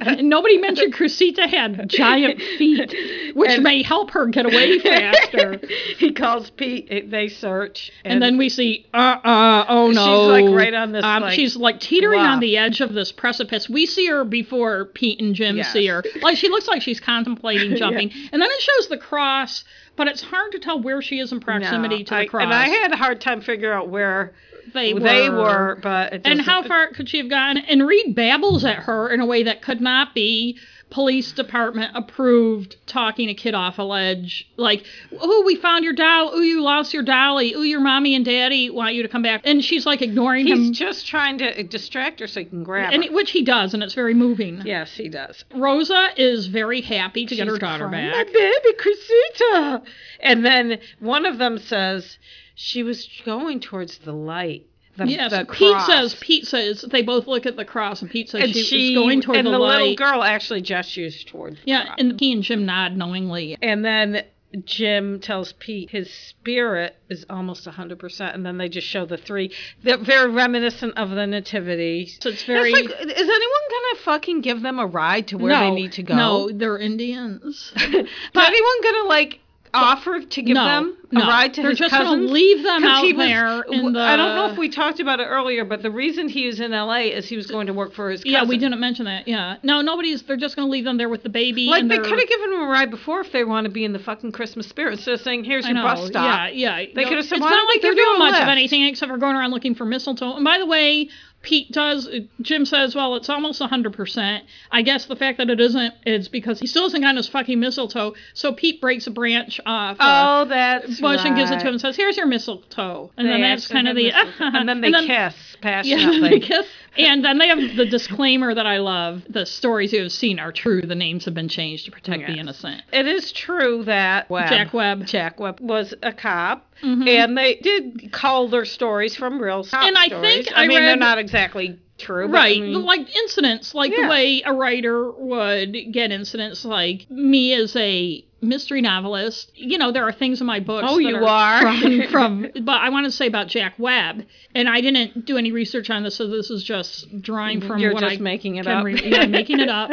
Speaker 1: And Nobody mentioned Crusita had giant feet, which may help her get away faster.
Speaker 2: he calls Pete. it- They search,
Speaker 1: And then we see, uh, uh, oh no.
Speaker 2: She's, like, right on this,
Speaker 1: Um,
Speaker 2: like,
Speaker 1: she's like teetering on
Speaker 2: bluff.
Speaker 1: the edge of this precipice. We see her before Pete and Jim
Speaker 2: Yes.
Speaker 1: see her. Like she looks like she's contemplating jumping. And then it shows the cross, but it's hard to tell where she is in
Speaker 2: No,
Speaker 1: proximity to the
Speaker 2: I-
Speaker 1: cross.
Speaker 2: And I had a hard time figuring out where
Speaker 1: they,
Speaker 2: they were, but it
Speaker 1: And
Speaker 2: doesn't-
Speaker 1: how far could she have gone? And Reed babbles at her in a way that could not be police department approved talking a kid off a ledge. Like, oh, we found your doll. Oh, you lost your dolly. Oh, your mommy and daddy want you to come back. And she's like ignoring
Speaker 2: He's
Speaker 1: him,
Speaker 2: just trying to eh, distract her so he can grab
Speaker 1: and
Speaker 2: her.
Speaker 1: which he does, and it's very moving.
Speaker 2: Yes, he does.
Speaker 1: Rosa is very happy to get her
Speaker 2: She's
Speaker 1: daughter
Speaker 2: crying,
Speaker 1: back.
Speaker 2: My baby, Crusita. And then one of them says she was going towards the light. The,
Speaker 1: Yes,
Speaker 2: the
Speaker 1: Pete
Speaker 2: cross.
Speaker 1: says. Pete says they both look at the cross, and Pete says
Speaker 2: and
Speaker 1: she,
Speaker 2: she,
Speaker 1: is going toward
Speaker 2: and
Speaker 1: the,
Speaker 2: the, little
Speaker 1: light.
Speaker 2: girl actually gestures towards. the
Speaker 1: yeah,
Speaker 2: cross.
Speaker 1: and he and Jim nod knowingly.
Speaker 2: and then Jim tells Pete his spirit is almost hundred percent, and then they just show the three. They're very reminiscent of the nativity.
Speaker 1: So it's very.
Speaker 2: like, is anyone gonna fucking give them a ride to where they need to go?
Speaker 1: No, they're Indians.
Speaker 2: Is anyone gonna like offer to give
Speaker 1: No,
Speaker 2: them a
Speaker 1: no.
Speaker 2: ride to
Speaker 1: They're
Speaker 2: his
Speaker 1: just gonna
Speaker 2: cousins?
Speaker 1: leave them
Speaker 2: 'Cause
Speaker 1: out
Speaker 2: he was-
Speaker 1: there in
Speaker 2: w- I don't know
Speaker 1: the-
Speaker 2: if we talked about it earlier, but the reason he was in L.A. is he was going to work for his cousin.
Speaker 1: yeah, we didn't mention that. Yeah. No, nobody's. They're just going to leave them there with the baby.
Speaker 2: Like
Speaker 1: and
Speaker 2: they
Speaker 1: their-
Speaker 2: could have given him a ride before if they want to be in the fucking Christmas spirit. Instead of saying, "Here's
Speaker 1: I
Speaker 2: your
Speaker 1: know,
Speaker 2: bus
Speaker 1: Yeah,
Speaker 2: stop."
Speaker 1: yeah.
Speaker 2: They
Speaker 1: No,
Speaker 2: could have said,
Speaker 1: It's
Speaker 2: "Why
Speaker 1: not
Speaker 2: don't we
Speaker 1: like they're
Speaker 2: give you
Speaker 1: doing
Speaker 2: a
Speaker 1: much of
Speaker 2: lift?"
Speaker 1: anything except for going around looking for mistletoe. And by the way, Pete does. Jim says, "Well, it's almost hundred percent." I guess the fact that it isn't is because he still hasn't gotten his fucking mistletoe. So Pete breaks a branch off. uh,
Speaker 2: Oh, that's
Speaker 1: bush and gives it to
Speaker 2: right.
Speaker 1: him and says, "Here's your mistletoe," and
Speaker 2: They
Speaker 1: then that's
Speaker 2: actually
Speaker 1: kind of
Speaker 2: have
Speaker 1: the
Speaker 2: mistletoe. and then they kiss
Speaker 1: Yeah,
Speaker 2: passionately.
Speaker 1: they kiss. And then they have the disclaimer that I love. The stories you have seen are true. The names have been changed to protect the
Speaker 2: Yes.
Speaker 1: innocent.
Speaker 2: It is true that Webb,
Speaker 1: Jack Webb.
Speaker 2: Jack Webb was a cop, and they did call their stories from real cop
Speaker 1: Mm-hmm. And I
Speaker 2: stories.
Speaker 1: think
Speaker 2: I,
Speaker 1: I
Speaker 2: mean they're
Speaker 1: read-
Speaker 2: not exactly true, but I
Speaker 1: Right.
Speaker 2: mean-
Speaker 1: Like incidents, like
Speaker 2: Yeah.
Speaker 1: the way a writer would get incidents like me as a mystery novelist. You know, there are things in my books.
Speaker 2: oh,
Speaker 1: that
Speaker 2: you are.
Speaker 1: From, from, but I want to say about Jack Webb, and I didn't do any research on this, so this is just drawing from
Speaker 2: Mm-hmm. You're
Speaker 1: what
Speaker 2: just
Speaker 1: I
Speaker 2: making it
Speaker 1: can
Speaker 2: up.
Speaker 1: re- yeah, making it up.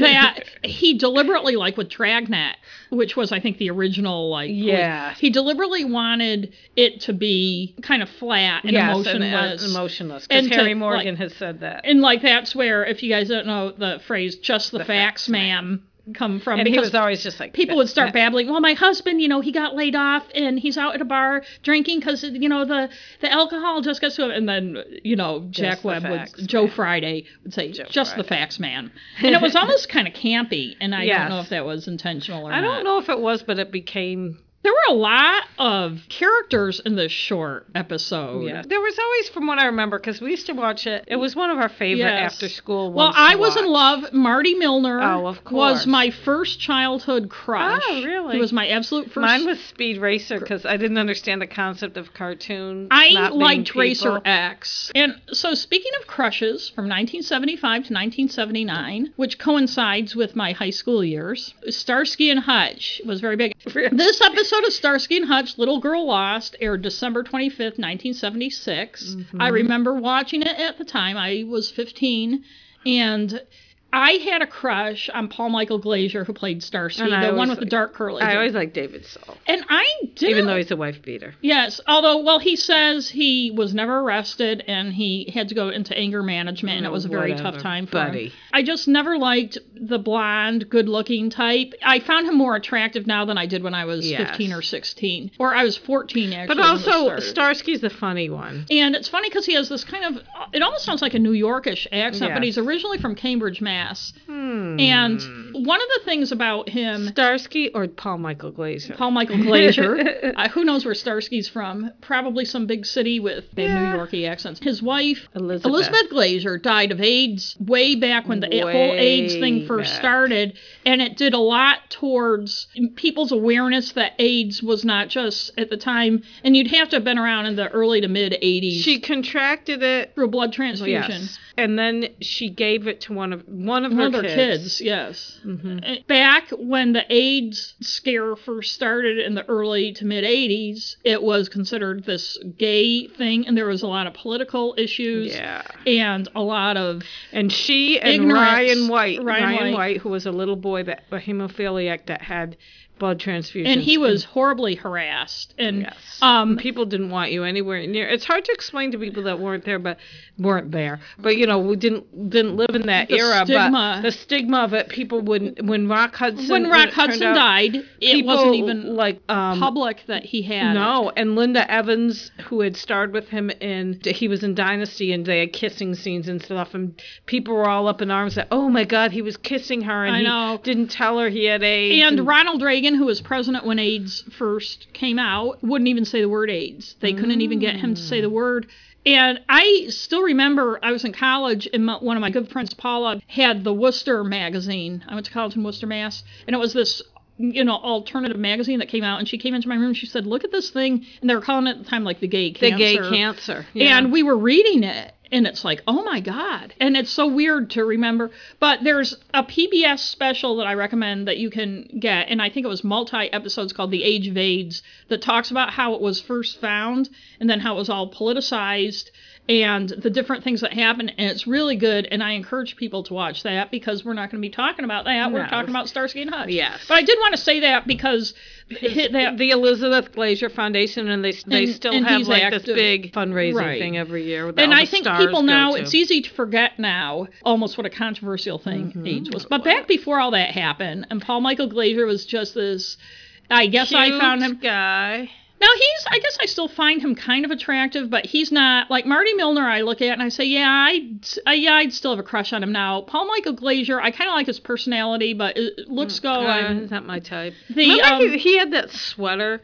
Speaker 1: That he deliberately, like with Dragnet, which was I think the original, like
Speaker 2: Yeah.
Speaker 1: was- he deliberately wanted it to be kind of flat and
Speaker 2: yes, and,
Speaker 1: emotionless.
Speaker 2: uh, emotionless. Because
Speaker 1: And to,
Speaker 2: Harry Morgan
Speaker 1: like-
Speaker 2: has said that.
Speaker 1: And like that's where, if you guys don't know the phrase "just the, facts,
Speaker 2: facts,
Speaker 1: ma'am," come from
Speaker 2: And he
Speaker 1: because
Speaker 2: was always just like
Speaker 1: people would start babbling. Well, my husband, you know, he got laid off and he's out at a bar drinking because you know the the alcohol just gets to him. And then you know Jack
Speaker 2: Just the
Speaker 1: Webb
Speaker 2: facts,
Speaker 1: would Joe Friday would say just the facts, man. And it was almost kind of campy. And I don't know
Speaker 2: Yes.
Speaker 1: if that was intentional or
Speaker 2: I
Speaker 1: not.
Speaker 2: don't know if it was, but it became.
Speaker 1: There were a lot of characters in this short episode.
Speaker 2: Yeah. There was always, from what I remember, because we used to watch it. It was one of our favorite
Speaker 1: Yes.
Speaker 2: after school.
Speaker 1: Well,
Speaker 2: ones to
Speaker 1: I was in
Speaker 2: watch.
Speaker 1: love. Marty Milner
Speaker 2: Oh, of
Speaker 1: was
Speaker 2: course.
Speaker 1: my first childhood crush.
Speaker 2: Oh, really?
Speaker 1: He was my absolute first.
Speaker 2: Mine was Speed Racer because I didn't understand the concept of cartoons.
Speaker 1: I
Speaker 2: not being
Speaker 1: liked Racer
Speaker 2: people.
Speaker 1: X. And so, speaking of crushes from 1975 to 1979, which coincides with my high school years, Starsky and Hutch was very big. This episode of Starsky and Hutch, Little Girl Lost, aired December 25th, 1976.
Speaker 2: Mm-hmm.
Speaker 1: I remember watching it at the time. I was 15. And. I had a crush on Paul Michael Glazier, who played Starsky,
Speaker 2: And
Speaker 1: the
Speaker 2: I
Speaker 1: one
Speaker 2: always
Speaker 1: with the
Speaker 2: liked-
Speaker 1: dark curly
Speaker 2: I
Speaker 1: hair.
Speaker 2: always liked David Soul,
Speaker 1: and I didn't
Speaker 2: even though he's a wife beater.
Speaker 1: Yes, although well, he says he was never arrested and he had to go into anger management, and it was a very tough
Speaker 2: whatever,
Speaker 1: time for him.
Speaker 2: buddy.
Speaker 1: I just never liked the blonde, good-looking type. I found him more attractive now than I did when I was
Speaker 2: Yes.
Speaker 1: fifteen or sixteen, or I was fourteen actually.
Speaker 2: But
Speaker 1: when it
Speaker 2: also,
Speaker 1: started.
Speaker 2: Starsky's the funny one.
Speaker 1: And it's funny because he has this kind of, it almost sounds like a New Yorkish accent, but he's
Speaker 2: Yes. Hmm.
Speaker 1: originally from Cambridge, Mass. And one of the things about him
Speaker 2: Starsky or Paul Michael Glazer?
Speaker 1: Paul Michael Glazier. uh, who knows where Starsky's from? Probably some big city with they have New
Speaker 2: Yeah.
Speaker 1: Yorkie accents. His wife
Speaker 2: Elizabeth.
Speaker 1: Elizabeth Glazier died of AIDS way back when the a- whole AIDS thing
Speaker 2: Way
Speaker 1: first
Speaker 2: back.
Speaker 1: started, and it did a lot towards people's awareness that AIDS was not just at the time, and you'd have to have been around in the early to mid '80s
Speaker 2: She contracted it.
Speaker 1: through a blood transfusion.
Speaker 2: Yes. And then she gave it to one of one of
Speaker 1: One
Speaker 2: her Mm-hmm.
Speaker 1: of their kids, yes. Uh, Back when the AIDS scare first started in the early to mid 80s, it was considered this gay thing, and there was a lot of political issues
Speaker 2: Yeah.
Speaker 1: and a lot of.
Speaker 2: And she and
Speaker 1: Ignorance.
Speaker 2: Ryan White,
Speaker 1: Ryan
Speaker 2: Ryan,
Speaker 1: White.
Speaker 2: White. who was a little boy that a hemophiliac that had blood transfusions,
Speaker 1: And he was horribly harassed. And
Speaker 2: Yes.
Speaker 1: um,
Speaker 2: people didn't want you anywhere near. It's hard to explain to people that weren't there, but weren't there. But you know, we didn't didn't live in that
Speaker 1: The
Speaker 2: era.
Speaker 1: stigma.
Speaker 2: But the stigma of it, people wouldn't. When Rock Hudson,
Speaker 1: when Rock
Speaker 2: it turned
Speaker 1: Hudson
Speaker 2: out,
Speaker 1: died, it
Speaker 2: people
Speaker 1: wasn't even
Speaker 2: like um,
Speaker 1: public that he had. it.
Speaker 2: No, and Linda Evans, who had starred with him in, he was in Dynasty, and they had kissing scenes and stuff, and people were all up in arms that, oh my God, he was kissing her, and
Speaker 1: I
Speaker 2: he
Speaker 1: know.
Speaker 2: didn't tell her he had AIDS.
Speaker 1: And Ronald Reagan, who was president when AIDS first came out, wouldn't even say the word AIDS. They couldn't even get him to say the word. And I still remember I was in college, and my, one of my good friends, Paula, had the Worcester magazine. I went to college in Worcester, Mass, and it was this. You know, alternative magazine that came out, and she came into my room. and She said, "Look at this thing," and they were calling it at the time like the gay
Speaker 2: the
Speaker 1: cancer.
Speaker 2: gay cancer. Yeah.
Speaker 1: And we were reading it, and it's like, oh my God. And it's so weird to remember. But there's a PBS special that I recommend that you can get, and I think it was multi episodes called The Age of AIDS that talks about how it was first found and then how it was all politicized and the different things that happened. And it's really good, and I encourage people to watch that because we're not going to be talking about that. We're
Speaker 2: No.
Speaker 1: talking about Starsky and Hutch.
Speaker 2: Yes.
Speaker 1: But I did want to say that because hit that.
Speaker 2: the Elizabeth Glazier Foundation, and they they
Speaker 1: And-
Speaker 2: still
Speaker 1: and
Speaker 2: have
Speaker 1: he's
Speaker 2: like
Speaker 1: active.
Speaker 2: this big fundraising
Speaker 1: Right.
Speaker 2: thing every year. That
Speaker 1: and
Speaker 2: all
Speaker 1: I
Speaker 2: the
Speaker 1: think
Speaker 2: stars
Speaker 1: people
Speaker 2: go
Speaker 1: now,
Speaker 2: to.
Speaker 1: it's easy to forget now almost what a controversial thing
Speaker 2: Mm-hmm.
Speaker 1: AIDS was. But back before all that happened, and Paul Michael Glazier was just this. I guess I
Speaker 2: Cute
Speaker 1: found him.
Speaker 2: guy.
Speaker 1: Now he's. I guess I still find him kind of attractive, but he's not like Marty Milner. I look at and I say, yeah, I'd, I, yeah, I'd still have a crush on him now. Paul Michael Glazier, I kind of like his personality, but it looks go.
Speaker 2: Uh,
Speaker 1: I'm-
Speaker 2: he's not my type.
Speaker 1: The,
Speaker 2: Remember
Speaker 1: um,
Speaker 2: he, he had that sweater.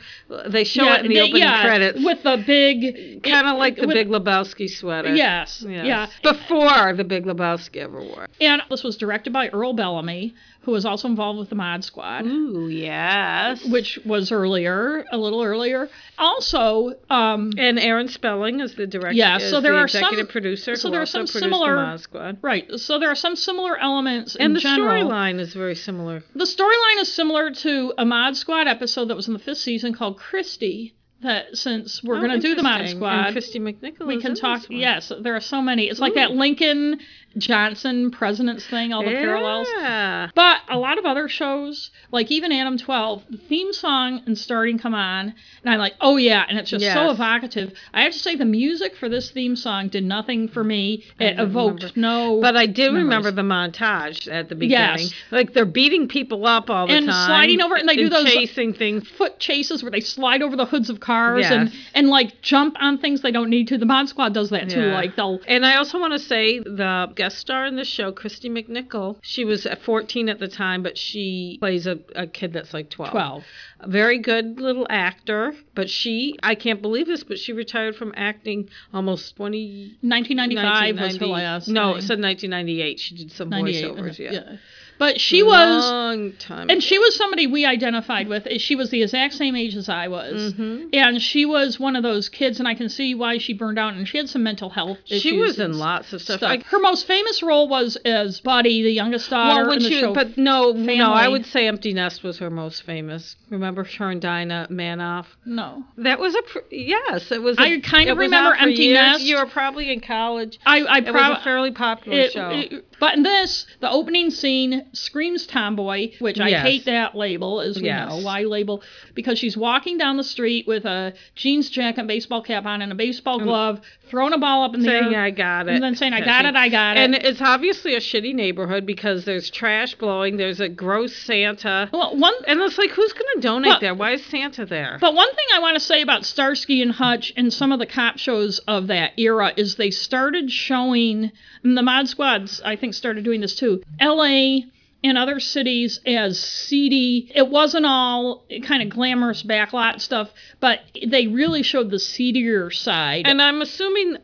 Speaker 2: They show it in the
Speaker 1: they-
Speaker 2: opening
Speaker 1: yeah,
Speaker 2: credits.
Speaker 1: with the big
Speaker 2: kind of like the
Speaker 1: with-
Speaker 2: Big Lebowski sweater.
Speaker 1: Yes, yeah.
Speaker 2: Before the Big Lebowski ever wore.
Speaker 1: And this was directed by Earl Bellamy, who was also involved with the Mod Squad.
Speaker 2: Ooh, yes. Which
Speaker 1: which was earlier, a little earlier. Also, um,
Speaker 2: and Aaron Spelling is the director.
Speaker 1: Yeah,
Speaker 2: is
Speaker 1: so there
Speaker 2: the
Speaker 1: are some-
Speaker 2: executive producer.
Speaker 1: so
Speaker 2: who
Speaker 1: there are
Speaker 2: also
Speaker 1: some
Speaker 2: produced
Speaker 1: similar-
Speaker 2: The Mod Squad.
Speaker 1: right. So there are some similar elements in
Speaker 2: And the
Speaker 1: general.
Speaker 2: storyline is very similar.
Speaker 1: The storyline is similar to a Mod Squad episode that was in the fifth season called Christie. that since we're
Speaker 2: Oh,
Speaker 1: going to do the Mod
Speaker 2: interesting.
Speaker 1: Squad,
Speaker 2: And Christy McNichol.
Speaker 1: we
Speaker 2: is
Speaker 1: can
Speaker 2: in
Speaker 1: talk.
Speaker 2: this one.
Speaker 1: Yes, there are so many. It's like that Lincoln Johnson presidents thing, all the parallels.
Speaker 2: Yeah.
Speaker 1: But a lot of other shows, like even Adam 12, the theme song and starting come on, and I'm like, oh yeah, and it's just so
Speaker 2: Yes.
Speaker 1: evocative. I have to say, the music for this theme song did nothing for me. It
Speaker 2: don't
Speaker 1: evoked no.
Speaker 2: But I did remember the montage at the beginning.
Speaker 1: Yes.
Speaker 2: Like they're beating people up all the
Speaker 1: And
Speaker 2: time.
Speaker 1: sliding over, and they do those- uh,
Speaker 2: chasing things.
Speaker 1: foot chases where they slide over the hoods of cars and,
Speaker 2: Yes.
Speaker 1: and like jump on things they don't need to. The Mod Squad does that too.
Speaker 2: Yeah.
Speaker 1: Like they'll
Speaker 2: And I also want to say the guest star in this show, Christy McNichol, she was at 14 at the time, but she plays a, a kid that's like 12.
Speaker 1: 12.
Speaker 2: A very good little actor, but she, I can't believe this, but she retired from acting almost 20.
Speaker 1: 1995 was her
Speaker 2: 1990
Speaker 1: last.
Speaker 2: No,
Speaker 1: thing.
Speaker 2: it said 1998. She did some
Speaker 1: 98,
Speaker 2: voiceovers,
Speaker 1: uh,
Speaker 2: yeah.
Speaker 1: But she was.
Speaker 2: Long time.
Speaker 1: and she was somebody we identified with. She was the exact same age as I was,
Speaker 2: Mm-hmm.
Speaker 1: and she was one of those kids. And I can see why she burned out, and she had some mental health issues.
Speaker 2: she was
Speaker 1: and
Speaker 2: in lots of stuff.
Speaker 1: stuff.
Speaker 2: I-
Speaker 1: Her most famous role was as Buddy, the youngest daughter.
Speaker 2: well, when
Speaker 1: in the
Speaker 2: she,
Speaker 1: show.
Speaker 2: but no, no, I
Speaker 1: Family.
Speaker 2: would say Empty Nest was her most famous. Remember her and Dinah Manoff?
Speaker 1: no,
Speaker 2: That was a pr- yes. It was. a-
Speaker 1: I kind of
Speaker 2: it was
Speaker 1: remember
Speaker 2: out for
Speaker 1: Empty
Speaker 2: years.
Speaker 1: Nest.
Speaker 2: You were probably in college.
Speaker 1: I I
Speaker 2: It was a
Speaker 1: probably.
Speaker 2: fairly popular show.
Speaker 1: but in this, the opening scene screams tomboy, which I
Speaker 2: Yes.
Speaker 1: hate that label, as we
Speaker 2: Yes.
Speaker 1: know. Why label? Because she's walking down the street with a jeans jacket, and baseball cap on, and a baseball glove, throwing a ball up in the
Speaker 2: saying
Speaker 1: air.
Speaker 2: I got it,
Speaker 1: and then saying, "I
Speaker 2: that
Speaker 1: got
Speaker 2: she-
Speaker 1: it, I got it."
Speaker 2: And it's obviously a shitty neighborhood because there's trash blowing. There's a gross Santa,
Speaker 1: Well, one
Speaker 2: and it's like, who's going to donate
Speaker 1: But-
Speaker 2: there? Why is Santa there?
Speaker 1: but one thing I want to say about Starsky and Hutch and some of the cop shows of that era is they started showing and the Mod Squads. I think started doing this too. L.A. and other cities as seedy. It wasn't all kind of glamorous backlot stuff, but they really showed the seedier side.
Speaker 2: and I'm assuming.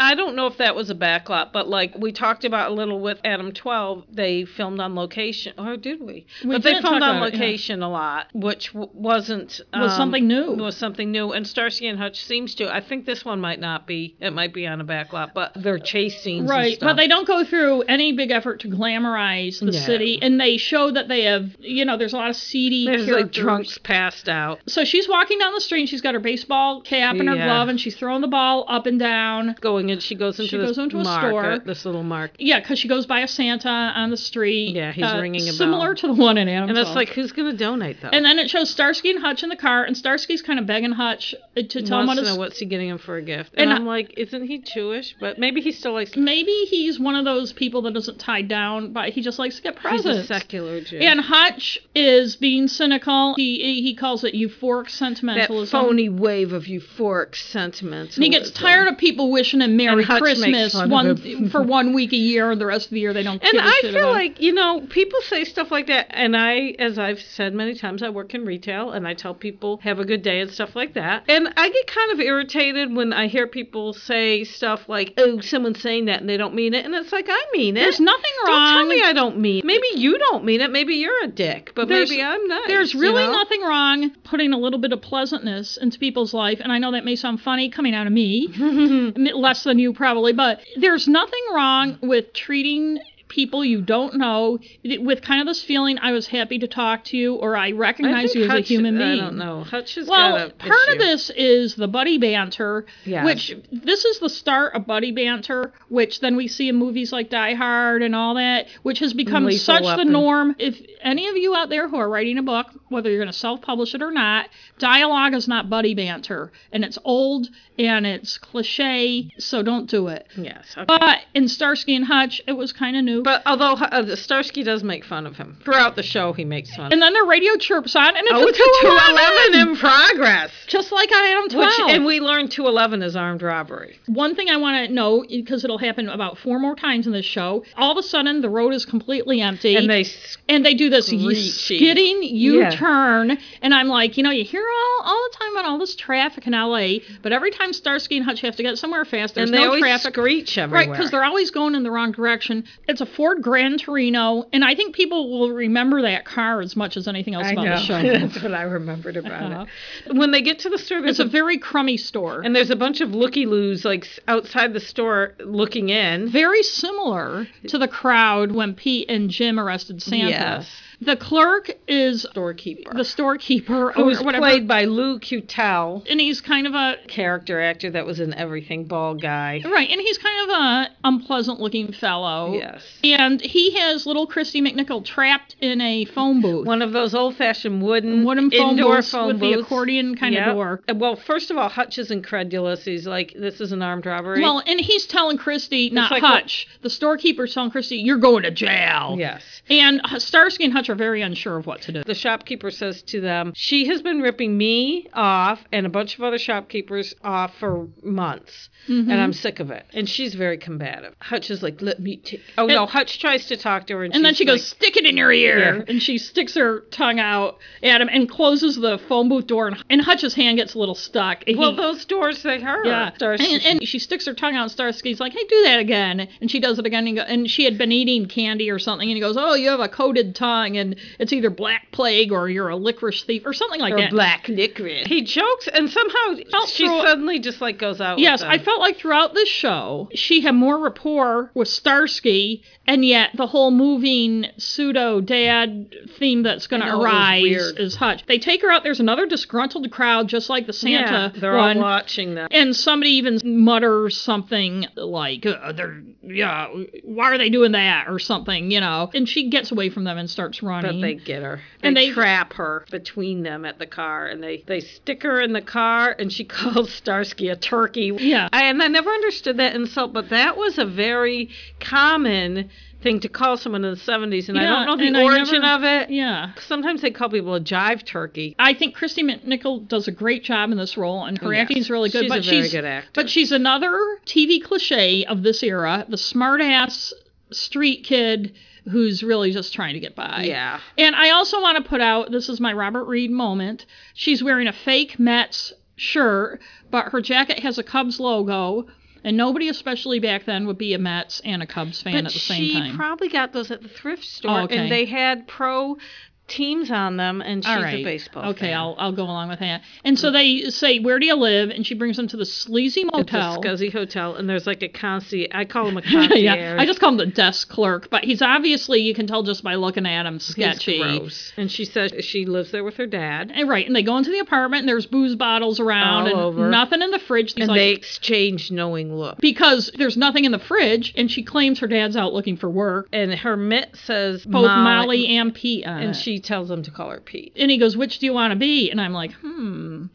Speaker 2: I don't know if that was a backlot, but like we talked about a little with Adam 12, they filmed on location. Or did we?
Speaker 1: We
Speaker 2: but they
Speaker 1: did
Speaker 2: filmed
Speaker 1: talk
Speaker 2: on
Speaker 1: about it, yeah.
Speaker 2: location a lot, which w- wasn't. um,
Speaker 1: Was something new.
Speaker 2: Was something new. And Starsky and Hutch seems to. I think this one might not be. It might be on a backlot, but they're chase scenes. and
Speaker 1: Right,
Speaker 2: stuff.
Speaker 1: but they don't go through any big effort to glamorize the
Speaker 2: No.
Speaker 1: city, and they show that they have, you know, there's a lot of seedy.
Speaker 2: There's like
Speaker 1: characters.
Speaker 2: drunks passed out.
Speaker 1: So she's walking down the street and she's got her baseball cap and her
Speaker 2: Yeah.
Speaker 1: glove and she's throwing the ball up and down.
Speaker 2: Going and she goes into
Speaker 1: She
Speaker 2: this
Speaker 1: goes into a
Speaker 2: market,
Speaker 1: store.
Speaker 2: this little market.
Speaker 1: Yeah, because she goes by a Santa on the street. uh,
Speaker 2: Yeah, he's ringing a bell.
Speaker 1: Similar to the one in Adam.
Speaker 2: And it's
Speaker 1: 12.
Speaker 2: like, who's going to donate though?
Speaker 1: And then it shows Starsky and Hutch in the car, and Starsky's kind of begging Hutch uh, to tell him
Speaker 2: wants
Speaker 1: what
Speaker 2: to know
Speaker 1: his.
Speaker 2: what's he getting him for a gift. And,
Speaker 1: And I-
Speaker 2: I'm like, isn't he Jewish? But maybe he still likes.
Speaker 1: Maybe he's one of those people that isn't tied down, but he just likes to get
Speaker 2: He's
Speaker 1: presents.
Speaker 2: a secular Jew.
Speaker 1: And Hutch is being cynical. He he calls it euphoric
Speaker 2: that
Speaker 1: sentimentalism.
Speaker 2: phony wave of euphoric sentiment.
Speaker 1: And he gets tired of people wishing him Merry
Speaker 2: And Hutch makes
Speaker 1: Christmas
Speaker 2: fun of
Speaker 1: one
Speaker 2: him.
Speaker 1: for one week a year, and the rest of the year they don't.
Speaker 2: And
Speaker 1: give a
Speaker 2: I
Speaker 1: shit
Speaker 2: feel
Speaker 1: about it.
Speaker 2: like you know people say stuff like that, and I, as I've said many times, I work in retail, and I tell people have a good day and stuff like that. And I get kind of irritated when I hear people say stuff like, "Oh, someone's saying that and they don't mean it," and it's like I mean it.
Speaker 1: there's nothing wrong.
Speaker 2: Don't tell me I don't mean. Maybe you don't mean it. Maybe you're a dick, but
Speaker 1: There's-
Speaker 2: maybe I'm nice.
Speaker 1: There's
Speaker 2: you
Speaker 1: really
Speaker 2: know?
Speaker 1: nothing wrong putting a little bit of pleasantness into people's life, and I know that may sound funny coming out of me, m- less than you probably, but there's nothing wrong with treating people you don't know with kind of this feeling I was happy to talk to you or I
Speaker 2: I
Speaker 1: recognize
Speaker 2: think
Speaker 1: you as a
Speaker 2: Hutch-
Speaker 1: human being.
Speaker 2: I don't know. Hutch has got
Speaker 1: Well,
Speaker 2: a
Speaker 1: part of
Speaker 2: issue.
Speaker 1: this is the buddy banter,
Speaker 2: Yes.
Speaker 1: which this is the start of buddy banter, which then we see in movies like Die Hard and all that, which has become
Speaker 2: Lethal
Speaker 1: such
Speaker 2: Weapon.
Speaker 1: the norm. If any of you out there who are writing a book, whether you're going to self publish it or not, dialogue is not buddy banter, and it's old and it's cliche, so don't do it.
Speaker 2: Yes. okay.
Speaker 1: But in Starsky and Hutch, it was kind of new.
Speaker 2: But although uh, Starsky does make fun of him throughout the show, he makes fun.
Speaker 1: and then the radio chirps on, and it's
Speaker 2: oh,
Speaker 1: a
Speaker 2: it's a 211 in progress.
Speaker 1: just like on Adam 12.
Speaker 2: Which, and we learned 211 is armed robbery.
Speaker 1: One thing I want to know, because it'll happen about four more times in this show, all of a sudden the road is completely empty.
Speaker 2: And they s-
Speaker 1: and they do this y-
Speaker 2: Screechy.
Speaker 1: skidding U
Speaker 2: Yeah.
Speaker 1: turn. And I'm like, you know, you hear all, all the time about all this traffic in LA, but every time Starsky and Hutch have to get somewhere fast, there's
Speaker 2: and they
Speaker 1: no
Speaker 2: always
Speaker 1: traffic.
Speaker 2: screech everywhere.
Speaker 1: Right, because they're always going in the wrong direction. It's a Ford Grand Torino, and I think people will remember that car as much as anything else
Speaker 2: I
Speaker 1: about
Speaker 2: know.
Speaker 1: the show.
Speaker 2: That's what I remembered about it. Uh-huh. When they get to the store,
Speaker 1: It's
Speaker 2: there's
Speaker 1: a
Speaker 2: a,
Speaker 1: very crummy store.
Speaker 2: and there's a bunch of looky loos like s- outside the store looking in.
Speaker 1: very similar to the crowd when Pete and Jim arrested Santa.
Speaker 2: Yes.
Speaker 1: The clerk is
Speaker 2: Storekeeper.
Speaker 1: the storekeeper or
Speaker 2: who's
Speaker 1: whatever.
Speaker 2: played by Lou Cutel,
Speaker 1: and he's kind of a
Speaker 2: character actor that was in everything, bald guy.
Speaker 1: right, and he's kind of a unpleasant looking fellow.
Speaker 2: Yes.
Speaker 1: And he has little Christy McNichol trapped in a phone booth.
Speaker 2: One of those old fashioned wooden,
Speaker 1: Wooden phone
Speaker 2: indoor
Speaker 1: booths
Speaker 2: phone
Speaker 1: with the
Speaker 2: booths.
Speaker 1: accordion kind of door.
Speaker 2: Uh, Well, first of all, Hutch is incredulous. He's like, this is an armed robbery.
Speaker 1: well, and he's telling Christy, not
Speaker 2: like
Speaker 1: Hutch. The storekeeper's telling Christy, "You're going to jail."
Speaker 2: yes.
Speaker 1: And uh, Starsky and Hutch are very unsure of what to do.
Speaker 2: The shopkeeper says to them, She has been ripping me off and a bunch of other shopkeepers off for months,
Speaker 1: Mm-hmm.
Speaker 2: and I'm sick of it. And she's very combative. Hutch is like, Let me take. Oh, no. Hutch tries to talk to her, and,
Speaker 1: And then
Speaker 2: she's
Speaker 1: she goes,
Speaker 2: like-
Speaker 1: stick it in your ear.
Speaker 2: Yeah.
Speaker 1: And she sticks her tongue out at him and closes the phone booth door. And, and Hutch's hand gets a little stuck. And
Speaker 2: Well,
Speaker 1: he-
Speaker 2: those doors, they hurt.
Speaker 1: yeah.
Speaker 2: Starsky-
Speaker 1: And, and she sticks her tongue out. And Starsky's like, hey, do that again. And she does it again. And, go, and she had been eating candy or something. And he goes, oh, you have a coated tongue. And it's either black plague or you're a licorice thief or something like that.
Speaker 2: black licorice. He jokes, and somehow
Speaker 1: Felt
Speaker 2: she
Speaker 1: through-
Speaker 2: suddenly just like goes out.
Speaker 1: Yes,
Speaker 2: with
Speaker 1: I
Speaker 2: them.
Speaker 1: felt like throughout this show, she had more rapport with Starsky, and yet the whole moving pseudo dad theme that's going
Speaker 2: I
Speaker 1: to
Speaker 2: know, it was
Speaker 1: arise
Speaker 2: weird.
Speaker 1: is Hutch. They take her out. There's another disgruntled crowd, just like the Santa
Speaker 2: Yeah, they're
Speaker 1: one.
Speaker 2: all watching them.
Speaker 1: and somebody even mutters something like, uh, "They're yeah, why are they doing that?" or something, you know. And she gets away from them and starts running.
Speaker 2: But they get her.
Speaker 1: And
Speaker 2: they
Speaker 1: they-
Speaker 2: trap her between them at the car, and they they stick her in the car, and she calls Starsky a turkey.
Speaker 1: Yeah.
Speaker 2: I, and I never understood that insult, but that was a very common thing to call someone in the seventies, and I
Speaker 1: Yeah,
Speaker 2: don't know
Speaker 1: and
Speaker 2: the
Speaker 1: I
Speaker 2: origin
Speaker 1: never-
Speaker 2: of it.
Speaker 1: yeah.
Speaker 2: Sometimes they call people a jive turkey.
Speaker 1: I think Christy McNichol does a great job in this role, and her
Speaker 2: Oh, Yes.
Speaker 1: acting is really good.
Speaker 2: She's
Speaker 1: but
Speaker 2: a very
Speaker 1: she's
Speaker 2: good actor.
Speaker 1: But she's another TV cliche of this era: the smartass street kid who's really just trying to get by.
Speaker 2: Yeah.
Speaker 1: And I also want to put out this is my Robert Reed moment. She's wearing a fake Mets shirt, but her jacket has a Cubs logo. And nobody, especially back then, would be a Mets and a Cubs fan at the same
Speaker 2: she
Speaker 1: time.
Speaker 2: probably got those at the thrift store,
Speaker 1: Oh, okay.
Speaker 2: and they had pro teams on them, and she's
Speaker 1: All right.
Speaker 2: a baseball.
Speaker 1: Okay,
Speaker 2: fan.
Speaker 1: I'll I'll go along with that. And so they say, "Where do you live?" And she brings them to the sleazy
Speaker 2: It's a
Speaker 1: motel.
Speaker 2: scuzzy hotel, and there's like a concierge. I call him a concierge.
Speaker 1: yeah, I just call him the desk clerk, but he's obviously you can tell just by looking at him
Speaker 2: He's
Speaker 1: sketchy.
Speaker 2: gross. And she says she lives there with her dad.
Speaker 1: And right, and they go into the apartment and there's booze bottles around
Speaker 2: All
Speaker 1: and
Speaker 2: over.
Speaker 1: nothing in the fridge. He's
Speaker 2: And
Speaker 1: like,
Speaker 2: they exchange knowing looks.
Speaker 1: because there's nothing in the fridge, and she claims her dad's out looking for work.
Speaker 2: And her mitt says
Speaker 1: Both Molly, and uh, Pete, on
Speaker 2: and
Speaker 1: it.
Speaker 2: she tells him to call her Pete.
Speaker 1: and he goes, "Which do you want to be?" And I'm like, "Hmm."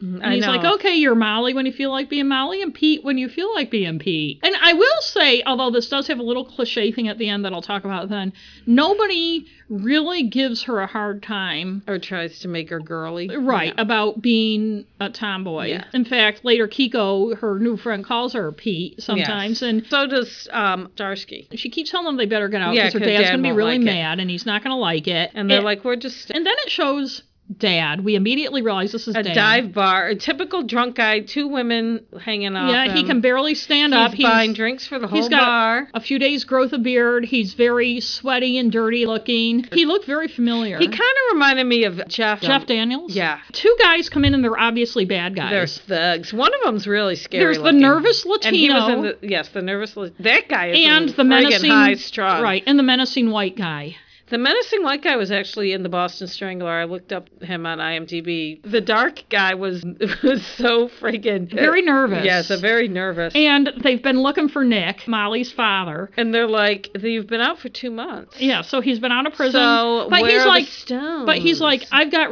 Speaker 1: And
Speaker 2: Mm-hmm. I
Speaker 1: he's
Speaker 2: know.
Speaker 1: like, "Okay, you're Molly when you feel like being Molly, and Pete when you feel like being Pete." And I will say, although this does have a little cliche thing at the end that I'll talk about then, nobody really gives her a hard time.
Speaker 2: Or tries to make her girly.
Speaker 1: Right, about being a tomboy.
Speaker 2: Yeah.
Speaker 1: In fact, later Kiko, her new friend, calls her Pete
Speaker 2: Yes.
Speaker 1: sometimes, and
Speaker 2: so does um, Darsky.
Speaker 1: she keeps telling them they better get out
Speaker 2: Yeah,
Speaker 1: because her
Speaker 2: 'cause
Speaker 1: dad's
Speaker 2: Dad
Speaker 1: going to be
Speaker 2: won't
Speaker 1: really
Speaker 2: like it.
Speaker 1: mad and he's not going to like it.
Speaker 2: And they're
Speaker 1: It-
Speaker 2: like, we're just
Speaker 1: and then it shows Dad. We immediately realize this is
Speaker 2: a
Speaker 1: Dad.
Speaker 2: dive bar, a typical drunk guy, two women hanging off.
Speaker 1: Yeah, he
Speaker 2: him.
Speaker 1: can barely stand
Speaker 2: He's
Speaker 1: up.
Speaker 2: buying drinks for the whole
Speaker 1: he's got
Speaker 2: bar.
Speaker 1: a few days' growth of beard. He's very sweaty and dirty looking. He looked very familiar.
Speaker 2: He kind of reminded me of Jeff.
Speaker 1: Jeff Daniels.
Speaker 2: Yeah.
Speaker 1: Two guys come in and they're obviously bad guys.
Speaker 2: There's thugs. One of them's really scary.
Speaker 1: There's the
Speaker 2: looking.
Speaker 1: nervous
Speaker 2: And he was in
Speaker 1: Latino.
Speaker 2: the yes, the nervous. Lat- That guy is
Speaker 1: and the
Speaker 2: friggin'
Speaker 1: menacing
Speaker 2: high strung.
Speaker 1: right, and the menacing white guy.
Speaker 2: The menacing white guy was actually in the Boston Strangler. I looked up him on IMDb. The dark guy was was so friggin'
Speaker 1: Very nervous.
Speaker 2: Yes, a very nervous.
Speaker 1: And they've been looking for Nick, Molly's father.
Speaker 2: and they're like, you've been out for two months.
Speaker 1: Yeah, so he's been out of prison.
Speaker 2: So
Speaker 1: but
Speaker 2: where
Speaker 1: he's
Speaker 2: are
Speaker 1: like
Speaker 2: the stones?
Speaker 1: But he's like, I've got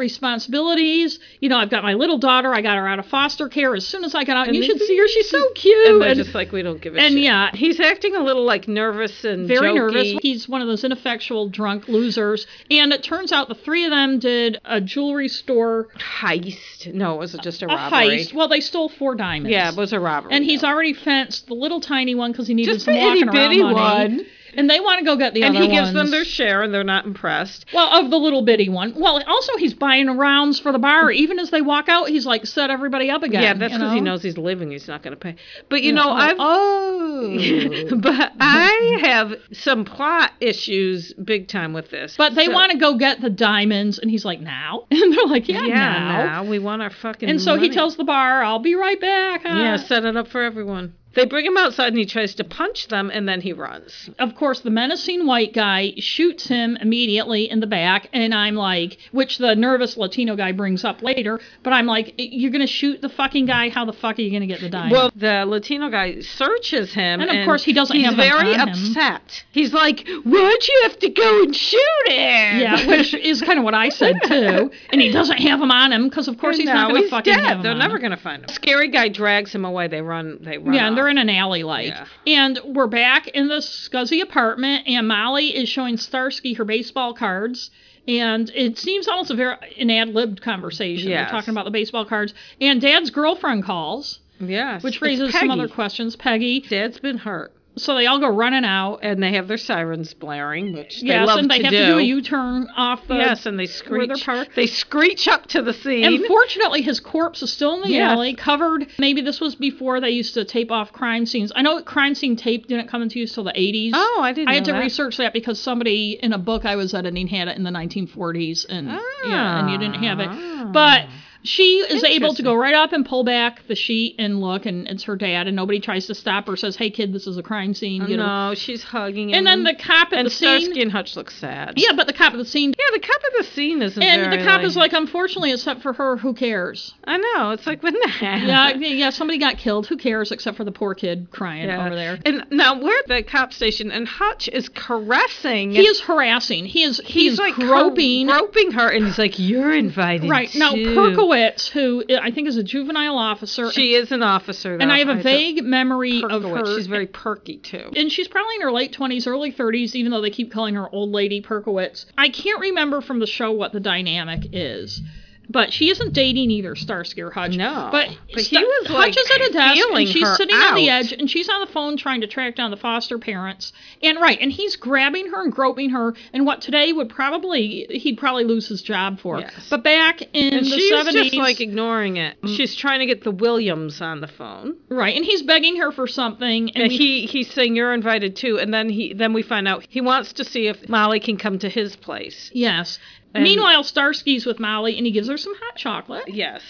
Speaker 1: responsibilities. You know, I've got my little daughter. I got her out of foster care as soon as I got out. And you
Speaker 2: they-
Speaker 1: should see her. She's so cute.
Speaker 2: and they're
Speaker 1: And-
Speaker 2: just like, we don't give a
Speaker 1: and
Speaker 2: shit.
Speaker 1: yeah.
Speaker 2: he's acting a little like nervous and
Speaker 1: very
Speaker 2: jokey.
Speaker 1: nervous. He's one of those ineffectual drunk losers. And it turns out the three of them did a jewelry store
Speaker 2: heist. No, it was just a,
Speaker 1: a
Speaker 2: robbery.
Speaker 1: heist. Well, they stole four diamonds.
Speaker 2: Yeah, it was a robbery.
Speaker 1: and he's already fenced the little tiny one because he needed
Speaker 2: Just
Speaker 1: some
Speaker 2: the
Speaker 1: walking around
Speaker 2: itty-bitty
Speaker 1: money.
Speaker 2: one.
Speaker 1: And they want to go get the
Speaker 2: and
Speaker 1: other
Speaker 2: he gives them
Speaker 1: ones.
Speaker 2: their share, and they're not impressed.
Speaker 1: well of the little bitty one. Well, also he's buying rounds for the bar. Even as they walk out, he's like set everybody up again.
Speaker 2: Yeah, that's
Speaker 1: you
Speaker 2: because he
Speaker 1: know?
Speaker 2: knows he's living. He's not going to pay. But you know, I've
Speaker 1: oh.
Speaker 2: but I have some plot issues big time with this.
Speaker 1: But they
Speaker 2: So-
Speaker 1: want to go get the diamonds, and he's like, now? And they're like, yeah,
Speaker 2: yeah
Speaker 1: now.
Speaker 2: now. we want our fucking
Speaker 1: And so he
Speaker 2: money.
Speaker 1: tells the bar, I'll be right back. huh?"
Speaker 2: yeah set it up for everyone. They bring him outside and he tries to punch them and then he runs.
Speaker 1: Of course, the menacing white guy shoots him immediately in the back, and I'm like, which the nervous Latino guy brings up later, but I'm like, you're going to shoot the fucking guy? How the fuck are you going to get the diamond?
Speaker 2: Well, the Latino guy searches him,
Speaker 1: And of course he doesn't
Speaker 2: He's
Speaker 1: have them
Speaker 2: very
Speaker 1: on him.
Speaker 2: upset. He's like, "Why'd you have to go and shoot him?"
Speaker 1: yeah, which is kind of what I said too. And he doesn't have him on him because, of course, he's
Speaker 2: now
Speaker 1: not going to
Speaker 2: he's
Speaker 1: fucking have
Speaker 2: dead.
Speaker 1: him
Speaker 2: They're
Speaker 1: on
Speaker 2: never
Speaker 1: him.
Speaker 2: going to find him. Scary guy drags him away. They run. They run.
Speaker 1: Yeah, and they're
Speaker 2: off.
Speaker 1: in an alley like.
Speaker 2: Yeah.
Speaker 1: And we're back in the scuzzy apartment, and Molly is showing Starsky her baseball cards. And it seems almost a very an ad libbed conversation.
Speaker 2: Yes.
Speaker 1: They're talking about the baseball cards. And Dad's girlfriend calls,
Speaker 2: yes,
Speaker 1: which
Speaker 2: it's
Speaker 1: raises some
Speaker 2: Peggy.
Speaker 1: other questions. Peggy.
Speaker 2: Dad's been hurt,
Speaker 1: So they all go running out.
Speaker 2: and they have their sirens blaring, which they
Speaker 1: yes,
Speaker 2: love
Speaker 1: and they
Speaker 2: to
Speaker 1: have
Speaker 2: do.
Speaker 1: to do a U turn off the.
Speaker 2: yes, and they
Speaker 1: where they're
Speaker 2: screech.
Speaker 1: parked.
Speaker 2: They screech up to the scene.
Speaker 1: And fortunately, his corpse is still in the
Speaker 2: Yes.
Speaker 1: alley, covered. Maybe this was before they used to tape off crime scenes. I know crime scene tape didn't come into use till the 80s.
Speaker 2: oh, I didn't.
Speaker 1: I
Speaker 2: know
Speaker 1: had to
Speaker 2: that.
Speaker 1: research that because somebody in a book I was editing had it in the 1940s, and yeah, and you didn't have
Speaker 2: Ah.
Speaker 1: it. But she is able to
Speaker 2: Interesting.
Speaker 1: go right up and pull back the sheet and look, and it's her dad, and nobody tries to stop her. Says, "Hey, kid, this is a crime scene." You know.
Speaker 2: No, she's hugging him.
Speaker 1: And then the cop at
Speaker 2: and
Speaker 1: the scene.
Speaker 2: Starsky and Hutch look sad.
Speaker 1: Yeah, but the cop at the scene.
Speaker 2: Yeah, the cop at the scene isn't.
Speaker 1: And the
Speaker 2: very,
Speaker 1: cop is like, unfortunately, except for her, who cares?
Speaker 2: I know. It's like when the heck?
Speaker 1: Yeah, yeah, yeah, somebody got killed. Who cares except for the poor kid crying
Speaker 2: Yeah.
Speaker 1: over there?
Speaker 2: And now we're at the cop station, and Hutch is caressing.
Speaker 1: He is harassing. He is he's,
Speaker 2: like
Speaker 1: groping.
Speaker 2: her, groping her, and he's like, "You're invited."
Speaker 1: Right now,
Speaker 2: too."
Speaker 1: Perkowitz, who I think is a juvenile officer,
Speaker 2: She is an officer, though.
Speaker 1: and I have a
Speaker 2: don't-
Speaker 1: vague memory of
Speaker 2: Perkowitz.
Speaker 1: her.
Speaker 2: She's very perky too.
Speaker 1: and she's probably in her late 20s, early 30s, even though they keep calling her Old Lady Perkowitz. I can't remember from the show what the dynamic is, but she isn't dating either Starsky or Hutch.
Speaker 2: No.
Speaker 1: But,
Speaker 2: But he
Speaker 1: Sta-
Speaker 2: was,
Speaker 1: Hutch
Speaker 2: like,
Speaker 1: is at a desk,
Speaker 2: feeling
Speaker 1: and she's
Speaker 2: her
Speaker 1: sitting on the
Speaker 2: out.
Speaker 1: edge, and she's on the phone trying to track down the foster parents. And right, and he's grabbing her and groping her, and what today would probably, he'd probably lose his job for.
Speaker 2: Yes.
Speaker 1: But back in
Speaker 2: And
Speaker 1: the Mm.
Speaker 2: she's
Speaker 1: 70s.
Speaker 2: just like ignoring it. She's trying to get the Williams on the phone.
Speaker 1: Right, and he's begging her for something, and,
Speaker 2: And
Speaker 1: we-
Speaker 2: he he's saying you're invited too, and then he then we find out he wants to see if Molly can come to his place.
Speaker 1: yes. Meanwhile, Starsky's with Molly, and he gives her some hot chocolate
Speaker 2: Yes,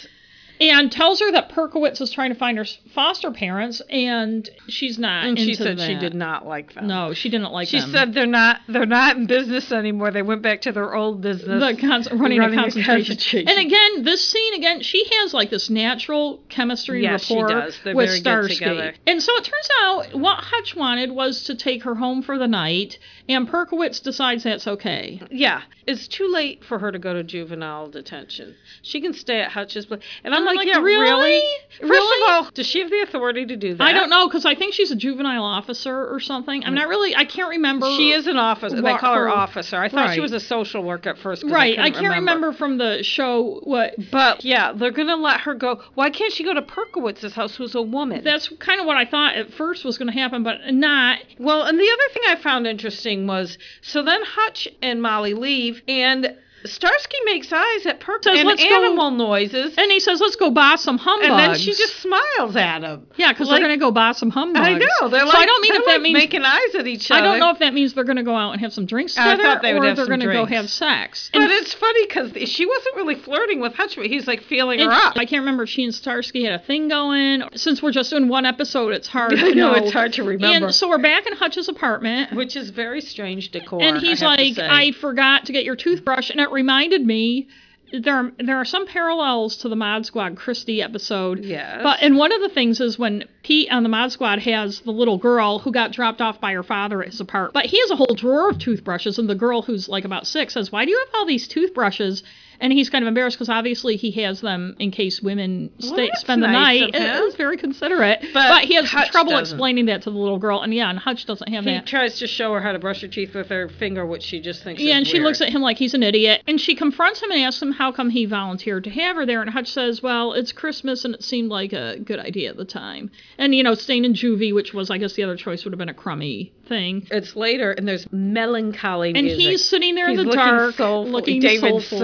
Speaker 1: and tells her that Perkowitz is trying to find her s- foster parents, and she's not.
Speaker 2: and she
Speaker 1: into
Speaker 2: said she
Speaker 1: that.
Speaker 2: did not like them.
Speaker 1: No, she didn't like.
Speaker 2: She
Speaker 1: them.
Speaker 2: said they're not they're not in business anymore. They went back to their old business.
Speaker 1: the cons- running,
Speaker 2: running
Speaker 1: a
Speaker 2: a
Speaker 1: concentration.
Speaker 2: concentration.
Speaker 1: And again, this scene again, she has like this natural chemistry
Speaker 2: Yes, she
Speaker 1: rapport
Speaker 2: does. They're
Speaker 1: with
Speaker 2: very good
Speaker 1: Starsky.
Speaker 2: together.
Speaker 1: And so it turns out what Hutch wanted was to take her home for the night, and Perkowitz decides that's okay.
Speaker 2: yeah, it's too late for her to go to juvenile detention. She can stay at Hutch's place. And I'm, like,
Speaker 1: like,
Speaker 2: yeah,
Speaker 1: really?
Speaker 2: really? First
Speaker 1: Really?
Speaker 2: of all, does she have the authority to do that?
Speaker 1: I don't know because I think she's a juvenile officer or something. I'm not really. I can't remember.
Speaker 2: Mm. She is an officer. They
Speaker 1: What
Speaker 2: call her
Speaker 1: her-
Speaker 2: officer. I thought
Speaker 1: Right.
Speaker 2: she was a social worker at first. 'cause
Speaker 1: right. I,
Speaker 2: couldn't
Speaker 1: can't remember. from the show what.
Speaker 2: But yeah, they're gonna let her go. Why can't she go to Perkowitz's house, who's a woman?
Speaker 1: That's kind of what I thought at first was going to happen, but not.
Speaker 2: Well, and the other thing I found interesting was so then Hutch and Molly leave, and Starsky makes eyes at Perk
Speaker 1: Says,
Speaker 2: and
Speaker 1: "Let's go-
Speaker 2: animal noises, and,
Speaker 1: And he says, "Let's go buy some humbugs."
Speaker 2: then she just smiles at him.
Speaker 1: yeah, because
Speaker 2: like-
Speaker 1: they're going to go buy some humbugs.
Speaker 2: I know. They're
Speaker 1: so
Speaker 2: like,
Speaker 1: I don't mean
Speaker 2: they're
Speaker 1: if that
Speaker 2: like
Speaker 1: means
Speaker 2: making eyes at each other.
Speaker 1: I don't know if that means they're going to go out and have some drinks
Speaker 2: I
Speaker 1: together,
Speaker 2: thought they would
Speaker 1: or
Speaker 2: have
Speaker 1: they're
Speaker 2: some
Speaker 1: to go
Speaker 2: drinks.
Speaker 1: have sex.
Speaker 2: But
Speaker 1: And-
Speaker 2: it's funny because she wasn't really flirting with Hutch, but he's like feeling
Speaker 1: and
Speaker 2: her up.
Speaker 1: I can't remember if she and Starsky had a thing going. Since we're just doing one episode, it's hard.
Speaker 2: I
Speaker 1: to
Speaker 2: know, it's hard to remember.
Speaker 1: And so we're back in Hutch's apartment.
Speaker 2: which is very strange decor.
Speaker 1: and
Speaker 2: I
Speaker 1: he's
Speaker 2: have to
Speaker 1: like,
Speaker 2: say.
Speaker 1: I forgot to get your toothbrush, and it reminded me. There, are, there are some parallels to the Mod Squad Christie episode.
Speaker 2: Yes.
Speaker 1: But and one of the things is when Pete on the Mod Squad has the little girl who got dropped off by her father at his apartment. But he has a whole drawer of toothbrushes, and the girl who's like about six says, "Why do you have all these toothbrushes?" And he's kind of embarrassed because obviously he has them in case women stay,
Speaker 2: that's
Speaker 1: spend the
Speaker 2: nice
Speaker 1: night.
Speaker 2: of
Speaker 1: It
Speaker 2: him.
Speaker 1: was very considerate, but, he has
Speaker 2: Hutch
Speaker 1: trouble
Speaker 2: doesn't.
Speaker 1: explaining that to the little girl. And yeah, and Hutch doesn't have
Speaker 2: he
Speaker 1: that.
Speaker 2: tries to show her how to brush her teeth with her finger, which she just thinks.
Speaker 1: Yeah,
Speaker 2: is
Speaker 1: and she
Speaker 2: weird.
Speaker 1: looks at him like he's an idiot. And she confronts him and asks him how come he volunteered to have her there. And Hutch says, Well, it's Christmas and it seemed like a good idea at the time. And, you know, staying in juvie, which was, I guess, the other choice would have been a crummy thing.
Speaker 2: It's later, and there's melancholy
Speaker 1: And
Speaker 2: music.
Speaker 1: he's sitting there
Speaker 2: He's
Speaker 1: in the
Speaker 2: looking
Speaker 1: dark,
Speaker 2: soulful.
Speaker 1: looking
Speaker 2: David
Speaker 1: soulful.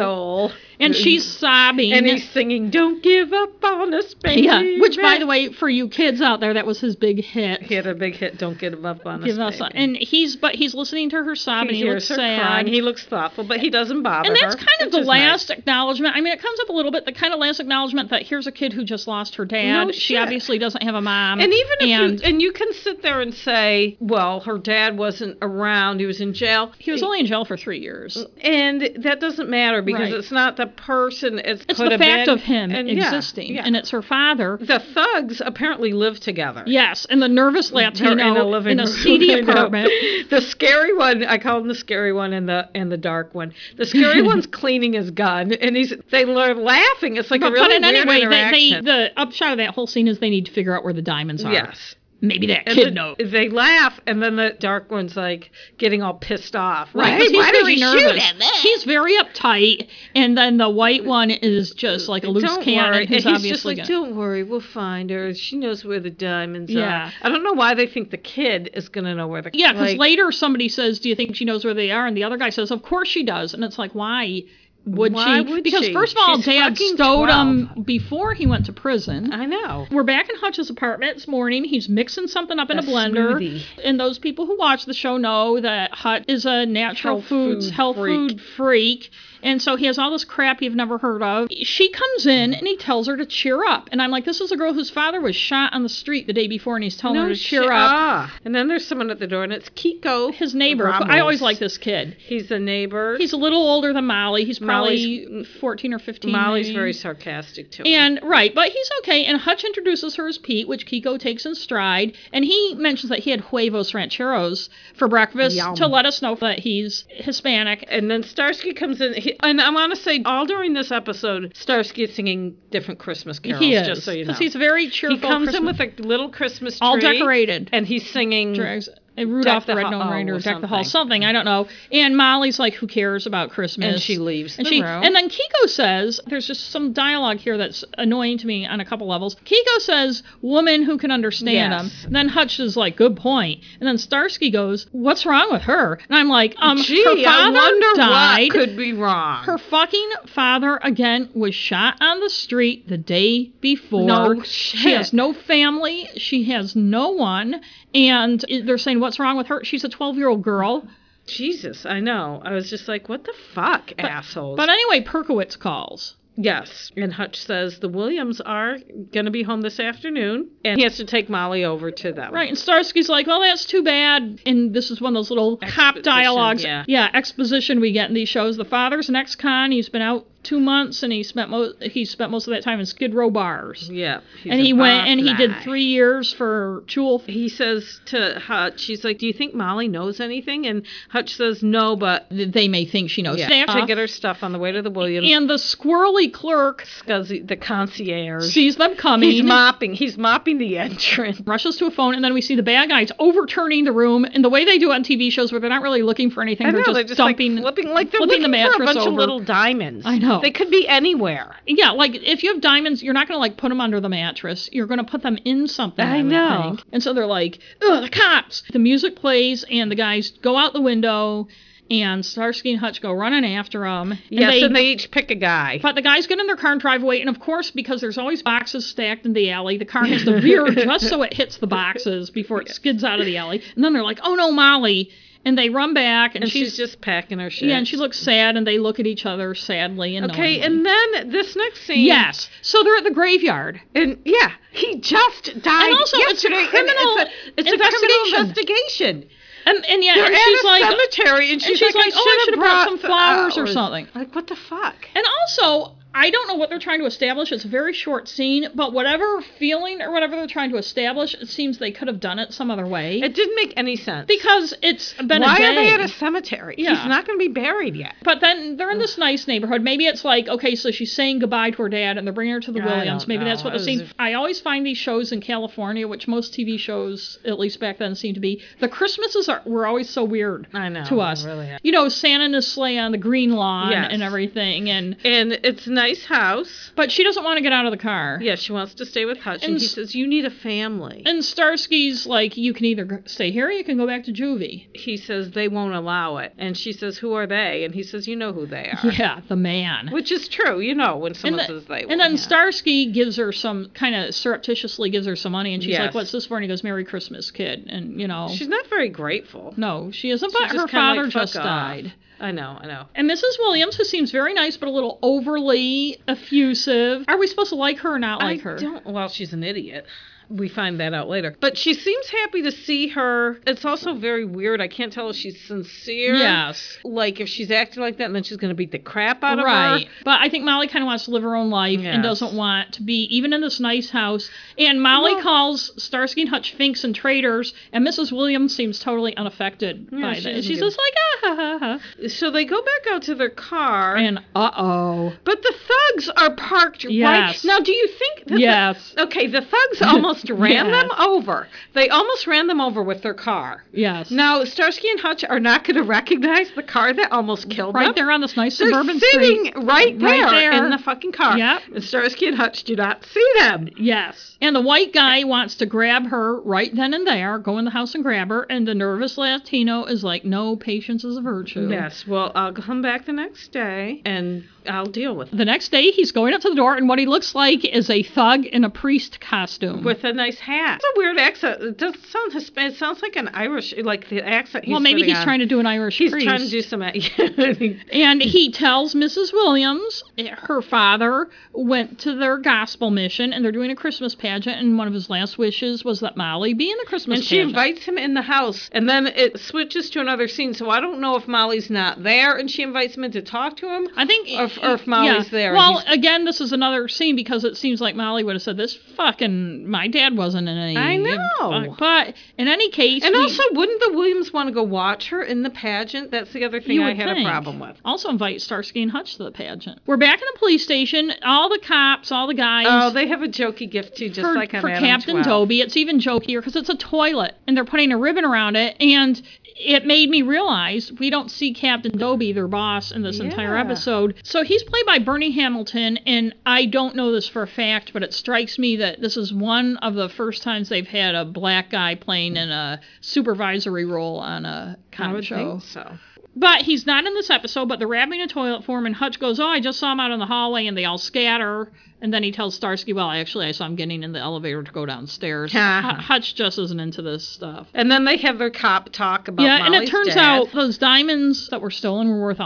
Speaker 2: Soul.
Speaker 1: and she's sobbing.
Speaker 2: And he's singing, Don't give up on us, baby.
Speaker 1: yeah, which by the way, for you kids out there, that was his big hit.
Speaker 2: he had a big hit, Don't Give Up on
Speaker 1: Give
Speaker 2: Us.
Speaker 1: us
Speaker 2: baby.
Speaker 1: and he's but he's listening to her sob and he looks
Speaker 2: hears her
Speaker 1: sad.
Speaker 2: crying. He looks thoughtful, but he doesn't bother
Speaker 1: and that's
Speaker 2: her,
Speaker 1: kind of
Speaker 2: which
Speaker 1: the
Speaker 2: is nice.
Speaker 1: last acknowledgement. I mean, it comes up a little bit. The kind of last acknowledgement that here's a kid who just lost her dad.
Speaker 2: No
Speaker 1: she
Speaker 2: shit.
Speaker 1: obviously doesn't have a mom.
Speaker 2: And even if
Speaker 1: um, and
Speaker 2: you and you can sit there and say, well, her dad wasn't around; he was in jail.
Speaker 1: he was only in jail for three years.
Speaker 2: and that doesn't matter because
Speaker 1: Right.
Speaker 2: it's not the person. It's,
Speaker 1: It's
Speaker 2: could
Speaker 1: the
Speaker 2: have
Speaker 1: fact
Speaker 2: been,
Speaker 1: of him
Speaker 2: and yeah,
Speaker 1: existing,
Speaker 2: yeah.
Speaker 1: and it's her father.
Speaker 2: the thugs apparently live together.
Speaker 1: Yes, and the nervous Latino
Speaker 2: They're in a living room.
Speaker 1: seedy
Speaker 2: I know.
Speaker 1: apartment.
Speaker 2: The scary one, I call him the scary one and the and the dark one. The scary one's cleaning his gun, and he's they are laughing. It's like a
Speaker 1: But
Speaker 2: really
Speaker 1: put it
Speaker 2: weird
Speaker 1: anyway, they, they,
Speaker 2: interaction.
Speaker 1: the upshot of that whole scene is they need to figure out where the diamonds are.
Speaker 2: yes.
Speaker 1: Maybe that
Speaker 2: And
Speaker 1: kid
Speaker 2: the-
Speaker 1: knows.
Speaker 2: They laugh, and then the dark one's like getting all pissed off. Like,
Speaker 1: Because he's
Speaker 2: why did
Speaker 1: very
Speaker 2: you shoot
Speaker 1: nervous.
Speaker 2: at that?
Speaker 1: He's very uptight, and then the white one is just like a loose
Speaker 2: Don't
Speaker 1: cannon.
Speaker 2: worry.
Speaker 1: who's
Speaker 2: And he's
Speaker 1: obviously
Speaker 2: just like,
Speaker 1: gonna-
Speaker 2: don't worry, we'll find her. She knows where the diamonds
Speaker 1: Yeah.
Speaker 2: are. I don't know why they think the kid is going to know where the
Speaker 1: Yeah, because
Speaker 2: like,
Speaker 1: later somebody says, "Do you think she knows where they are?" And the other guy says, "Of course she does." And it's like, why would
Speaker 2: Why
Speaker 1: she?
Speaker 2: would
Speaker 1: because
Speaker 2: she?
Speaker 1: first of all,
Speaker 2: She's
Speaker 1: Dad
Speaker 2: fucking
Speaker 1: stowed him before he went to prison.
Speaker 2: I know.
Speaker 1: We're back in Hutch's apartment. It's morning. He's mixing something up in
Speaker 2: A
Speaker 1: a, blender.
Speaker 2: smoothie.
Speaker 1: And those people who watch the show know that Hut is a natural
Speaker 2: Health
Speaker 1: foods,
Speaker 2: food
Speaker 1: health
Speaker 2: freak.
Speaker 1: food freak. And so he has all this crap you've never heard of. She comes in and he tells her to cheer up. And I'm like, this is a girl whose father was shot on the street the day before and he's telling her to cheer
Speaker 2: shit.
Speaker 1: up.
Speaker 2: Ah. And then there's someone at the door, and it's Kiko,
Speaker 1: His neighbor, who- I
Speaker 2: Ramos.
Speaker 1: always like this kid.
Speaker 2: He's a neighbor.
Speaker 1: He's a little older than Molly. He's probably 14 or 15.
Speaker 2: Molly's
Speaker 1: maybe.
Speaker 2: very sarcastic too.
Speaker 1: And right, but he's okay. And Hutch introduces her as Pete, which Kiko takes in stride. And he mentions that he had huevos rancheros for breakfast
Speaker 2: Yum.
Speaker 1: to let us know that he's Hispanic.
Speaker 2: and then Starsky comes in, he, and I want to say all during this episode, Starsky is singing different Christmas carols.
Speaker 1: He is
Speaker 2: just so you know,
Speaker 1: he's very
Speaker 2: he
Speaker 1: cheerful.
Speaker 2: comes in
Speaker 1: Christmas-
Speaker 2: with a little Christmas tree,
Speaker 1: all decored.
Speaker 2: and he's singing.
Speaker 1: Drags uh, Rudolph
Speaker 2: the
Speaker 1: the Red
Speaker 2: Hall-
Speaker 1: Nosed
Speaker 2: oh,
Speaker 1: Reindeer,
Speaker 2: or
Speaker 1: Deck the Hall,
Speaker 2: something.
Speaker 1: something I don't know. And Molly's like, "Who cares about Christmas?"
Speaker 2: And she leaves
Speaker 1: And
Speaker 2: the room.
Speaker 1: And then Kiko says, "There's just some dialogue here that's annoying to me on a couple levels." Kiko says, "Woman who can understand
Speaker 2: Yes.
Speaker 1: him." And then Hutch is like, "Good point." And then Starsky goes, "What's wrong with her?" And I'm like, "Um,
Speaker 2: Gee,
Speaker 1: her
Speaker 2: I
Speaker 1: father
Speaker 2: wonder
Speaker 1: died."
Speaker 2: what could be wrong.
Speaker 1: her fucking father again was shot on the street the day before.
Speaker 2: No
Speaker 1: She
Speaker 2: shit.
Speaker 1: has no family. She has no one. And they're saying, "What's wrong with her? She's a twelve-year-old girl."
Speaker 2: Jesus, I know. I was just like, what the fuck, assholes.
Speaker 1: But anyway, Perkowitz calls.
Speaker 2: yes. And Hutch says the Williams are going to be home this afternoon, and he has to take Molly over to them.
Speaker 1: Right, and Starsky's like, "Well, that's too bad." And this is one of those little cop
Speaker 2: Exposition,
Speaker 1: dialogues,
Speaker 2: yeah.
Speaker 1: exposition we get in these shows. The father's an ex-con. He's been out two months, and he spent mo- he spent most of that time in Skid Row bars.
Speaker 2: Yeah. he's
Speaker 1: And
Speaker 2: a
Speaker 1: he went and he did
Speaker 2: barfly.
Speaker 1: three years for Jewel
Speaker 2: He says to Hutch, he's like, Do you think Molly knows anything? And Hutch says, No, but
Speaker 1: that they may think she knows.
Speaker 2: yeah. Uh-huh.
Speaker 1: They
Speaker 2: they
Speaker 1: have to get
Speaker 2: her stuff on the way to the Williams.
Speaker 1: and the squirrely clerk
Speaker 2: Scuzzy, the concierge.
Speaker 1: sees them coming.
Speaker 2: he's mopping. He's mopping the entrance.
Speaker 1: rushes to a phone, and then we see the bad guys overturning the room. And the way they do it on TV shows, where they're not really looking for anything,
Speaker 2: I know,
Speaker 1: they're, just
Speaker 2: they're just
Speaker 1: dumping,
Speaker 2: like flipping, like they're
Speaker 1: flipping the
Speaker 2: looking for a
Speaker 1: mattress
Speaker 2: bunch of
Speaker 1: over.
Speaker 2: little diamonds.
Speaker 1: I know.
Speaker 2: they could be anywhere.
Speaker 1: Yeah, like if you have diamonds, you're not going to like put them under the mattress. You're going to put them in something. I,
Speaker 2: I
Speaker 1: would
Speaker 2: know.
Speaker 1: think. And so they're like, "Ugh, the cops!" The music plays, and the guys go out the window. And Starsky and Hutch go running after them.
Speaker 2: yes, and they each pick a guy.
Speaker 1: But the guys get in their car and drive away, and of course, because there's always boxes stacked in the alley, the car has to rear just so it hits the boxes before it skids out of the alley. And then they're like, "Oh no, Molly!" And they run back, and,
Speaker 2: and
Speaker 1: she's,
Speaker 2: she's, just packing her shit.
Speaker 1: yeah, and she looks sad, and they look at each other sadly. And
Speaker 2: okay.
Speaker 1: knowingly.
Speaker 2: And then this next scene,
Speaker 1: yes, so they're at the graveyard.
Speaker 2: and yeah, he just died
Speaker 1: And also, it's
Speaker 2: yesterday. and
Speaker 1: criminal
Speaker 2: it's a, it's a criminal
Speaker 1: investigation.
Speaker 2: investigation.
Speaker 1: And, and yeah,
Speaker 2: They're
Speaker 1: and
Speaker 2: at
Speaker 1: she's
Speaker 2: a
Speaker 1: like,
Speaker 2: cemetery, and she's,
Speaker 1: she's
Speaker 2: like,
Speaker 1: like, "Oh, I
Speaker 2: should
Speaker 1: should've
Speaker 2: have
Speaker 1: brought some flowers or something."
Speaker 2: Like, what the fuck?
Speaker 1: And also, I don't know what they're trying to establish. It's a very short scene, but whatever feeling or whatever they're trying to establish, it seems they could have done it some other way.
Speaker 2: It didn't make any sense.
Speaker 1: because it's been
Speaker 2: why
Speaker 1: a day.
Speaker 2: are they at a cemetery? He's
Speaker 1: Yeah.
Speaker 2: not going to be buried yet.
Speaker 1: But then they're in this nice neighborhood. Maybe it's like, okay, so she's saying goodbye to her dad and they're bringing her to the
Speaker 2: I don't
Speaker 1: Williams. Maybe that's
Speaker 2: know.
Speaker 1: what the
Speaker 2: That
Speaker 1: scene.
Speaker 2: was
Speaker 1: I always find these shows in California, which most TV shows, at least back then, seem to be. The Christmases are, were always so weird
Speaker 2: I know,
Speaker 1: to us.
Speaker 2: they really are.
Speaker 1: you know, Santa and his sleigh on the green lawn
Speaker 2: Yes.
Speaker 1: and everything. And
Speaker 2: And it's nice house.
Speaker 1: But she doesn't want to get out of the car.
Speaker 2: Yeah, she wants to stay with Hutch, and,
Speaker 1: And
Speaker 2: he
Speaker 1: s-
Speaker 2: says, "You need a family."
Speaker 1: And Starsky's like, you can either g- stay here or you can go back to juvie.
Speaker 2: he says they won't allow it, and she says, "Who are they?" And he says, "You know who they are,"
Speaker 1: Yeah, the man.
Speaker 2: which is true. You know when someone
Speaker 1: the-
Speaker 2: says they.
Speaker 1: And then
Speaker 2: won't.
Speaker 1: Starsky gives her some kind of surreptitiously gives her some money, and she's
Speaker 2: Yes.
Speaker 1: like, "What's this for?" And he goes, "Merry Christmas, kid." And you know,
Speaker 2: she's not very grateful.
Speaker 1: no, she isn't.
Speaker 2: She's
Speaker 1: But her
Speaker 2: just kinda like,
Speaker 1: father
Speaker 2: "Fuck
Speaker 1: just
Speaker 2: off."
Speaker 1: died.
Speaker 2: I know. I know.
Speaker 1: And Mrs. Williams, who seems very nice but a little overly effusive, are we supposed to like her or not like
Speaker 2: I
Speaker 1: her?
Speaker 2: don't. Well, she's an idiot. We find that out later. But she seems happy to see her. It's also very weird. I can't tell if she's sincere.
Speaker 1: Yes.
Speaker 2: Like if she's acting like that, and then she's going to beat the crap out of
Speaker 1: Right.
Speaker 2: her.
Speaker 1: But I think Molly kind of wants to live her own life
Speaker 2: Yes.
Speaker 1: and doesn't want to be even in this nice house. And Molly
Speaker 2: Well-
Speaker 1: calls Starsky and Hutch finks and traitors, and Mrs. Williams seems totally unaffected by
Speaker 2: she
Speaker 1: this.
Speaker 2: doesn't
Speaker 1: She's
Speaker 2: give a-
Speaker 1: just like, ah, ha, ha, ha.
Speaker 2: So they go back out to their car.
Speaker 1: And uh oh.
Speaker 2: but the thugs are parked
Speaker 1: Yes.
Speaker 2: right now. Do you think? that the-
Speaker 1: Yes.
Speaker 2: okay, the thugs almost ran
Speaker 1: Yes.
Speaker 2: them over. They almost ran them over with their car.
Speaker 1: Yes.
Speaker 2: Now Starsky and Hutch are not going to recognize the car that almost killed
Speaker 1: right
Speaker 2: them.
Speaker 1: there on this nice
Speaker 2: They're
Speaker 1: suburban
Speaker 2: sitting
Speaker 1: street.
Speaker 2: right there,
Speaker 1: Right there.
Speaker 2: in the fucking car.
Speaker 1: Yep.
Speaker 2: And Starsky and Hutch do not see them.
Speaker 1: Yes. And the white guy wants to grab her right then and there, go in the house and grab her, and the nervous Latino is like, no, patience is a virtue.
Speaker 2: Yes. Well, I'll come back the next day and I'll deal with it.
Speaker 1: The next day, he's going up to the door, and what he looks like is a thug in a priest costume.
Speaker 2: With a nice hat. It's a weird accent. It doesn't sound Hispanic. It sounds like an Irish, like the accent. He's
Speaker 1: well, maybe
Speaker 2: putting
Speaker 1: he's
Speaker 2: on.
Speaker 1: trying to do an Irish
Speaker 2: He's
Speaker 1: priest.
Speaker 2: trying to do some. yeah,
Speaker 1: and he tells Mrs. Williams eh, her father went to their gospel mission, and they're doing a Christmas pageant, and one of his last wishes was that Molly be in the Christmas
Speaker 2: And she
Speaker 1: pageant.
Speaker 2: invites him in the house, and then it switches to another scene. So I don't know if Molly's not there, and she invites him in to talk to him.
Speaker 1: I think
Speaker 2: Or if- or if Molly's there and
Speaker 1: Well,
Speaker 2: he's-
Speaker 1: again, this is another scene because it seems like Molly would have said this. Fucking, my dad wasn't in any.
Speaker 2: I know.
Speaker 1: but in any case,
Speaker 2: And
Speaker 1: we-
Speaker 2: also, wouldn't the Williams want to go watch her in the pageant? That's the other thing
Speaker 1: You
Speaker 2: I
Speaker 1: would
Speaker 2: had
Speaker 1: think.
Speaker 2: a problem with.
Speaker 1: Also invite Starsky and Hutch to the pageant. We're back in the police station. All the cops, all the guys.
Speaker 2: Oh, they have a jokey gift too, just
Speaker 1: for,
Speaker 2: like on
Speaker 1: for
Speaker 2: Adam
Speaker 1: Captain
Speaker 2: 12.
Speaker 1: Dobie, it's even jokier because it's a toilet and they're putting a ribbon around it. And it made me realize we don't see Captain Dobie, their boss, in this entire
Speaker 2: Yeah.
Speaker 1: episode. So he's played by Bernie Hamilton, and I don't know this for a fact, but it strikes me that this is one of the first times they've had a black guy playing in a supervisory role on a
Speaker 2: I
Speaker 1: cop
Speaker 2: would
Speaker 1: show.
Speaker 2: think so.
Speaker 1: But he's not in this episode, but they're wrapping a toilet for him, and Hutch goes, Oh, I just saw him out in the hallway, and they all scatter. And then he tells Starsky, Well, actually, I saw him getting in the elevator to go downstairs. Hu- Hutch just isn't into this stuff.
Speaker 2: And then they have their cop talk about
Speaker 1: Yeah, and it
Speaker 2: Molly's
Speaker 1: turns
Speaker 2: dad.
Speaker 1: out those diamonds that were stolen were worth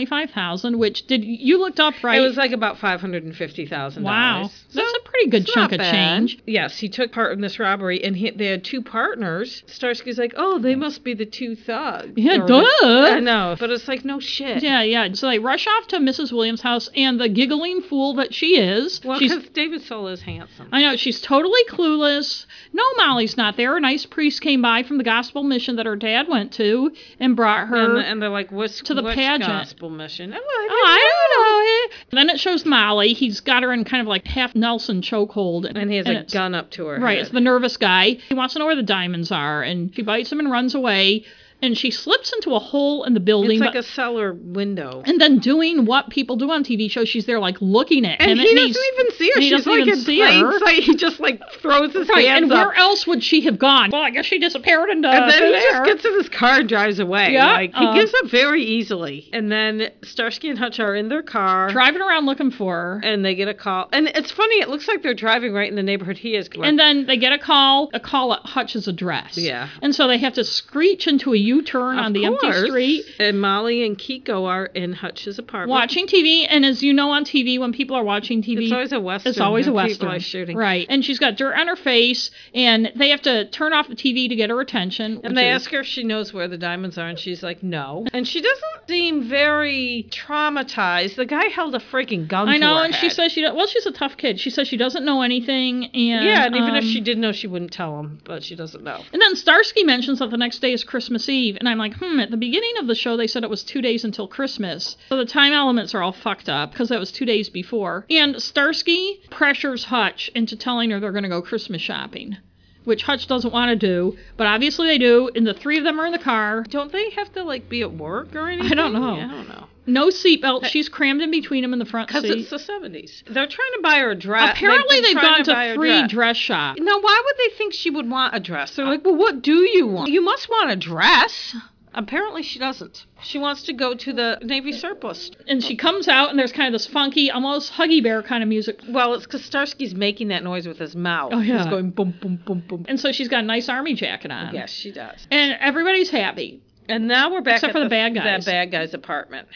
Speaker 1: 125000 which did you looked up, right?
Speaker 2: it was like about five hundred and fifty thousand
Speaker 1: wow.
Speaker 2: dollars.
Speaker 1: That's a pretty good
Speaker 2: It's
Speaker 1: chunk
Speaker 2: not
Speaker 1: of
Speaker 2: bad.
Speaker 1: change.
Speaker 2: Yes, he took part in this robbery, and he, they had two partners. Starsky's like, "Oh, they must be the two thugs."
Speaker 1: Yeah,
Speaker 2: Or-
Speaker 1: duh.
Speaker 2: I know, but it's like, no shit.
Speaker 1: Yeah, yeah. So they rush off to Mrs. Williams' house, and the giggling fool that she is,
Speaker 2: Well,
Speaker 1: she's
Speaker 2: because David Soul is handsome.
Speaker 1: I know she's totally clueless. No, Molly's not there. A nice priest came by from the gospel mission that her dad went to and brought her.
Speaker 2: and, and they're like, "What's
Speaker 1: To the
Speaker 2: what's
Speaker 1: pageant.
Speaker 2: gospel mission?" Oh, I
Speaker 1: oh, I don't know. Then it shows Molly. He's got her in kind of like half Nelson chokehold,
Speaker 2: And he has a
Speaker 1: it's-
Speaker 2: gun up to her.
Speaker 1: Right,
Speaker 2: head.
Speaker 1: it's the nervous guy. He wants to know where the diamonds are, and she bites him and runs away. And she slips into a hole in the building.
Speaker 2: It's like
Speaker 1: but-
Speaker 2: a cellar window.
Speaker 1: and then doing what people do on TV shows, she's there like looking at him.
Speaker 2: And he
Speaker 1: he's-
Speaker 2: doesn't even see her.
Speaker 1: and he
Speaker 2: She's
Speaker 1: doesn't
Speaker 2: like
Speaker 1: even
Speaker 2: in
Speaker 1: see
Speaker 2: plain
Speaker 1: her.
Speaker 2: sight. He just like throws his
Speaker 1: Right,
Speaker 2: hands
Speaker 1: and
Speaker 2: up.
Speaker 1: where else would she have gone? Well, I guess she disappeared uh, into.
Speaker 2: and then
Speaker 1: thin
Speaker 2: he just
Speaker 1: air.
Speaker 2: gets in his car and drives away.
Speaker 1: Yeah,
Speaker 2: like he
Speaker 1: uh,
Speaker 2: gives up very easily. And then Starsky and Hutch are in their car,
Speaker 1: driving around looking for her.
Speaker 2: and they get a call. And it's funny. It looks like they're driving right in the neighborhood he is.
Speaker 1: And then they get a call, a call at Hutch's address.
Speaker 2: Yeah.
Speaker 1: And so they have to screech into a U turn on the empty street,
Speaker 2: And Molly and Kiko are in Hutch's apartment.
Speaker 1: watching TV. And as you know on TV, when people are watching TV,
Speaker 2: It's always a western.
Speaker 1: it's always a
Speaker 2: and
Speaker 1: Western.
Speaker 2: people are shooting.
Speaker 1: Right. And she's got dirt on her face, and they have to turn off the TV to get her attention.
Speaker 2: And they ask her if she knows where the diamonds are, and she's like, no. And she doesn't seem very traumatized. The guy held a freaking gun.
Speaker 1: I
Speaker 2: to
Speaker 1: know,
Speaker 2: her
Speaker 1: and she
Speaker 2: head.
Speaker 1: says she does, well, she's a tough kid. She says she doesn't know anything, and
Speaker 2: yeah. And even if
Speaker 1: um,
Speaker 2: she did know, she wouldn't tell him. But she doesn't know.
Speaker 1: And then Starsky mentions that the next day is Christmas Eve, and I'm like, hmm, at the beginning of the show they said it was two days until Christmas. So the time elements are all fucked up because that was two days before. And Starsky pressures Hutch into telling her they're going to go Christmas shopping, which Hutch doesn't want to do, but obviously they do, and the three of them are in the car.
Speaker 2: Don't they have to like be at work or anything?
Speaker 1: know.
Speaker 2: I don't know.
Speaker 1: No seatbelt. She's crammed in between them in the front
Speaker 2: Because
Speaker 1: seat.
Speaker 2: it's the 70s. They're trying to buy her a dress.
Speaker 1: Apparently,
Speaker 2: been
Speaker 1: they've
Speaker 2: trying
Speaker 1: gone to,
Speaker 2: buy her a
Speaker 1: free
Speaker 2: dress.
Speaker 1: dress. shop.
Speaker 2: Now, why would they think she would want a dress? They're like, well, what do you want? You must want a dress. Apparently, she doesn't. She wants to go to the Navy surplus.
Speaker 1: And she comes out, and there's kind of this funky, almost Huggy Bear kind of music.
Speaker 2: Well, it's because Starsky's making that noise with his mouth.
Speaker 1: Oh, yeah.
Speaker 2: He's going boom, boom, boom, boom.
Speaker 1: And so she's got a nice army jacket on.
Speaker 2: Yes, she does.
Speaker 1: And everybody's happy.
Speaker 2: And now we're back
Speaker 1: Except
Speaker 2: at
Speaker 1: for the bad guys.
Speaker 2: that bad guy's apartment.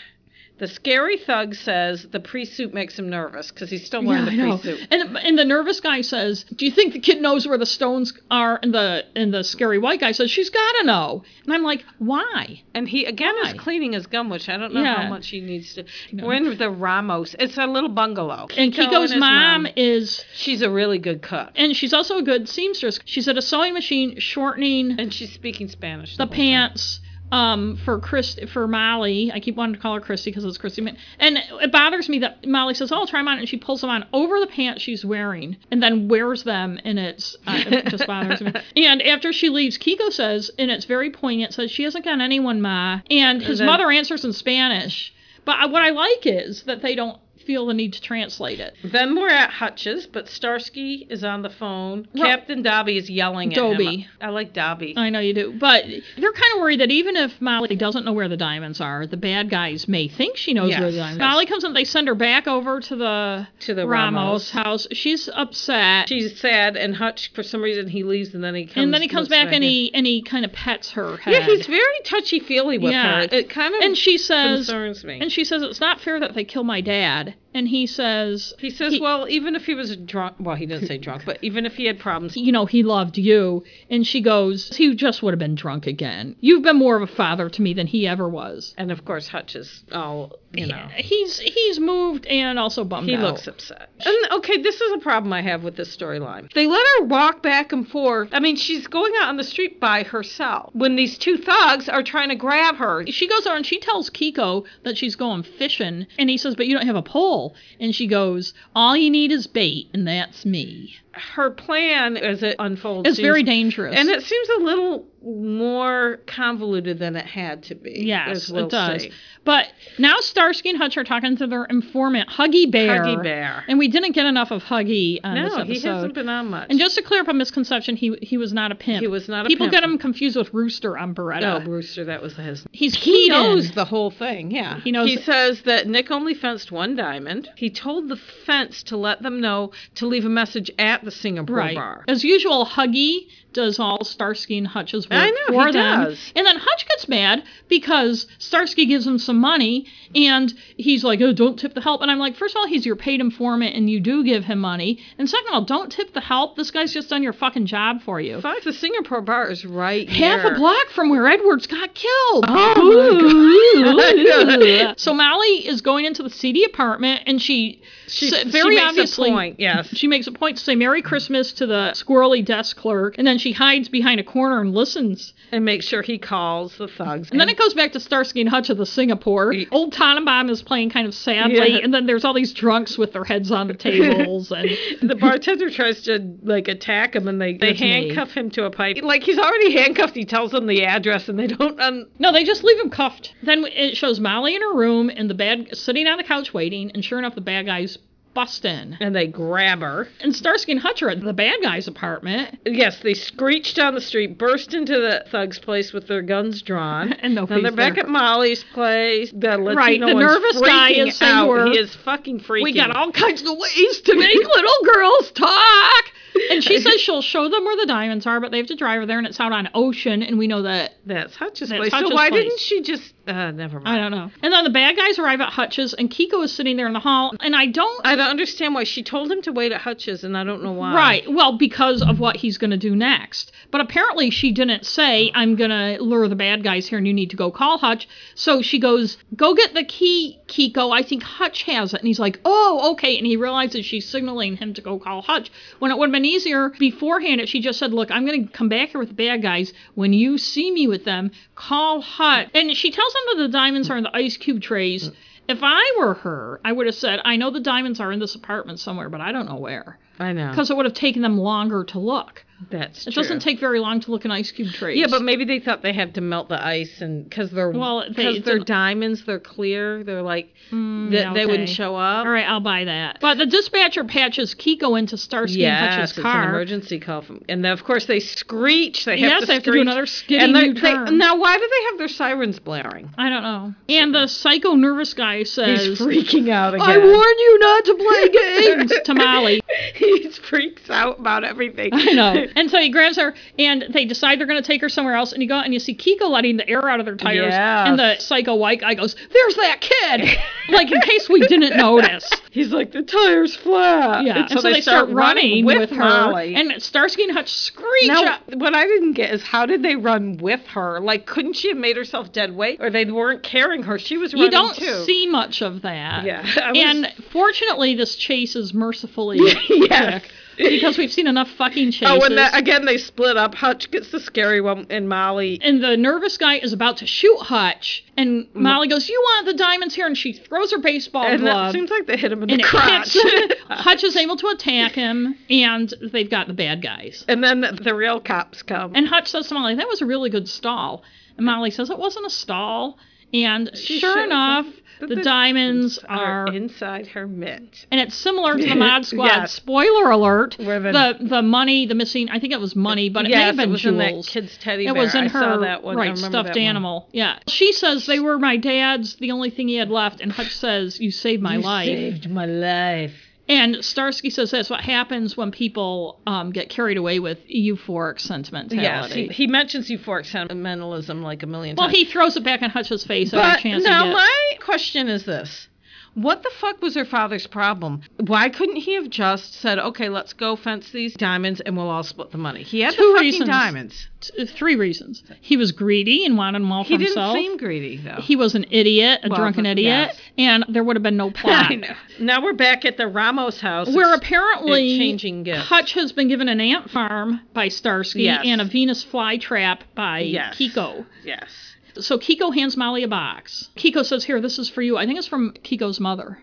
Speaker 2: The scary thug says the pre-suit makes him nervous because he's still wearing
Speaker 1: Yeah, I
Speaker 2: the
Speaker 1: know.
Speaker 2: pre-suit.
Speaker 1: And and the nervous guy says, "Do you think the kid knows where the stones are?" And the and the scary white guy says, "She's got to know." And I'm like, "Why?"
Speaker 2: And he again is
Speaker 1: Why?
Speaker 2: cleaning his gum, which I don't know
Speaker 1: Yeah.
Speaker 2: how much he needs to. We're in the Ramos. It's a little bungalow.
Speaker 1: And
Speaker 2: Kiko
Speaker 1: Kiko's
Speaker 2: his
Speaker 1: mom, is,
Speaker 2: She's a really good cook.
Speaker 1: and she's also a good seamstress. She's at a sewing machine shortening
Speaker 2: And she's speaking Spanish.
Speaker 1: the
Speaker 2: whole time.
Speaker 1: pants um, for Chris for Molly. I keep wanting to call her Christy because it's Christy. Ma- And it bothers me that Molly says, "Oh, try them on," and she pulls them on over the pants she's wearing, and then wears them, and it's uh, it just bothers me. And after she leaves, Kiko says, and it's very poignant, says she hasn't got anyone, ma. And his
Speaker 2: then-
Speaker 1: mother answers in Spanish. But I, what I like is that they don't feel the need to translate it.
Speaker 2: Then we're at Hutch's, but Starsky is on the phone.
Speaker 1: Well-
Speaker 2: Captain Dobby is yelling at him.
Speaker 1: Dobby.
Speaker 2: I like Dobby.
Speaker 1: I know you do, but they're kind of worried that even if Molly doesn't know where the diamonds are, the bad guys may think she knows where
Speaker 2: Yes.
Speaker 1: the diamonds. Molly comes in. They send her back over to the
Speaker 2: To the
Speaker 1: Ramos,
Speaker 2: Ramos.
Speaker 1: house. She's upset,
Speaker 2: She's sad, and Hutch, for some reason, he leaves, and then he comes.
Speaker 1: and then he comes
Speaker 2: looks
Speaker 1: back and
Speaker 2: in.
Speaker 1: he and he kind of pets her head.
Speaker 2: Yeah, he's very touchy feely with
Speaker 1: Yeah.
Speaker 2: her. It kind of
Speaker 1: and she says,
Speaker 2: concerns me.
Speaker 1: and she says it's not fair that they kill my dad. And he says,
Speaker 2: he says, well, even if he was drunk, well, he didn't say drunk, but even if he had problems,
Speaker 1: you know, he loved you. And she goes, he just would have been drunk again. You've been more of a father to me than he ever was.
Speaker 2: and of course, Hutch is all you know.
Speaker 1: He's he's moved and also bummed
Speaker 2: He
Speaker 1: out.
Speaker 2: looks upset. And okay, this is a problem I have with this storyline. They let her walk back and forth. I mean, she's going out on the street by herself when these two thugs are trying to grab her.
Speaker 1: she goes out and she tells Kiko that she's going fishing, and he says, "But you don't have a pole." And she goes, "All you need is bait, and that's me."
Speaker 2: Her plan as it unfolds
Speaker 1: It's
Speaker 2: seems-
Speaker 1: very dangerous.
Speaker 2: And it seems a little more convoluted than it had to be.
Speaker 1: yes,
Speaker 2: as we'll
Speaker 1: it does.
Speaker 2: see.
Speaker 1: But now Starsky and Hutch are talking to their informant, Huggy Bear.
Speaker 2: Huggy Bear.
Speaker 1: And we didn't get enough of Huggy on this
Speaker 2: No,
Speaker 1: episode.
Speaker 2: he hasn't been on much.
Speaker 1: and just to clear up a misconception, he he was not a pimp.
Speaker 2: He was not a
Speaker 1: People
Speaker 2: pimp.
Speaker 1: get him confused with Rooster on
Speaker 2: no,
Speaker 1: Beretta.
Speaker 2: Oh, Brewster, that was his.
Speaker 1: He's
Speaker 2: He
Speaker 1: Keaton.
Speaker 2: knows the whole thing. Yeah,
Speaker 1: He knows-
Speaker 2: He says that Nick only fenced one diamond. He told the fence to let them know to leave a message at the Singapore
Speaker 1: Right.
Speaker 2: bar.
Speaker 1: As usual, Huggy does all Starsky and Hutch's work
Speaker 2: I know,
Speaker 1: for
Speaker 2: he
Speaker 1: them.
Speaker 2: does.
Speaker 1: And then Hutch gets mad because Starsky gives him some money and he's like, oh, don't tip the help. And I'm like, first of all, he's your paid informant and you do give him money. And second of all, don't tip the help. This guy's just done your fucking job for you.
Speaker 2: Fuck, the Singapore bar is right
Speaker 1: Half
Speaker 2: here. Oh
Speaker 1: a block from where Edwards got killed.
Speaker 2: God.
Speaker 1: so Molly is going into the seedy apartment and she,
Speaker 2: She,
Speaker 1: s-
Speaker 2: she
Speaker 1: very
Speaker 2: makes
Speaker 1: obviously
Speaker 2: a point. Yes,
Speaker 1: she makes a point to say Merry Christmas to the squirrely desk clerk, and then she hides behind a corner and listens.
Speaker 2: and make sure he calls the thugs.
Speaker 1: And then it goes back to Starsky and Hutch of the Singapore. Old Tannenbaum is playing kind of sadly,
Speaker 2: Yeah.
Speaker 1: and then there's all these drunks with their heads on the tables. And
Speaker 2: the bartender tries to like attack him, and they, they
Speaker 1: That's me.
Speaker 2: handcuff him to a pipe. Like he's already handcuffed. He tells them the address, and they don't. Un-
Speaker 1: no, they just leave him cuffed. Then it shows Molly in her room and the bad sitting on the couch waiting, and sure enough, the bad guys bust in.
Speaker 2: and they grab her.
Speaker 1: And Starsky and Hutch are at the bad guy's apartment.
Speaker 2: Yes, they screech down the street, burst into the thug's place with their guns drawn,
Speaker 1: And no
Speaker 2: Now they're
Speaker 1: face
Speaker 2: back
Speaker 1: there.
Speaker 2: at Molly's place. The Latino
Speaker 1: Right, the
Speaker 2: one's
Speaker 1: nervous guy
Speaker 2: freaking
Speaker 1: is saying to her,
Speaker 2: out. He is fucking freaking.
Speaker 1: We got all kinds of ways to make little girls talk. And she says she'll show them where the diamonds are, but they have to drive her there, and it's out on Ocean, and we know that.
Speaker 2: That's Hutch's
Speaker 1: That's
Speaker 2: place.
Speaker 1: Hutch's
Speaker 2: so why
Speaker 1: place.
Speaker 2: didn't she just? Uh, never
Speaker 1: I
Speaker 2: mind.
Speaker 1: don't know. And then the bad guys arrive at Hutch's, and Kiko is sitting there in the hall, and I don't.
Speaker 2: I don't understand why she told him to wait at Hutch's, and I don't know why.
Speaker 1: Right. Well, because of what he's going to do next. But apparently she didn't say, I'm going to lure the bad guys here and you need to go call Hutch. So she goes, Go get the key, Kiko. I think Hutch has it. And he's like, Oh, okay. And he realizes she's signaling him to go call Hutch. When it would have been easier beforehand if she just said, Look, I'm going to come back here with the bad guys. When you see me with them, call Hutch. And she tells him that the diamonds are in the ice cube trays. If I were her, I would have said, I know the diamonds are in this apartment somewhere, but I don't know where
Speaker 2: I know.
Speaker 1: because it would have taken them longer to look.
Speaker 2: That's
Speaker 1: It doesn't take very long to look an ice cube trace.
Speaker 2: Yeah, but maybe they thought they had to melt the ice, and because they're
Speaker 1: Well, they-
Speaker 2: because
Speaker 1: it's
Speaker 2: they, are
Speaker 1: an-
Speaker 2: diamonds, they're clear. They're like
Speaker 1: Mm,
Speaker 2: that they wouldn't
Speaker 1: okay.
Speaker 2: show up.
Speaker 1: All right, I'll buy that. But the dispatcher patches Kiko into Starsky and
Speaker 2: Yes,
Speaker 1: Hutch's
Speaker 2: it's an
Speaker 1: car.
Speaker 2: emergency call from, and then of course they screech. They have
Speaker 1: Yes,
Speaker 2: to
Speaker 1: they have to do
Speaker 2: screech.
Speaker 1: another skitty
Speaker 2: And they-
Speaker 1: new
Speaker 2: they-
Speaker 1: turn.
Speaker 2: Now, why do they have their sirens blaring?
Speaker 1: I don't know. And the psycho nervous guy says,
Speaker 2: He's freaking out again.
Speaker 1: "I warn you not to play games." to Molly,
Speaker 2: he freaks out about everything.
Speaker 1: I know. And so he grabs her, and they decide they're going to take her somewhere else. And you go and you see Kiko letting the air out of their tires.
Speaker 2: Yes.
Speaker 1: And the psycho white guy goes, "There's that kid!" like in case we didn't notice.
Speaker 2: He's like the tires flat.
Speaker 1: Yeah.
Speaker 2: And so, they, start, running, with,
Speaker 1: her,
Speaker 2: Molly.
Speaker 1: and Starsky and Hutch screech
Speaker 2: Now,
Speaker 1: up.
Speaker 2: what I didn't get is how did they run with her? Like, couldn't she have made herself dead weight, or they weren't carrying her? She was running
Speaker 1: You don't
Speaker 2: too.
Speaker 1: see much of that.
Speaker 2: Yeah, I was-
Speaker 1: And fortunately, this chase is mercifully
Speaker 2: yes.
Speaker 1: because we've seen enough fucking chases.
Speaker 2: Oh, and that, again, they split up. Hutch gets the scary one, and Molly.
Speaker 1: and the nervous guy is about to shoot Hutch, and Molly goes, "You want the diamonds here?" And she throws her baseball
Speaker 2: And that
Speaker 1: glove,
Speaker 2: seems like they hit him in
Speaker 1: and
Speaker 2: the
Speaker 1: it
Speaker 2: crotch.
Speaker 1: hits. Hutch is able to attack him, and they've got the bad guys.
Speaker 2: and then the real cops come.
Speaker 1: And Hutch says to Molly, "That was a really good stall," and Molly says, "It wasn't a stall." And sure
Speaker 2: should've-
Speaker 1: enough, the,
Speaker 2: the
Speaker 1: diamonds are
Speaker 2: are inside her mitt.
Speaker 1: and it's similar to the Mod Squad.
Speaker 2: Yes.
Speaker 1: Spoiler alert:
Speaker 2: Where the-
Speaker 1: the the money, the missing. I think it was money, but it may
Speaker 2: yes,
Speaker 1: have been
Speaker 2: it was in that
Speaker 1: jewels.
Speaker 2: kid's teddy
Speaker 1: it
Speaker 2: bear.
Speaker 1: was in
Speaker 2: I
Speaker 1: her
Speaker 2: saw that one. I
Speaker 1: right
Speaker 2: remember
Speaker 1: stuffed
Speaker 2: that one.
Speaker 1: animal. Yeah, she says they were my dad's. The only thing he had left, and Hutch says, "You saved my
Speaker 2: You
Speaker 1: life."
Speaker 2: saved my life.
Speaker 1: And Starsky says that's what happens when people um, get carried away with euphoric sentimentality.
Speaker 2: Yes, he, he mentions euphoric sentimentalism like a million
Speaker 1: well,
Speaker 2: times.
Speaker 1: he throws it back in Hutch's face
Speaker 2: but
Speaker 1: every chance
Speaker 2: now
Speaker 1: he gets.
Speaker 2: my question is this. What the fuck was her father's problem? Why couldn't he have just said, "Okay, let's go fence these diamonds and we'll all split the money"? He had
Speaker 1: Two
Speaker 2: the fucking
Speaker 1: reasons.
Speaker 2: diamonds.
Speaker 1: T- Uh, Three reasons: he was greedy and wanted them all for
Speaker 2: He didn't
Speaker 1: himself.
Speaker 2: seem greedy though.
Speaker 1: he was an idiot, a
Speaker 2: Well,
Speaker 1: drunken
Speaker 2: but-
Speaker 1: idiot,
Speaker 2: yes.
Speaker 1: and there would have been no plot.
Speaker 2: Now we're back at the Ramos house.
Speaker 1: Where
Speaker 2: It's-
Speaker 1: apparently
Speaker 2: and changing gifts.
Speaker 1: Hutch has been given an ant farm by Starsky
Speaker 2: Yes.
Speaker 1: and a Venus flytrap by
Speaker 2: Yes.
Speaker 1: Kiko.
Speaker 2: Yes.
Speaker 1: So Kiko hands Molly a box. Kiko says, "Here, this is for you." I think it's from Kiko's mother.